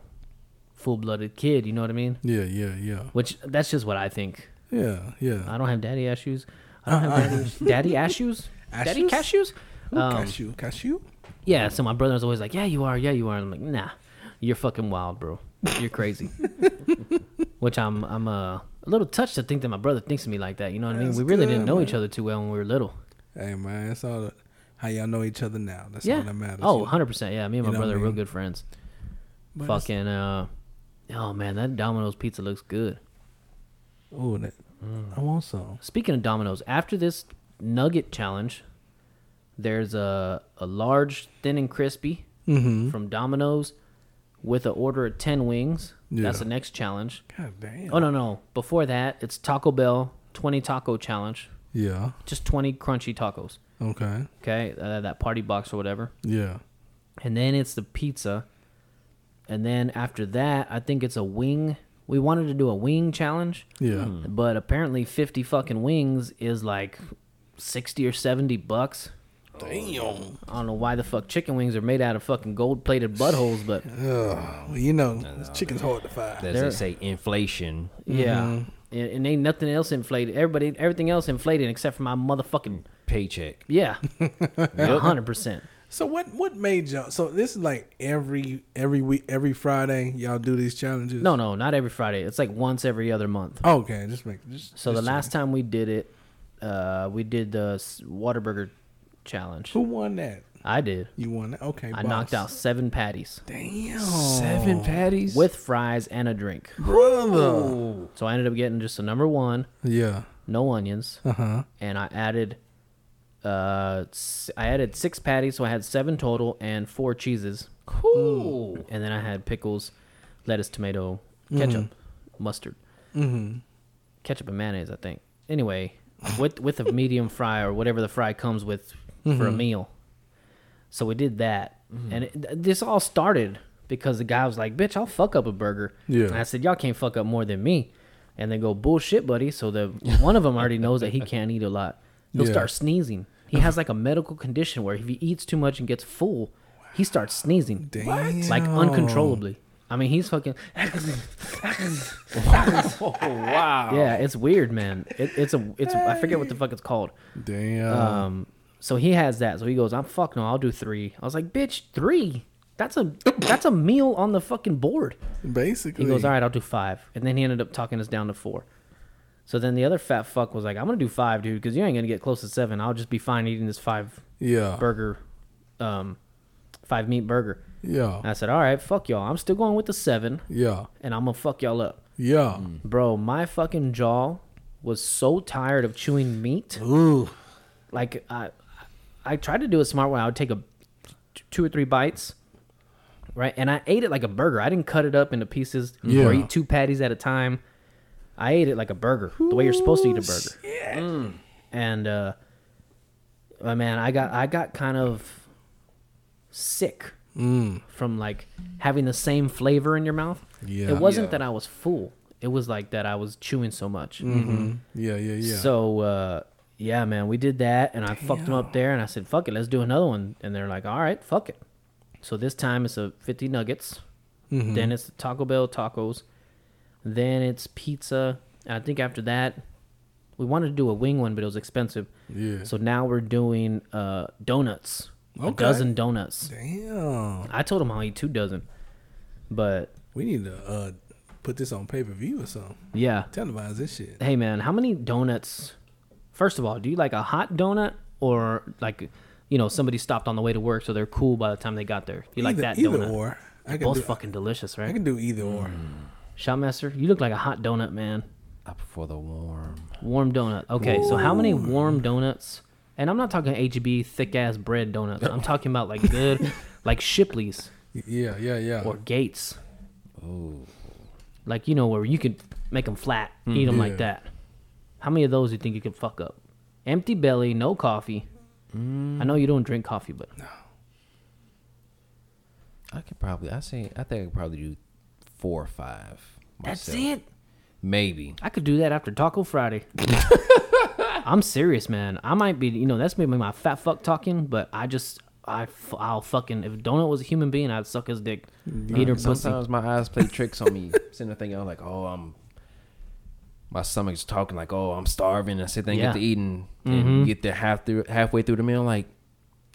[SPEAKER 2] full-blooded kid, you know what I mean?
[SPEAKER 3] Yeah, yeah, yeah.
[SPEAKER 2] Which that's just what I think.
[SPEAKER 3] Yeah, yeah.
[SPEAKER 2] I don't have daddy issues. I don't
[SPEAKER 3] Uh-uh.
[SPEAKER 2] have daddy, issues. daddy
[SPEAKER 3] (laughs)
[SPEAKER 2] issues. Daddy cashews?
[SPEAKER 3] Ashes? Ooh,
[SPEAKER 2] Um,
[SPEAKER 3] cashew, cashew.
[SPEAKER 2] Yeah, so my brother's always like, "Yeah, you are. Yeah, you are." And I'm like, "Nah, you're fucking wild, bro. You're
[SPEAKER 3] (laughs)
[SPEAKER 2] crazy." Which I'm, I'm uh, a little touched to think that my brother thinks of me like that. You know what I mean?
[SPEAKER 3] That's
[SPEAKER 2] we really
[SPEAKER 3] good,
[SPEAKER 2] didn't know each
[SPEAKER 3] man.
[SPEAKER 2] other too well when we were little.
[SPEAKER 3] Hey man, that's all. That, how y'all know each other now? That's
[SPEAKER 2] yeah.
[SPEAKER 3] all that matters.
[SPEAKER 2] Oh, 100 percent. Yeah, me and my
[SPEAKER 3] You know what
[SPEAKER 2] brother
[SPEAKER 3] I
[SPEAKER 2] are real
[SPEAKER 3] mean?
[SPEAKER 2] good friends.
[SPEAKER 3] But it's-
[SPEAKER 2] fucking uh, oh man, that Domino's pizza looks good.
[SPEAKER 3] Oh, that. I want some.
[SPEAKER 2] Speaking of Domino's, after this nugget challenge, there's a a large, thin and crispy
[SPEAKER 3] Mhm.
[SPEAKER 2] from Domino's with an order of ten wings.
[SPEAKER 3] Yeah.
[SPEAKER 2] That's the next challenge.
[SPEAKER 3] God damn.
[SPEAKER 2] Oh no no! Before that, it's Taco Bell twenty taco challenge.
[SPEAKER 3] Yeah.
[SPEAKER 2] Just twenty crunchy tacos.
[SPEAKER 3] Okay.
[SPEAKER 2] Okay, uh, that party box or whatever.
[SPEAKER 3] Yeah.
[SPEAKER 2] And then it's the pizza. And then after that, I think it's a wing. We wanted to do a wing challenge.
[SPEAKER 3] Yeah. Hmm.
[SPEAKER 2] But apparently, fifty fucking wings is like sixty or seventy bucks.
[SPEAKER 3] Damn.
[SPEAKER 2] I don't know why the fuck chicken wings are made out of fucking gold plated buttholes, but
[SPEAKER 3] well, you know, this chicken's hard to find.
[SPEAKER 6] As they say, inflation.
[SPEAKER 2] Yeah. And, and ain't nothing else inflated. Everybody, everything else inflated except for my motherfucking
[SPEAKER 6] paycheck.
[SPEAKER 2] Yeah, a hundred percent.
[SPEAKER 3] So what what made y'all? So this is like every every week every Friday y'all do these challenges.
[SPEAKER 2] No, no, not every Friday. It's like once every other month.
[SPEAKER 3] Okay, just make just
[SPEAKER 2] So the
[SPEAKER 3] just
[SPEAKER 2] last time we did it, uh, we did the s- Whataburger challenge.
[SPEAKER 3] Who won that?
[SPEAKER 2] I did.
[SPEAKER 3] You won that? Okay,
[SPEAKER 2] I
[SPEAKER 3] boss.
[SPEAKER 2] knocked out seven patties.
[SPEAKER 3] Damn.
[SPEAKER 6] Seven patties?
[SPEAKER 2] With fries and a drink.
[SPEAKER 3] Brother.
[SPEAKER 2] So I ended up getting just a number one.
[SPEAKER 3] Yeah.
[SPEAKER 2] No onions.
[SPEAKER 3] Uh-huh.
[SPEAKER 2] And I added uh s- I added six patties, so I had seven total and four cheeses. Cool. And then I had pickles, lettuce, tomato,
[SPEAKER 3] Mm-hmm.
[SPEAKER 2] ketchup, mustard.
[SPEAKER 3] Mhm.
[SPEAKER 2] Ketchup and mayonnaise, I think. Anyway, with with a medium (laughs) fry or whatever the fry comes with for a
[SPEAKER 3] Mhm.
[SPEAKER 2] meal. So we did that,
[SPEAKER 3] Mhm.
[SPEAKER 2] and it, this all started because the guy was like, "Bitch, I'll fuck up a burger."
[SPEAKER 3] Yeah.
[SPEAKER 2] And I said, "Y'all can't fuck up more than me," and they go, "Bullshit, buddy." So the one of them already knows
[SPEAKER 3] (laughs)
[SPEAKER 2] that he can't eat a lot. He'll
[SPEAKER 3] Yeah.
[SPEAKER 2] start sneezing. He has like a medical condition where if he eats too much and gets full, he starts sneezing, like
[SPEAKER 3] Damn.
[SPEAKER 2] uncontrollably. I mean, he's
[SPEAKER 3] (laughs)
[SPEAKER 2] fucking.
[SPEAKER 3] Oh,
[SPEAKER 6] wow.
[SPEAKER 2] Yeah, it's weird, man. It, it's a it's I forget what the fuck it's called.
[SPEAKER 3] Damn.
[SPEAKER 2] Um. So he has that. So he goes, "I'm fuck no, I'll do three. I was like, "Bitch, three? That's a that's a meal on the fucking board."
[SPEAKER 3] Basically.
[SPEAKER 2] he goes, "All right, I'll do five. And then he ended up talking us down to four. So then the other fat fuck was like, "I'm gonna do five, dude, because you ain't gonna get close to seven. I'll just be fine eating this five
[SPEAKER 3] Yeah.
[SPEAKER 2] burger, um, five meat burger."
[SPEAKER 3] Yeah.
[SPEAKER 2] And I said, "All right, fuck y'all. I'm still going with the seven.
[SPEAKER 3] Yeah.
[SPEAKER 2] and I'm gonna fuck y'all up."
[SPEAKER 3] Yeah.
[SPEAKER 2] Bro, my fucking jaw was so tired of chewing meat.
[SPEAKER 3] Ooh.
[SPEAKER 2] Like I I tried to do it smart where I would take a two or three bites. Right? And I ate it like a burger. I didn't cut it up into pieces
[SPEAKER 3] Yeah.
[SPEAKER 2] or eat two patties at a time. I ate it like a burger, the way you're supposed to eat a burger. Mm. And uh my man, I got I got kind of sick
[SPEAKER 3] Mm.
[SPEAKER 2] from like having the same flavor in your mouth.
[SPEAKER 3] Yeah.
[SPEAKER 2] It wasn't
[SPEAKER 3] Yeah.
[SPEAKER 2] that I was full. It was like that I was chewing so much.
[SPEAKER 3] Mhm. Yeah, yeah, yeah.
[SPEAKER 2] So uh, yeah, man, we did that, and I fucked them up there, and I said, "Fuck it, let's do another one." And they're like, "All right, fuck it." So this time it's a fifty nuggets,
[SPEAKER 3] Mhm.
[SPEAKER 2] then it's Taco Bell tacos, then it's pizza. And I think after that, we wanted to do a wing one, but it was expensive.
[SPEAKER 3] Yeah.
[SPEAKER 2] So now we're doing uh, donuts, a
[SPEAKER 3] Okay.
[SPEAKER 2] dozen donuts.
[SPEAKER 3] Damn.
[SPEAKER 2] I told him I'll eat two dozen, but
[SPEAKER 3] We need to uh put this on pay per view or something.
[SPEAKER 2] yeah.
[SPEAKER 3] Televise this shit.
[SPEAKER 2] Hey man, how many donuts? First of all, do you like a hot donut or like, you know, somebody stopped on the way to work so they're cool by the time they got there? You like
[SPEAKER 3] Either-
[SPEAKER 2] that
[SPEAKER 3] either
[SPEAKER 2] donut?
[SPEAKER 3] or. I
[SPEAKER 2] They're
[SPEAKER 3] can
[SPEAKER 2] both
[SPEAKER 3] do-
[SPEAKER 2] fucking delicious, right?
[SPEAKER 3] I can do either or.
[SPEAKER 2] Mm. Shotmaster, you look like a hot donut, man.
[SPEAKER 6] Up for the warm.
[SPEAKER 2] Warm donut. Okay, so how many warm donuts? And I'm not talking HB thick ass bread donuts. I'm talking about like
[SPEAKER 3] (laughs)
[SPEAKER 2] good, like Shipley's.
[SPEAKER 3] Yeah, yeah, yeah.
[SPEAKER 6] Uh-huh.
[SPEAKER 2] Or Gates. Oh. Like you know where you could make them flat,
[SPEAKER 6] Hmm.
[SPEAKER 2] eat 'em eat them
[SPEAKER 3] Yeah.
[SPEAKER 2] like that. How many of those do you think you could fuck up? Empty belly, no coffee.
[SPEAKER 6] Hmm.
[SPEAKER 2] I know you don't drink coffee, but
[SPEAKER 6] I could probably. I say. I think I could probably do four or five.
[SPEAKER 2] That's it?
[SPEAKER 6] Maybe.
[SPEAKER 2] I could do that after Taco
[SPEAKER 6] (laughs)
[SPEAKER 2] Friday. I'm serious, man. I might be, you know, that's maybe my fat fuck talking, but I just, I, f- I'll fucking, if Donut was a human being, I'd suck his dick, eat her pussy.
[SPEAKER 6] Sometimes my eyes play tricks
[SPEAKER 2] (laughs)
[SPEAKER 6] on me. Sitting there thinking, I'm like, oh, I'm. My stomach's talking like, oh, I'm starving. I sit there and
[SPEAKER 2] Yeah.
[SPEAKER 6] get to eating,
[SPEAKER 2] Mhm.
[SPEAKER 6] and get to half through, halfway through the meal, like,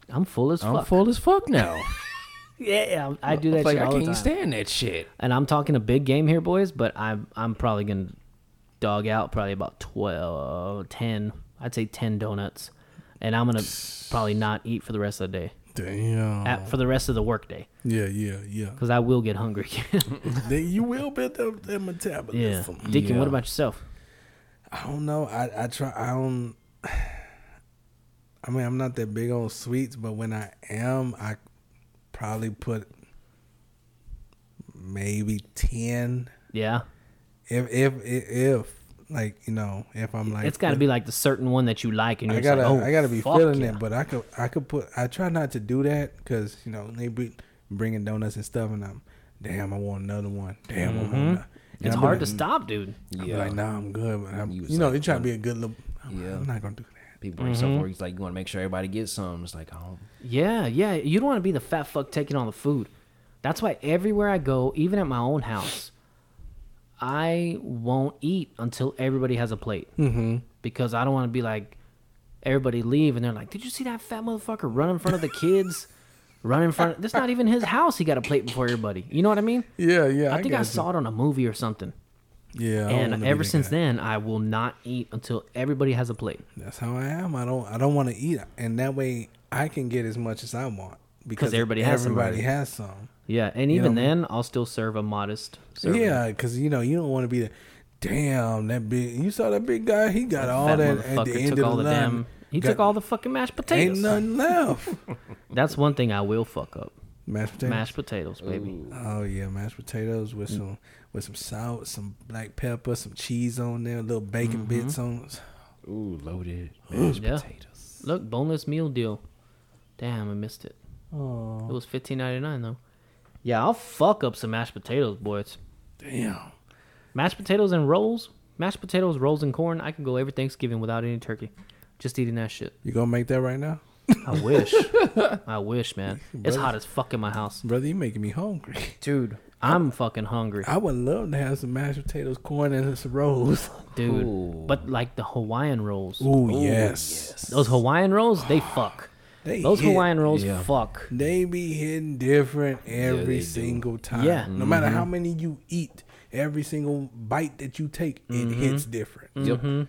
[SPEAKER 2] I'm full as
[SPEAKER 6] I'm
[SPEAKER 2] fuck.
[SPEAKER 6] full as fuck now.
[SPEAKER 2] Yeah, I I (laughs) do
[SPEAKER 6] I'm
[SPEAKER 2] that.
[SPEAKER 6] (laughs) like,
[SPEAKER 2] shit
[SPEAKER 6] I
[SPEAKER 2] all the
[SPEAKER 6] can't
[SPEAKER 2] time.
[SPEAKER 6] stand that shit.
[SPEAKER 2] And I'm talking a big game here, boys, but I'm I'm probably gonna dog out probably about 12, 10. I'd say ten donuts, and I'm gonna probably not eat for the rest of the day.
[SPEAKER 3] Damn.
[SPEAKER 2] At, for the rest of the workday,
[SPEAKER 3] Yeah, yeah,
[SPEAKER 2] (laughs)
[SPEAKER 3] yeah.
[SPEAKER 2] because I will get hungry. (laughs)
[SPEAKER 3] then you will build up that
[SPEAKER 2] yeah,
[SPEAKER 3] metabolism.
[SPEAKER 2] Deacon, what about yourself?
[SPEAKER 3] I don't know. I I try. I don't. (sighs) I mean, I'm not that big on sweets, but when I am, I probably put maybe ten.
[SPEAKER 2] Yeah.
[SPEAKER 3] If if if, if like you know, if I'm like,
[SPEAKER 2] it's got to be like the certain one that you like, and you're
[SPEAKER 3] I
[SPEAKER 2] just
[SPEAKER 3] gotta
[SPEAKER 2] like, oh,
[SPEAKER 3] I gotta be
[SPEAKER 2] fuck
[SPEAKER 3] feeling
[SPEAKER 2] yeah.
[SPEAKER 3] it, but I could I could put I try not to do that because you know they be bringing donuts and stuff, and I'm damn I want another one. Damn, I want
[SPEAKER 2] Mhm.
[SPEAKER 3] another. And
[SPEAKER 2] It's
[SPEAKER 3] I'll be
[SPEAKER 2] hard
[SPEAKER 3] like, "Mm,
[SPEAKER 2] to stop, dude.
[SPEAKER 3] I'll be like, nah, I'm good. But I'm,
[SPEAKER 6] You
[SPEAKER 3] you,
[SPEAKER 6] was
[SPEAKER 3] know,
[SPEAKER 6] like,
[SPEAKER 3] you try to
[SPEAKER 2] "Mm."
[SPEAKER 3] be a good little. I'm,
[SPEAKER 6] Yeah.
[SPEAKER 3] I'm not gonna do that.
[SPEAKER 6] People bring stuff
[SPEAKER 2] Mhm.
[SPEAKER 6] where he's like, you want to make sure everybody gets some. It's like, oh,
[SPEAKER 2] Yeah, yeah. You don't want to be the fat fuck taking all the food. That's why everywhere I go, even at my own house, I won't eat until everybody has a plate.
[SPEAKER 3] Mm-hmm.
[SPEAKER 2] Because I don't want to be like, everybody leave and they're like, did you see that fat motherfucker run in front of the kids? run in front. That's not even his house. He got a plate before everybody. You know what I mean?
[SPEAKER 3] Yeah, yeah,
[SPEAKER 2] I,
[SPEAKER 3] I
[SPEAKER 2] think I
[SPEAKER 3] got
[SPEAKER 2] saw it on a movie or something.
[SPEAKER 3] Yeah, I don't wanna
[SPEAKER 2] and
[SPEAKER 3] be
[SPEAKER 2] ever
[SPEAKER 3] that
[SPEAKER 2] since then, I will not eat until everybody has a plate.
[SPEAKER 3] That's how I am. I don't I don't want to eat, and that way I can get as much as I want
[SPEAKER 2] Because everybody has some
[SPEAKER 3] everybody
[SPEAKER 2] already.
[SPEAKER 3] has some.
[SPEAKER 2] Yeah, and
[SPEAKER 3] You know
[SPEAKER 2] even
[SPEAKER 3] what I
[SPEAKER 2] then, I'll still serve a modest.
[SPEAKER 3] mean?
[SPEAKER 2] Serving.
[SPEAKER 3] yeah, because you know you don't want to be the damn that big. You saw that big guy? He got all
[SPEAKER 2] Fat
[SPEAKER 3] that at the
[SPEAKER 2] motherfucker
[SPEAKER 3] end
[SPEAKER 2] took
[SPEAKER 3] of the,
[SPEAKER 2] all the
[SPEAKER 3] line.
[SPEAKER 2] damn- he took all the fucking mashed potatoes.
[SPEAKER 3] Ain't
[SPEAKER 2] (laughs)
[SPEAKER 3] nothing left.
[SPEAKER 2] That's one thing I will fuck up.
[SPEAKER 3] Mashed potatoes?
[SPEAKER 2] Mashed Mm. potatoes, baby.
[SPEAKER 3] Oh yeah, mashed potatoes with some with some salt, some black pepper, some cheese on there, little bacon
[SPEAKER 2] Mhm.
[SPEAKER 3] bits on.
[SPEAKER 6] Ooh,
[SPEAKER 2] (gasps)
[SPEAKER 6] loaded
[SPEAKER 2] yeah. potatoes. Look, boneless meal deal. Damn, I missed it.
[SPEAKER 3] Aw.
[SPEAKER 2] It was fifteen ninety nine though. Yeah, I'll fuck up some mashed potatoes, boys.
[SPEAKER 3] Damn.
[SPEAKER 2] Mashed potatoes and rolls. Mashed potatoes, rolls, and corn. I can go every Thanksgiving without any turkey. Just eating that shit.
[SPEAKER 3] You gonna make that right now?
[SPEAKER 2] I wish. (laughs) I wish,
[SPEAKER 3] (laughs)
[SPEAKER 2] man. It's
[SPEAKER 3] Brother-
[SPEAKER 2] hot as fuck in my house.
[SPEAKER 3] Brother, you making me hungry. (laughs)
[SPEAKER 2] Dude, I'm fucking hungry.
[SPEAKER 3] I would love to have some mashed potatoes, corn, and some rolls.
[SPEAKER 2] Dude. But like the Hawaiian rolls.
[SPEAKER 3] Ooh, Ooh, yes.
[SPEAKER 2] Those Hawaiian rolls,
[SPEAKER 3] (sighs)
[SPEAKER 2] they fuck.
[SPEAKER 3] They
[SPEAKER 2] Those
[SPEAKER 3] hit-
[SPEAKER 2] Hawaiian rolls
[SPEAKER 3] Yeah.
[SPEAKER 2] fuck.
[SPEAKER 3] They be hitting different every
[SPEAKER 2] they do.
[SPEAKER 3] single time.
[SPEAKER 2] Yeah.
[SPEAKER 3] No matter how
[SPEAKER 2] Mhm.
[SPEAKER 3] many you eat, every single bite that you take, it hits different.
[SPEAKER 2] Mhm.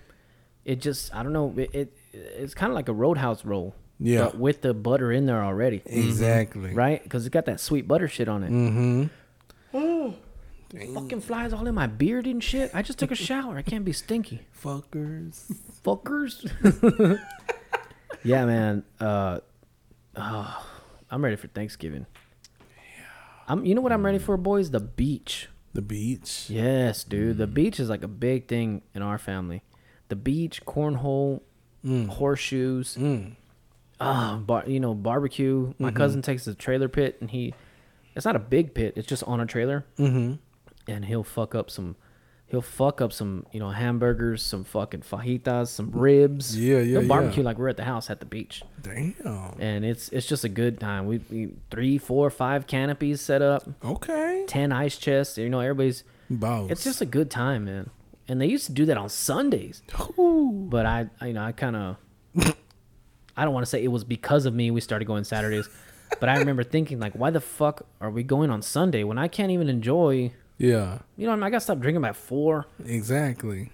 [SPEAKER 2] It just I don't know. It, it it's kind of like a roadhouse roll.
[SPEAKER 3] Yeah.
[SPEAKER 2] But with the butter in there already.
[SPEAKER 3] Exactly.
[SPEAKER 2] Right? Because it got that sweet butter shit on it.
[SPEAKER 3] Mm-hmm.
[SPEAKER 2] Ooh. Fucking flies all in my beard and shit. I just took a shower. I can't be stinky.
[SPEAKER 3] Fuckers.
[SPEAKER 2] Fuckers. (laughs) yeah, man. Uh, oh, I'm ready for Thanksgiving. I'm. You know what I'm ready for, boys? The beach.
[SPEAKER 3] The beach. Mm.
[SPEAKER 2] Yes, dude. The beach is like a big thing in our family. The beach, cornhole,
[SPEAKER 3] Mm.
[SPEAKER 2] horseshoes. Ah, bar, you know, barbecue. My
[SPEAKER 3] Mhm.
[SPEAKER 2] cousin takes the trailer pit, and he. It's not a big pit. It's just on a trailer
[SPEAKER 3] Mm-hmm.
[SPEAKER 2] and he'll fuck up some he'll fuck up some you know hamburgers some fucking fajitas some ribs
[SPEAKER 3] Yeah, yeah,
[SPEAKER 2] he'll barbecue
[SPEAKER 3] yeah.
[SPEAKER 2] like we're at the house at the beach
[SPEAKER 3] Damn.
[SPEAKER 2] and it's it's just a good time we, we three four five canopies set up
[SPEAKER 3] okay
[SPEAKER 2] 10 ice chests you know everybody's
[SPEAKER 3] Boss.
[SPEAKER 2] it's just a good time man and they used to do that on sundays but i, I you know i kind of i don't want to say it was because of me we started going saturdays but i remember thinking like why the fuck are we going on sunday when i can't even enjoy
[SPEAKER 3] Yeah.
[SPEAKER 2] you know, I, mean, I gotta stop drinking by four.
[SPEAKER 3] Exactly.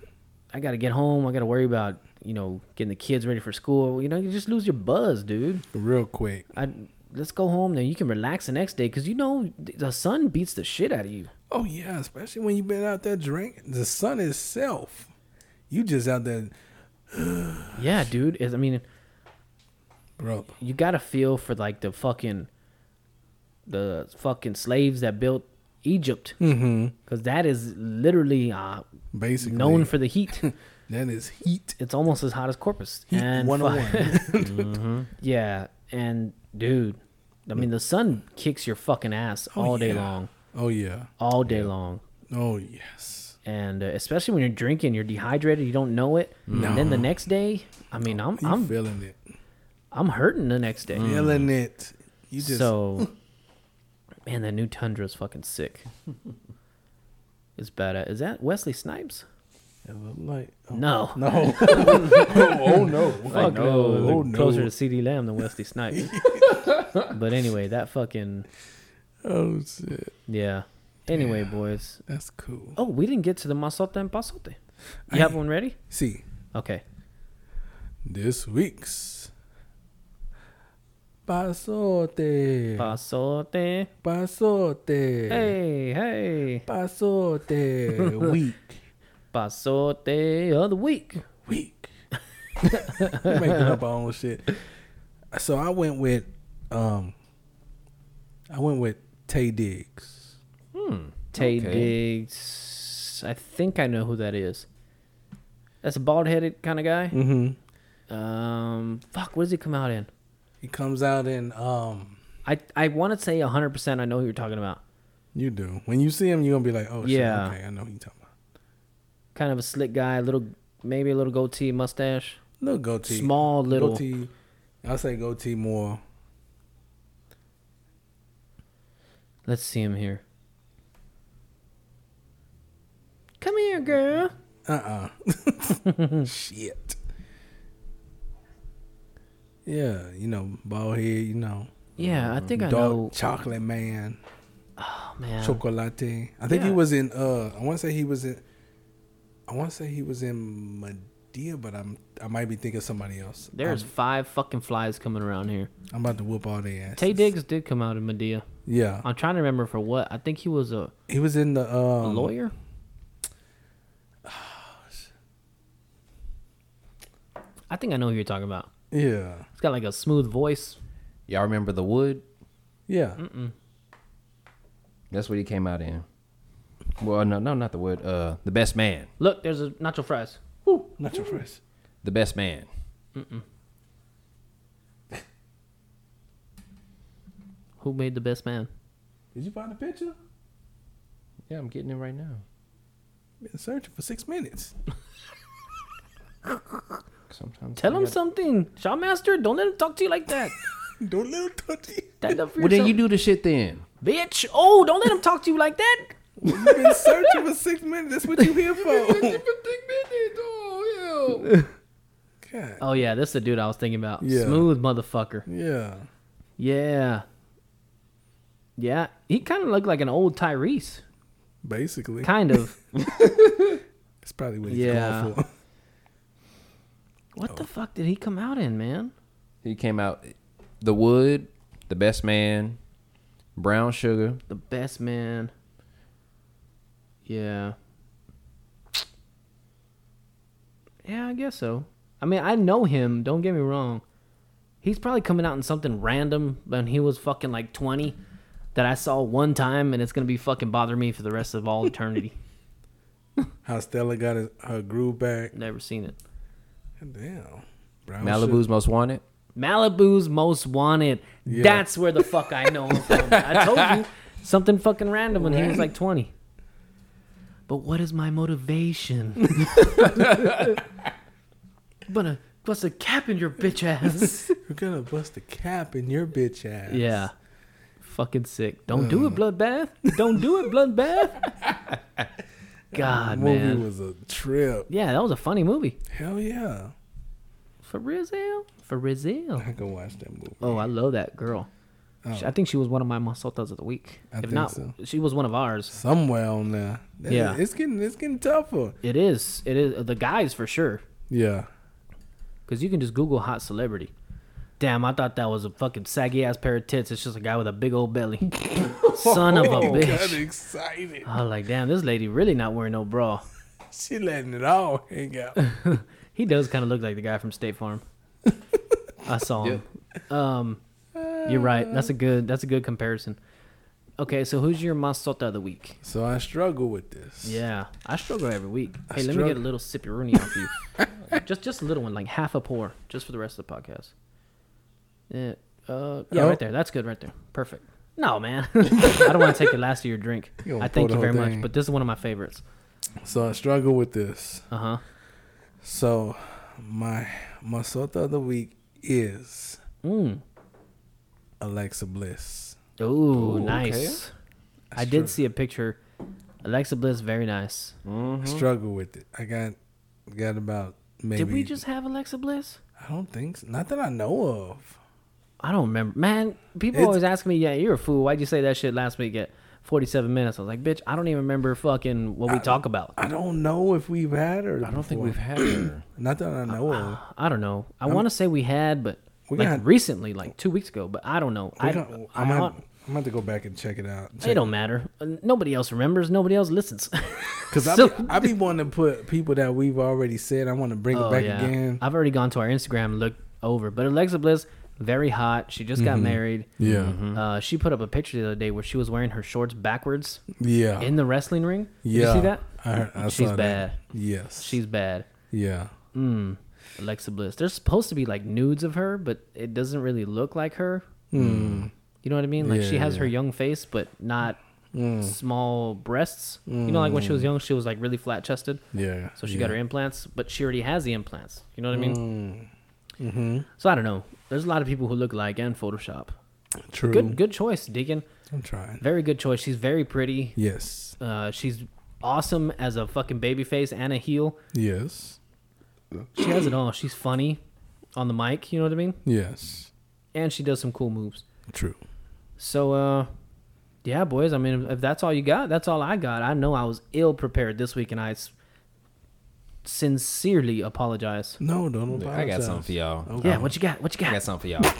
[SPEAKER 2] I gotta get home. I gotta worry about you know getting the kids ready for school. You know, you just lose your buzz, dude.
[SPEAKER 3] Real quick.
[SPEAKER 2] I let's go home then. You can relax the next day because you know th- the sun beats the shit out of you.
[SPEAKER 3] Oh yeah, especially when you've been out there drinking. The sun itself. You just out there
[SPEAKER 2] Yeah, dude. It's, I mean,
[SPEAKER 3] bro,
[SPEAKER 2] you gotta feel for like the fucking the fucking slaves that built Egypt because
[SPEAKER 3] Mhm.
[SPEAKER 2] that is literally uh,
[SPEAKER 3] Basically.
[SPEAKER 2] known
[SPEAKER 3] (laughs)
[SPEAKER 2] for the heat.
[SPEAKER 3] that is heat.
[SPEAKER 2] It's almost as hot as Corpus.
[SPEAKER 3] Heat
[SPEAKER 2] and
[SPEAKER 3] (laughs) 101.
[SPEAKER 2] fu- (laughs) Yeah, and dude, I mean the sun kicks your fucking ass
[SPEAKER 3] Oh,
[SPEAKER 2] all day
[SPEAKER 3] yeah.
[SPEAKER 2] long.
[SPEAKER 3] Oh yeah.
[SPEAKER 2] All day long.
[SPEAKER 3] Oh yes.
[SPEAKER 2] And uh, especially when you're drinking, you're dehydrated, you don't know it. And then the next day, I mean, I'm
[SPEAKER 3] You
[SPEAKER 2] I'm
[SPEAKER 3] feeling it.
[SPEAKER 2] I'm hurting the next day.
[SPEAKER 3] Feeling it. You just
[SPEAKER 2] So man, that new Tundra is fucking
[SPEAKER 3] (laughs)
[SPEAKER 2] sick. It's badass. Is that Wesley Snipes?
[SPEAKER 3] It look like oh,
[SPEAKER 2] No.
[SPEAKER 3] No.
[SPEAKER 2] (laughs)
[SPEAKER 3] oh, oh, no.
[SPEAKER 2] Fuck no.
[SPEAKER 3] Oh,
[SPEAKER 2] They're
[SPEAKER 3] no.
[SPEAKER 2] Closer to CD Lamb than
[SPEAKER 3] (laughs)
[SPEAKER 2] Wesley Snipes. but anyway, that fucking
[SPEAKER 3] Oh shit.
[SPEAKER 2] yeah. Anyway, boys.
[SPEAKER 3] That's cool.
[SPEAKER 2] Oh, we didn't get to the masota and pasote. You have one ready?
[SPEAKER 3] See.
[SPEAKER 2] Okay.
[SPEAKER 3] This week's Pasote.
[SPEAKER 2] Pasote.
[SPEAKER 3] Pasote.
[SPEAKER 2] Hey, hey. (laughs)
[SPEAKER 3] Pasote week.
[SPEAKER 2] Pasote of the week.
[SPEAKER 3] Week. (laughs) We're making up our own shit. So I went with um I went with Tay Diggs.
[SPEAKER 2] Hmm. Tay
[SPEAKER 3] Okay.
[SPEAKER 2] Diggs. I think I know who that is. That's a bald headed kind of guy. Mm-hmm. Um, fuck, what does he come out in?
[SPEAKER 3] He comes out in um
[SPEAKER 2] I I want to say 100% I know who you're talking about.
[SPEAKER 3] you do. When you see him you're gonna be like, Oh
[SPEAKER 2] Yeah.
[SPEAKER 3] shit, okay, I know who you talking about.
[SPEAKER 2] Kind of a slick guy, little maybe a little goatee, mustache.
[SPEAKER 3] Little goatee.
[SPEAKER 2] Small little
[SPEAKER 3] goatee. I'll say goatee more.
[SPEAKER 2] Let's see him here. Come here, girl.
[SPEAKER 3] Uh uh Shit. Yeah, you know, bald head, you know.
[SPEAKER 2] Yeah, I think I
[SPEAKER 3] Dark
[SPEAKER 2] know.
[SPEAKER 3] Chocolate Man.
[SPEAKER 2] Oh man.
[SPEAKER 3] Chocolate. I think he
[SPEAKER 2] Yeah.
[SPEAKER 3] was in. Uh, I want to say he was in. I want to say he was in Medea, but I'm. I might be thinking somebody else.
[SPEAKER 2] There's
[SPEAKER 3] I'm,
[SPEAKER 2] five fucking flies coming around here.
[SPEAKER 3] I'm about to whoop all their ass.
[SPEAKER 2] Tay Diggs did come out of Medea.
[SPEAKER 3] Yeah.
[SPEAKER 2] I'm trying to remember for what. I think he was a
[SPEAKER 3] He was in the um,
[SPEAKER 2] a lawyer. I think I know who you're talking about.
[SPEAKER 3] Yeah.
[SPEAKER 2] He's got like a smooth voice.
[SPEAKER 6] Y'all remember The Wood?
[SPEAKER 3] Yeah.
[SPEAKER 2] Mm-mm.
[SPEAKER 6] That's what he came out in. Well, no, no, not The Wood. Uh, The Best Man.
[SPEAKER 2] Look, there's a nacho fries.
[SPEAKER 3] Not your first.
[SPEAKER 6] The Best Man.
[SPEAKER 2] Mm-mm. Who made the best man?
[SPEAKER 3] Did you find the picture?
[SPEAKER 6] Yeah, I'm getting it right now.
[SPEAKER 3] Been searching for six minutes. (laughs)
[SPEAKER 6] Sometimes
[SPEAKER 2] Tell
[SPEAKER 6] I
[SPEAKER 2] him
[SPEAKER 6] gotta-
[SPEAKER 2] something, Shawmaster. Don't let him talk to you like (laughs) that.
[SPEAKER 3] don't let him
[SPEAKER 2] (laughs)
[SPEAKER 3] talk to you.
[SPEAKER 2] Stand up for
[SPEAKER 6] Well, then
[SPEAKER 2] yourself.
[SPEAKER 6] you do the shit then.
[SPEAKER 2] bitch. Oh, don't let him talk to you like that.
[SPEAKER 3] You've been searching for six minutes. That's what you
[SPEAKER 2] (laughs)
[SPEAKER 3] here for.
[SPEAKER 6] oh,
[SPEAKER 3] God.
[SPEAKER 2] Oh yeah, that's the dude I was thinking about.
[SPEAKER 3] Yeah.
[SPEAKER 2] Smooth motherfucker.
[SPEAKER 3] Yeah.
[SPEAKER 2] Yeah. Yeah. He kind of looked like an old Tyrese.
[SPEAKER 3] Basically.
[SPEAKER 2] Kind (laughs) of.
[SPEAKER 3] That's probably what he's
[SPEAKER 2] Yeah.
[SPEAKER 3] going for. (laughs)
[SPEAKER 2] what the fuck did he come out in, man?
[SPEAKER 6] He came out The Wood, The Best Man, Brown Sugar.
[SPEAKER 2] The best man. Yeah. Yeah, I guess so. I mean, I know him, don't get me wrong. He's probably coming out in something random when he was fucking like 20 that I saw one time and it's going to be fucking bother me for the rest of all eternity.
[SPEAKER 3] How Stella got his, her groove back.
[SPEAKER 2] Never seen it.
[SPEAKER 3] Damn. Brown
[SPEAKER 6] Malibu's Most Wanted.
[SPEAKER 2] Malibu's Most Wanted.
[SPEAKER 3] Yeah.
[SPEAKER 2] That's where the fuck I know him from.
[SPEAKER 3] (laughs)
[SPEAKER 2] I told you something fucking random when he was like 20. But what is my
[SPEAKER 3] (laughs)
[SPEAKER 2] motivation? I'm gonna bust a cap in your bitch
[SPEAKER 3] (laughs)
[SPEAKER 2] ass.
[SPEAKER 3] You're gonna bust a cap in your bitch ass.
[SPEAKER 2] yeah. Fucking sick. Don't do it, Bloodbath. Don't do it, Bloodbath.
[SPEAKER 3] (laughs)
[SPEAKER 2] God,
[SPEAKER 3] movie
[SPEAKER 2] man.
[SPEAKER 3] was a trip.
[SPEAKER 2] yeah, that was a funny movie.
[SPEAKER 3] Hell yeah.
[SPEAKER 2] For Rizal? For Rizal.
[SPEAKER 3] I can watch that movie.
[SPEAKER 2] Oh, I love that girl. She- I think she was one of my masotas of the week.
[SPEAKER 3] Oh. I
[SPEAKER 2] if
[SPEAKER 3] think
[SPEAKER 2] not,
[SPEAKER 3] so.
[SPEAKER 2] she was one of ours.
[SPEAKER 3] Somewhere on there. That-
[SPEAKER 2] Yeah.
[SPEAKER 3] It's getting it's getting tougher.
[SPEAKER 2] It is. It is the guys for sure.
[SPEAKER 3] Yeah.
[SPEAKER 2] Because you can just Google hot celebrity. Damn, I thought that was a fucking saggy ass pair of tits. It's just a guy with a big old
[SPEAKER 3] (laughs)
[SPEAKER 2] belly. Son of a
[SPEAKER 3] Oh, got
[SPEAKER 2] bitch.
[SPEAKER 3] excited.
[SPEAKER 2] I was like, damn, this lady really not wearing no bra.
[SPEAKER 3] She letting it all
[SPEAKER 2] (laughs)
[SPEAKER 3] hang out.
[SPEAKER 2] He does kind of look like the guy from State
[SPEAKER 3] (laughs)
[SPEAKER 2] Farm. I saw him. Um, you're right. That's a good. That's a good comparison. Okay, so who's your masota of the week?
[SPEAKER 3] So I struggle with this.
[SPEAKER 2] Yeah, I struggle every week.
[SPEAKER 3] I
[SPEAKER 2] hey, let me get a
[SPEAKER 3] struggle.
[SPEAKER 2] little sippy Rooney off
[SPEAKER 3] (laughs)
[SPEAKER 2] you. just just a little one, like half a pour, just for the rest of the podcast. Yeah, uh, yeah,
[SPEAKER 3] Oh.
[SPEAKER 2] right there. That's good, right there. Perfect. No, man, (laughs) I don't want to take the last of your drink.
[SPEAKER 3] You gonna
[SPEAKER 2] I
[SPEAKER 3] pour
[SPEAKER 2] thank
[SPEAKER 3] the
[SPEAKER 2] you very
[SPEAKER 3] whole thing.
[SPEAKER 2] much, but this is one of my favorites.
[SPEAKER 3] So I struggle with this.
[SPEAKER 2] Uh huh.
[SPEAKER 3] So my my sort of the week is
[SPEAKER 2] Mm.
[SPEAKER 3] Alexa Bliss.
[SPEAKER 2] Ooh,
[SPEAKER 6] okay.
[SPEAKER 2] nice. I
[SPEAKER 3] Struggle.
[SPEAKER 2] did see a picture. Alexa Bliss, very nice.
[SPEAKER 3] Struggle with it. I got got about maybe.
[SPEAKER 2] Mm-hmm. Did we just have Alexa Bliss?
[SPEAKER 3] I don't think so. Not that I know of.
[SPEAKER 2] I don't remember. Man, people
[SPEAKER 3] It's-
[SPEAKER 2] always ask me, yeah, you're a fool. Why'd you say that shit last week at 47 minutes? I was like, bitch, I don't even remember fucking what we
[SPEAKER 3] Uh,
[SPEAKER 2] talk about.
[SPEAKER 3] I don't know if we've had her.
[SPEAKER 6] I don't think we've had her.
[SPEAKER 3] Not that I know of.
[SPEAKER 2] I don't know. I want to say we had, but
[SPEAKER 3] We
[SPEAKER 2] like
[SPEAKER 3] got-
[SPEAKER 2] recently, like two weeks ago, but I don't know.
[SPEAKER 3] We
[SPEAKER 2] I,
[SPEAKER 3] got-
[SPEAKER 2] I,
[SPEAKER 3] I'm gonna
[SPEAKER 2] hon-
[SPEAKER 3] have- I'm gonna have to go back and check it
[SPEAKER 2] (laughs)
[SPEAKER 3] out.
[SPEAKER 2] it don't matter. Uh, Nobody else remembers. Nobody else listens. (laughs)
[SPEAKER 3] Because I,
[SPEAKER 2] So-
[SPEAKER 3] be, I be wanting to put people that we've already said. I want to bring it
[SPEAKER 2] Oh,
[SPEAKER 3] back
[SPEAKER 2] yeah.
[SPEAKER 3] again.
[SPEAKER 2] I've already gone to our Instagram and looked over. But Alexa Bliss, very hot. She just got married.
[SPEAKER 3] Mm-hmm. Yeah.
[SPEAKER 2] Uh, she put up a picture the other day where she was wearing her shorts backwards.
[SPEAKER 3] Yeah.
[SPEAKER 2] In the wrestling ring. Did
[SPEAKER 3] yeah.
[SPEAKER 2] You see that?
[SPEAKER 3] I, heard- I
[SPEAKER 2] She's
[SPEAKER 3] saw
[SPEAKER 2] bad.
[SPEAKER 3] that. Yes.
[SPEAKER 2] She's bad.
[SPEAKER 3] Yeah.
[SPEAKER 2] Mm. Alexa Bliss. There's supposed to be like nudes of her, but it doesn't really look like her.
[SPEAKER 3] Hmm.
[SPEAKER 2] You know what I mean? Like she
[SPEAKER 3] Yeah, Hmm.
[SPEAKER 2] has her
[SPEAKER 3] yeah.
[SPEAKER 2] young face, but not small breasts. You know, like when she was young, she was like really flat chested.
[SPEAKER 3] Hmm. Yeah,
[SPEAKER 2] So she got
[SPEAKER 3] yeah.
[SPEAKER 2] her implants, but she already has the implants. You know what I mean?
[SPEAKER 3] Mm-hmm.
[SPEAKER 2] So I don't know. There's a lot of people who look like and Photoshop.
[SPEAKER 3] True.
[SPEAKER 2] Good, good choice, Deacon.
[SPEAKER 3] I'm trying.
[SPEAKER 2] Very good choice. She's very pretty.
[SPEAKER 3] Yes.
[SPEAKER 2] Uh, she's awesome as a fucking baby face and a heel.
[SPEAKER 3] Yes.
[SPEAKER 2] She has it all. She's funny on the mic. You know what I mean?
[SPEAKER 3] Yes.
[SPEAKER 2] and she does some cool moves.
[SPEAKER 3] True.
[SPEAKER 2] So, uh, yeah, boys. I mean, if that's all you got, that's all I got. I know I was ill prepared this week, and I s- sincerely apologize.
[SPEAKER 3] No, don't
[SPEAKER 6] I got something for y'all.
[SPEAKER 2] Yeah, what you got? What you got?
[SPEAKER 6] I got something for y'all.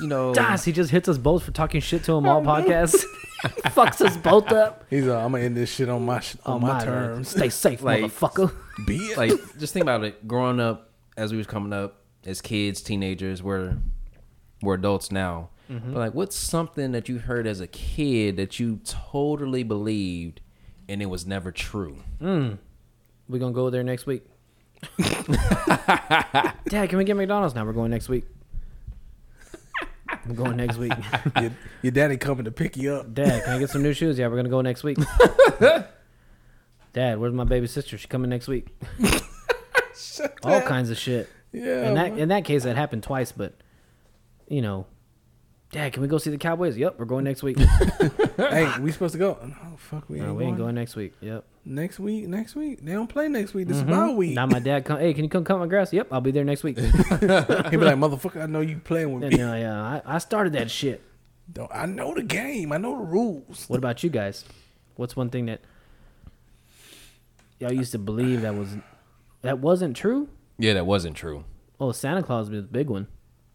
[SPEAKER 6] you know,
[SPEAKER 2] Das, he just hits us both for talking shit to him
[SPEAKER 3] Oh,
[SPEAKER 2] all
[SPEAKER 3] (laughs)
[SPEAKER 2] podcast. Fucks us both up.
[SPEAKER 3] He's like, I'm gonna end this shit on my sh- on,
[SPEAKER 2] On
[SPEAKER 3] my,
[SPEAKER 2] my
[SPEAKER 3] terms.
[SPEAKER 2] terms. Stay safe,
[SPEAKER 6] (laughs)
[SPEAKER 2] motherfucker.
[SPEAKER 3] Be
[SPEAKER 6] like, just think about it. Growing up, as we was coming up, as kids, teenagers, we're we're adults now.
[SPEAKER 2] Mhm.
[SPEAKER 6] But like, what's something that you heard as a kid that you totally believed, and it was never true?
[SPEAKER 2] Mm. We're going to go there next
[SPEAKER 6] (laughs)
[SPEAKER 2] week. Dad, can we get McDonald's now? We're going next week. We're going next week.
[SPEAKER 3] (laughs) your, your daddy coming to pick you up.
[SPEAKER 2] Dad, can I get some new shoes? Yeah, we're going to go next week. Dad, where's my baby sister? She coming next week. All kinds of shit.
[SPEAKER 3] Yeah,
[SPEAKER 2] In that
[SPEAKER 3] man.
[SPEAKER 2] in that case, that happened twice, but you know, Dad, can we go see the Cowboys? Yep, we're going next week.
[SPEAKER 3] hey, we supposed to go? No, fuck, we
[SPEAKER 2] No,
[SPEAKER 3] ain't
[SPEAKER 2] we ain't
[SPEAKER 3] going.
[SPEAKER 2] going next week. Yep.
[SPEAKER 3] Next week, next week. They don't play next week. This
[SPEAKER 2] Mhm.
[SPEAKER 3] is my week.
[SPEAKER 2] Now my dad come. Hey, can you come cut my grass? Yep, I'll be there next week. he
[SPEAKER 3] He be like, motherfucker, I know you playing with
[SPEAKER 2] Yeah,
[SPEAKER 3] me.
[SPEAKER 2] no, yeah, I, I started that shit.
[SPEAKER 3] Don't- I know the game. I know the rules.
[SPEAKER 2] What about you guys? What's one thing that y'all used to believe that was that wasn't true?
[SPEAKER 6] Yeah, that wasn't true.
[SPEAKER 2] Oh, Santa Claus was a big one.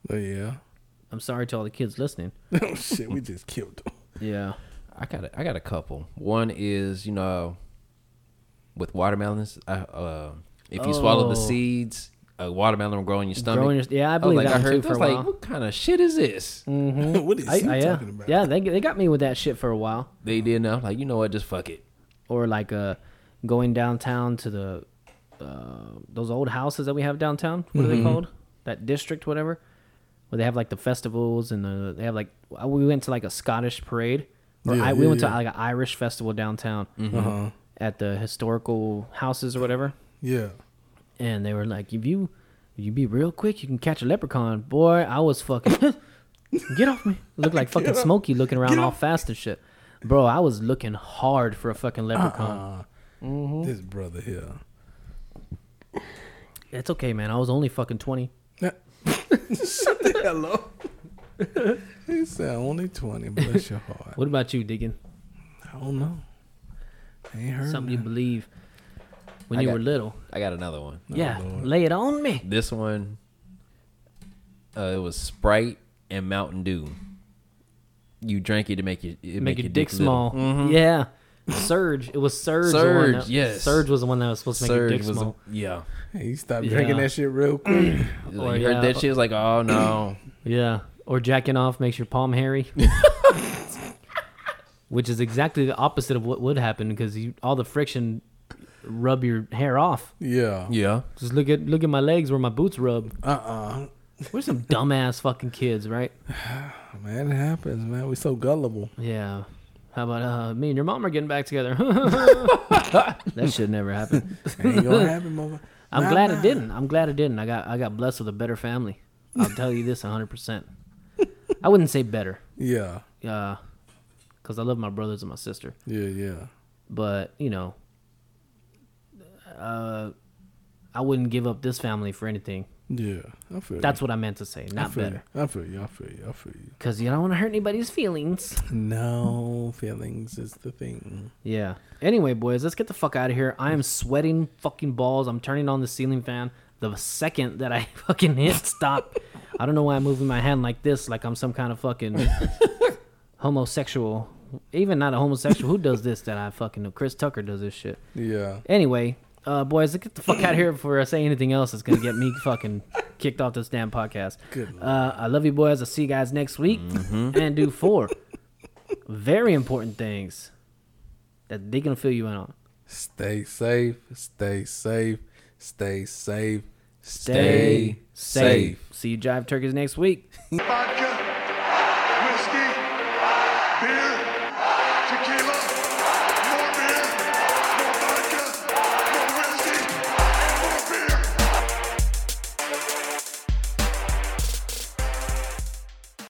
[SPEAKER 3] Oh yeah.
[SPEAKER 2] I'm sorry to all the kids listening.
[SPEAKER 3] (laughs) oh shit, we just killed them.
[SPEAKER 2] Yeah.
[SPEAKER 6] I got a, I got a couple. One is you know, with watermelons, uh, uh, if you swallow the
[SPEAKER 2] Oh.
[SPEAKER 6] seeds, a watermelon will grow in your stomach.
[SPEAKER 2] Growing your- yeah, I
[SPEAKER 6] was
[SPEAKER 2] believe
[SPEAKER 6] like,
[SPEAKER 2] that
[SPEAKER 6] I
[SPEAKER 2] one
[SPEAKER 6] heard
[SPEAKER 2] too
[SPEAKER 6] that.
[SPEAKER 2] for
[SPEAKER 6] I was
[SPEAKER 2] a
[SPEAKER 6] like,
[SPEAKER 2] while.
[SPEAKER 6] what kind of shit is this?
[SPEAKER 2] Mm-hmm.
[SPEAKER 3] (laughs) What is he talking about?
[SPEAKER 2] Yeah, they they got me with that shit for a while.
[SPEAKER 6] They did now. Like you know what? Just fuck it.
[SPEAKER 2] Or like uh, going downtown to the uh, those old houses that we have downtown. What are they
[SPEAKER 6] Mhm.
[SPEAKER 2] called? That district, whatever, where they have like the festivals and the, they have like I- we went to like a Scottish parade. Or
[SPEAKER 6] Yeah,
[SPEAKER 2] I, we
[SPEAKER 6] yeah,
[SPEAKER 2] went to
[SPEAKER 6] yeah.
[SPEAKER 2] like an Irish festival downtown
[SPEAKER 6] Mhm. Uh-huh.
[SPEAKER 2] at the historical houses or whatever.
[SPEAKER 3] Yeah.
[SPEAKER 2] And they were like, if you if you be real quick, you can catch a leprechaun. Boy, I was fucking (coughs) get off me. Looked like fucking
[SPEAKER 3] (laughs) Get off-
[SPEAKER 2] Smokey looking around
[SPEAKER 3] get
[SPEAKER 2] all fast and shit. Bro, I was looking hard for a fucking leprechaun.
[SPEAKER 3] Uh-uh. This brother here.
[SPEAKER 2] It's okay, man. I was only fucking twenty.
[SPEAKER 3] (laughs) Shut the hell up. he said only twenty. Bless your heart.
[SPEAKER 2] What about you, Diggin?
[SPEAKER 3] I don't know. I ain't heard.
[SPEAKER 2] Something you believe when
[SPEAKER 6] I
[SPEAKER 2] you
[SPEAKER 6] got- Oh,
[SPEAKER 2] were little.
[SPEAKER 6] I got another one.
[SPEAKER 2] yeah, lay it on me.
[SPEAKER 6] This one, uh, it was Sprite and Mountain Dew. You drank it to make your it
[SPEAKER 2] make, your dick,
[SPEAKER 6] little.
[SPEAKER 2] small.
[SPEAKER 3] Mm-hmm.
[SPEAKER 2] Yeah. Surge. It was Surge. the one
[SPEAKER 6] Surge,
[SPEAKER 2] that-
[SPEAKER 6] yes.
[SPEAKER 2] Surge was the one that was supposed to make your
[SPEAKER 6] Surge
[SPEAKER 2] dick
[SPEAKER 6] was the-
[SPEAKER 2] small.
[SPEAKER 6] yeah.
[SPEAKER 3] Hey, you stop drinking that shit real quick. (clears throat)
[SPEAKER 6] You heard that shit, it's like,
[SPEAKER 2] (coughs)
[SPEAKER 6] oh, no.
[SPEAKER 2] Yeah. Or jacking off makes your palm
[SPEAKER 3] (laughs)
[SPEAKER 2] hairy. Which is exactly the opposite of what would happen because you all the friction rub your hair off.
[SPEAKER 3] Yeah.
[SPEAKER 6] Yeah.
[SPEAKER 2] Just look at look at my legs where my boots rub.
[SPEAKER 3] Uh uh-uh. uh.
[SPEAKER 2] we are some dumbass fucking kids, right?
[SPEAKER 3] Man, it happens, man. We so (laughs) gullible.
[SPEAKER 2] Yeah. How about uh, me and your mom are getting back together? (laughs) that should never happen.
[SPEAKER 3] Ain't gonna happen, mother.
[SPEAKER 2] I'm
[SPEAKER 3] Nah,
[SPEAKER 2] glad
[SPEAKER 3] nah.
[SPEAKER 2] it didn't. I'm glad it didn't. I got I got blessed with a better family. I'll tell you this 100. percent I wouldn't say better.
[SPEAKER 3] Yeah.
[SPEAKER 2] Yeah. Because I love my brothers and my sister.
[SPEAKER 3] Yeah, yeah.
[SPEAKER 2] But you know, uh, I wouldn't give up this family for anything.
[SPEAKER 3] Yeah, I feel.
[SPEAKER 2] That's
[SPEAKER 3] you.
[SPEAKER 2] what I meant to say.
[SPEAKER 3] I
[SPEAKER 2] Not
[SPEAKER 3] feel
[SPEAKER 2] better.
[SPEAKER 3] You. I feel you. I feel you. I feel you.
[SPEAKER 2] Because you don't want to hurt anybody's feelings.
[SPEAKER 3] No feelings is the thing.
[SPEAKER 2] Yeah. Anyway, boys, let's get the fuck out of here. I am sweating fucking balls. I'm turning on the ceiling fan the second that I (laughs) fucking hit stop. I don't know why I'm moving my hand like this, like I'm some kind of fucking
[SPEAKER 3] (laughs)
[SPEAKER 2] homosexual. Even not a homosexual. Who does this that I fucking know? Chris Tucker does this shit.
[SPEAKER 3] Yeah.
[SPEAKER 2] Anyway, uh, boys, let's get the fuck out of here before I say anything else that's going to get (laughs) me fucking kicked off this damn podcast.
[SPEAKER 3] Good
[SPEAKER 2] Uh, I love you, boys. I'll see you guys next week. And do four very important things that they can fill you in on.
[SPEAKER 3] Stay safe. Stay safe. Stay safe.
[SPEAKER 2] Stay safe. See you, Jive Turkeys, next week.
[SPEAKER 9] Vodka, whiskey, beer,